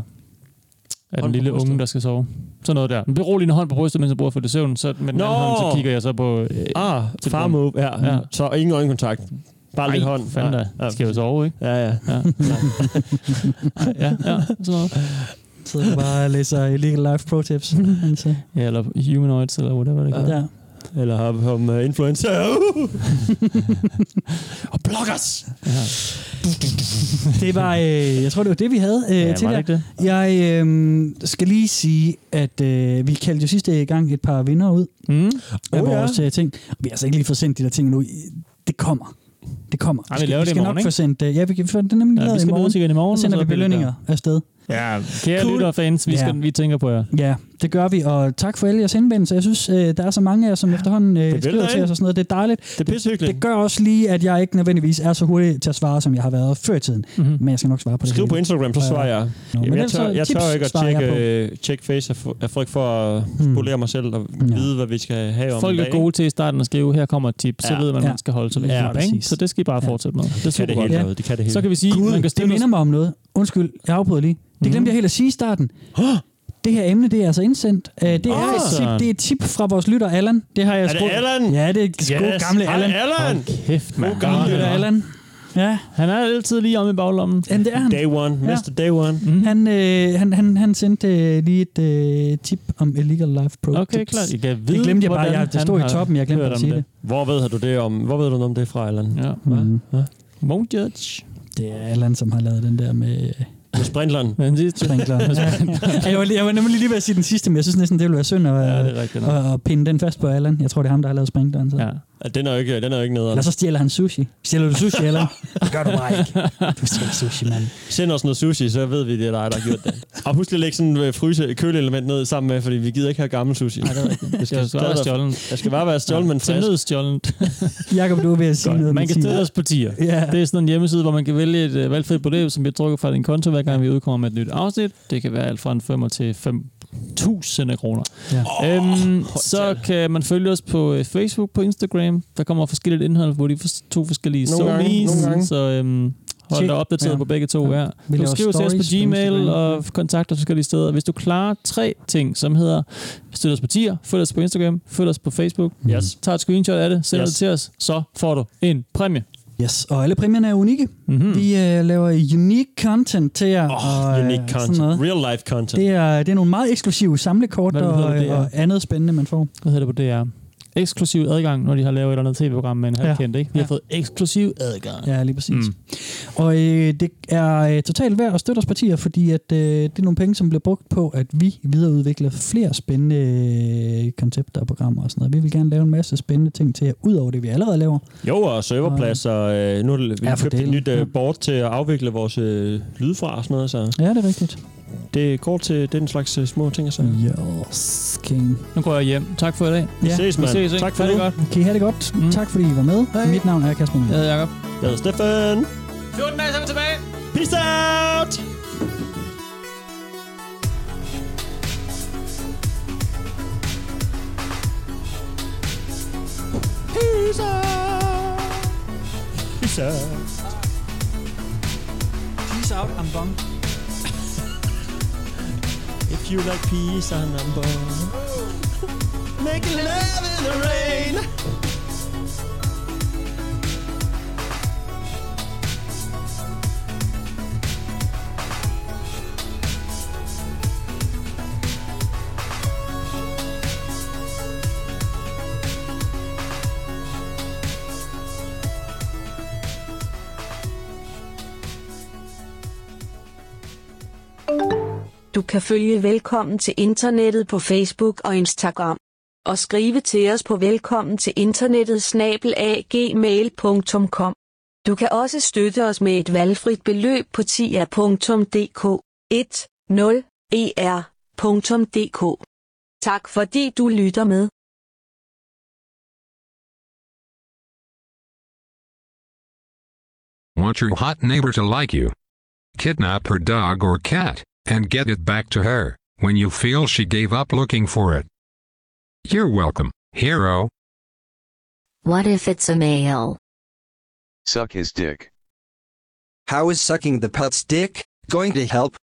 Af den
Hånd på
lille unge, der skal sove. Sådan noget der. En beroligende hånd på brystet, mens jeg bruger for det søvn. Så med den
Nå!
anden hånd, så kigger jeg så på... Øh,
Ah, far move. Ja, ja. Mm. Så ingen øjenkontakt. Bare
Ej,
lidt hånd.
fanden da. Skal jo sove, ikke?
Ja, ja.
ja. ja, ja, sådan noget.
Sidder du bare og læser Illegal Life Pro Tips. altså.
Ja, eller humanoids, eller whatever det kan være.
Ja.
Eller har om uh, influencer. og bloggers!
det var, øh, jeg tror, det var det, vi havde øh,
Ja,
til
var det
jer. Jeg øh, skal lige sige, at øh, vi kaldte jo sidste gang et par vinder ud
mm.
af
Oh,
oh,
ja.
vores ja. ting. Vi har altså ikke lige fået sendt de der ting nu. Det kommer. Det kommer.
Ej, vi laver
vi
det i
skal
morgen,
nok
ikke?
få sendt, øh, ja, vi kan få det er nemlig
Ja, vi
lavet
skal
i morgen.
mødes igen i morgen,
Så
og
sender
så
vi
bliver det
belønninger Altså, afsted.
Ja, Kære cool. lytter fans, vi, skal,
Ja.
vi tænker på jer.
Ja, det gør vi, og tak for alle jeres henvendelser. Jeg synes, øh, der er så mange af jer, som efterhånden øh, skriver
vælter
til
ind.
os og sådan noget. Det er dejligt.
Det er pissehyggeligt.
Det, det gør også lige, at jeg ikke nødvendigvis er så hurtig til at svare, som jeg har været før i tiden. Mm-hmm. Men jeg skal nok svare på det
Mhm. Skriv
hele.
på Instagram, så
Ja.
svarer jeg.
Nå,
Jamen,
men
jeg,
ellers
tør,
så
jeg tør
tips
ikke at
svarer jeg
tjekke,
på.
øh, tjekke face af, af frygt for at spolere mig selv og vide, hvad vi skal have om
Hmm. Folk
en
er
dag.
gode til i starten at skrive, her kommer et tip, så
Ja.
ved man,
Ja.
man skal holde sig væk.
Ja,
fra det, ikke?
præcis.
Så det skal I bare fortsætte med. Det, er
Det kan
super
det
godt.
hele derude. Det kan det hele.
Så kan vi sige,
Gud,
man kan
det
stille
minder
os-
mig om noget. Undskyld, jeg afbryder lige.
Mhm.
Det glemte jeg helt at sige i starten. Det her emne, det er altså indsendt. Øh, Det er,
Ah.
et tip, det er et tip fra vores lytter, Allan. Det har jeg
Er det
skruet-
Allan?
Ja, det er yes.
Yes.
god gamle
Hej,
Allan.
Allan!
Hold
Kæft,
mand.
God
Gamle
gamle
Allan. Ja.
Han er altid lige om i baglommen. Mhm.
Jamen, det er han.
Day one. Mr. Day one.
Mm. Han, øh, han, han, han sendte øh, lige et øh, tip om Illegal Life Pro
Okay,
tips.
klart. I kan
det
vide,
glemte jeg bare.
hvordan
Jeg, det
han
stod i
har
toppen, jeg glemte
hørt
at
om
sige
det.
det.
Hvor ved har du det om? Hvor ved du noget om det fra, Allan?
Ja.
Mm.
Won't judge.
Det er Allan, som har lavet den der med...
Med sprintleren.
Med sidste.
Sprinkleren. Ja. jeg, var, lige- jeg var nemlig lige ved at sige den sidste, men jeg synes næsten, det ville være synd at,
er rigtigt nok.
at, at pinde den fast på Allan. Jeg tror, det er ham, der har lavet sprinkleren. Så. Ja.
Ja, den er jo ikke, den er jo ikke nederen.
Eller så stjæler han sushi. Stjæler du sushi, Allan? Det gør du bare ikke. Du stjæler sushi, mand.
Send os noget sushi, så ved vi, det er dig, der har gjort det. Og husk lige at lægge sådan et fryse øh, køleelement ned sammen med, fordi vi gider ikke have gammel sushi. Nej,
det er rigtigt.
Det
Det skal bare være stjålen.
Det skal bare være stjålen, men
Til
frisk.
nød stjålen.
Jakob, du er ved at sige noget.
Man
med
kan
tier.
stille os på tier.
Ja.
Det er sådan en hjemmeside, hvor man kan vælge et øh, valgfrit beløb, som bliver trukket fra din konto, hver gang vi udkommer med et nyt afsnit. Det kan være alt fra en 5 til 5.000 kroner.
Ja.
Øhm, så kan man følge os på øh, Facebook, på Instagram. Der kommer forskelligt indhold på de fors- to forskellige
Nogle gange,
SoMe's,
nogle gange.
Så øhm, hold
Tjek.
dig opdateret
Ja.
ja. på begge to. Ja.
Vi
Du
laver
skriver til os på
stories på
Gmail
Instagram.
og kontakter os forskellige steder. Hvis du klarer tre ting, som hedder støt os på tier, følg os på Instagram, følg os på Facebook,
yes.
tag et screenshot af det, send yes.
Yes.
det til os, så får du en præmie.
Yes, og alle præmierne er unikke. Mm-hmm. Vi øh, laver unique content til jer. Oh, og, øh,
Unique
sådan
content.
noget.
Real life content.
Det er, det er nogle meget eksklusive samlekort
Hvad hedder
og,
det, det er?
og andet spændende, man får.
Hvad hedder det på DR? Eksklusiv adgang, når de har lavet et eller andet tv-program med en halvkendt, ikke? Vi har fået eksklusiv adgang.
Ja, lige præcis. Mm. Og øh, det er øh, totalt værd at støtte os partier, fordi at, øh, det er nogle penge, som bliver brugt på, at vi videreudvikler flere spændende øh, koncepter og programmer og sådan noget. Vi vil gerne lave en masse spændende ting til jer, ud over det, vi allerede laver.
Jo, og serverpladser. Øh, nu har vi
Ja,
ja,
for
købt et
delen.
nyt
Ja.
øh, board til at afvikle vores øh, lyd fra og sådan noget. Så
Ja, det er rigtigt.
det er kort til den slags øh, små ting. Så.
Yes, king.
Nu går jeg hjem. Tak for i dag.
Vi ses,
Vi
mand.
ses, ikke?
Tak for
Ha' det
nu.
godt.
Kan I have det godt? Mm. Tak fordi I var med. Hey. Mit navn er Kasper Møller.
Jeg hedder Jacob.
Jeg hedder Stefan.
14 dage, så er vi tilbage.
Peace out! Peace out! Peace out!
Peace out, I'm bum.
If you like peace, I'm number Making love in the rain.
Du kan følge Velkommen til Internettet på Facebook og Instagram. Og skrive til os på velkommen til internettet snabelagmail.com. Du kan også støtte os med et valgfrit beløb på tia.dk E 10er.dk. Tak fordi du lytter med.
Want your hot neighbor to like you? Kidnap her dog or cat, and get it back to her when you feel she gave up looking for it. You're welcome, hero.
What if it's a male?
Suck his dick.
How is sucking the pet's dick going to help?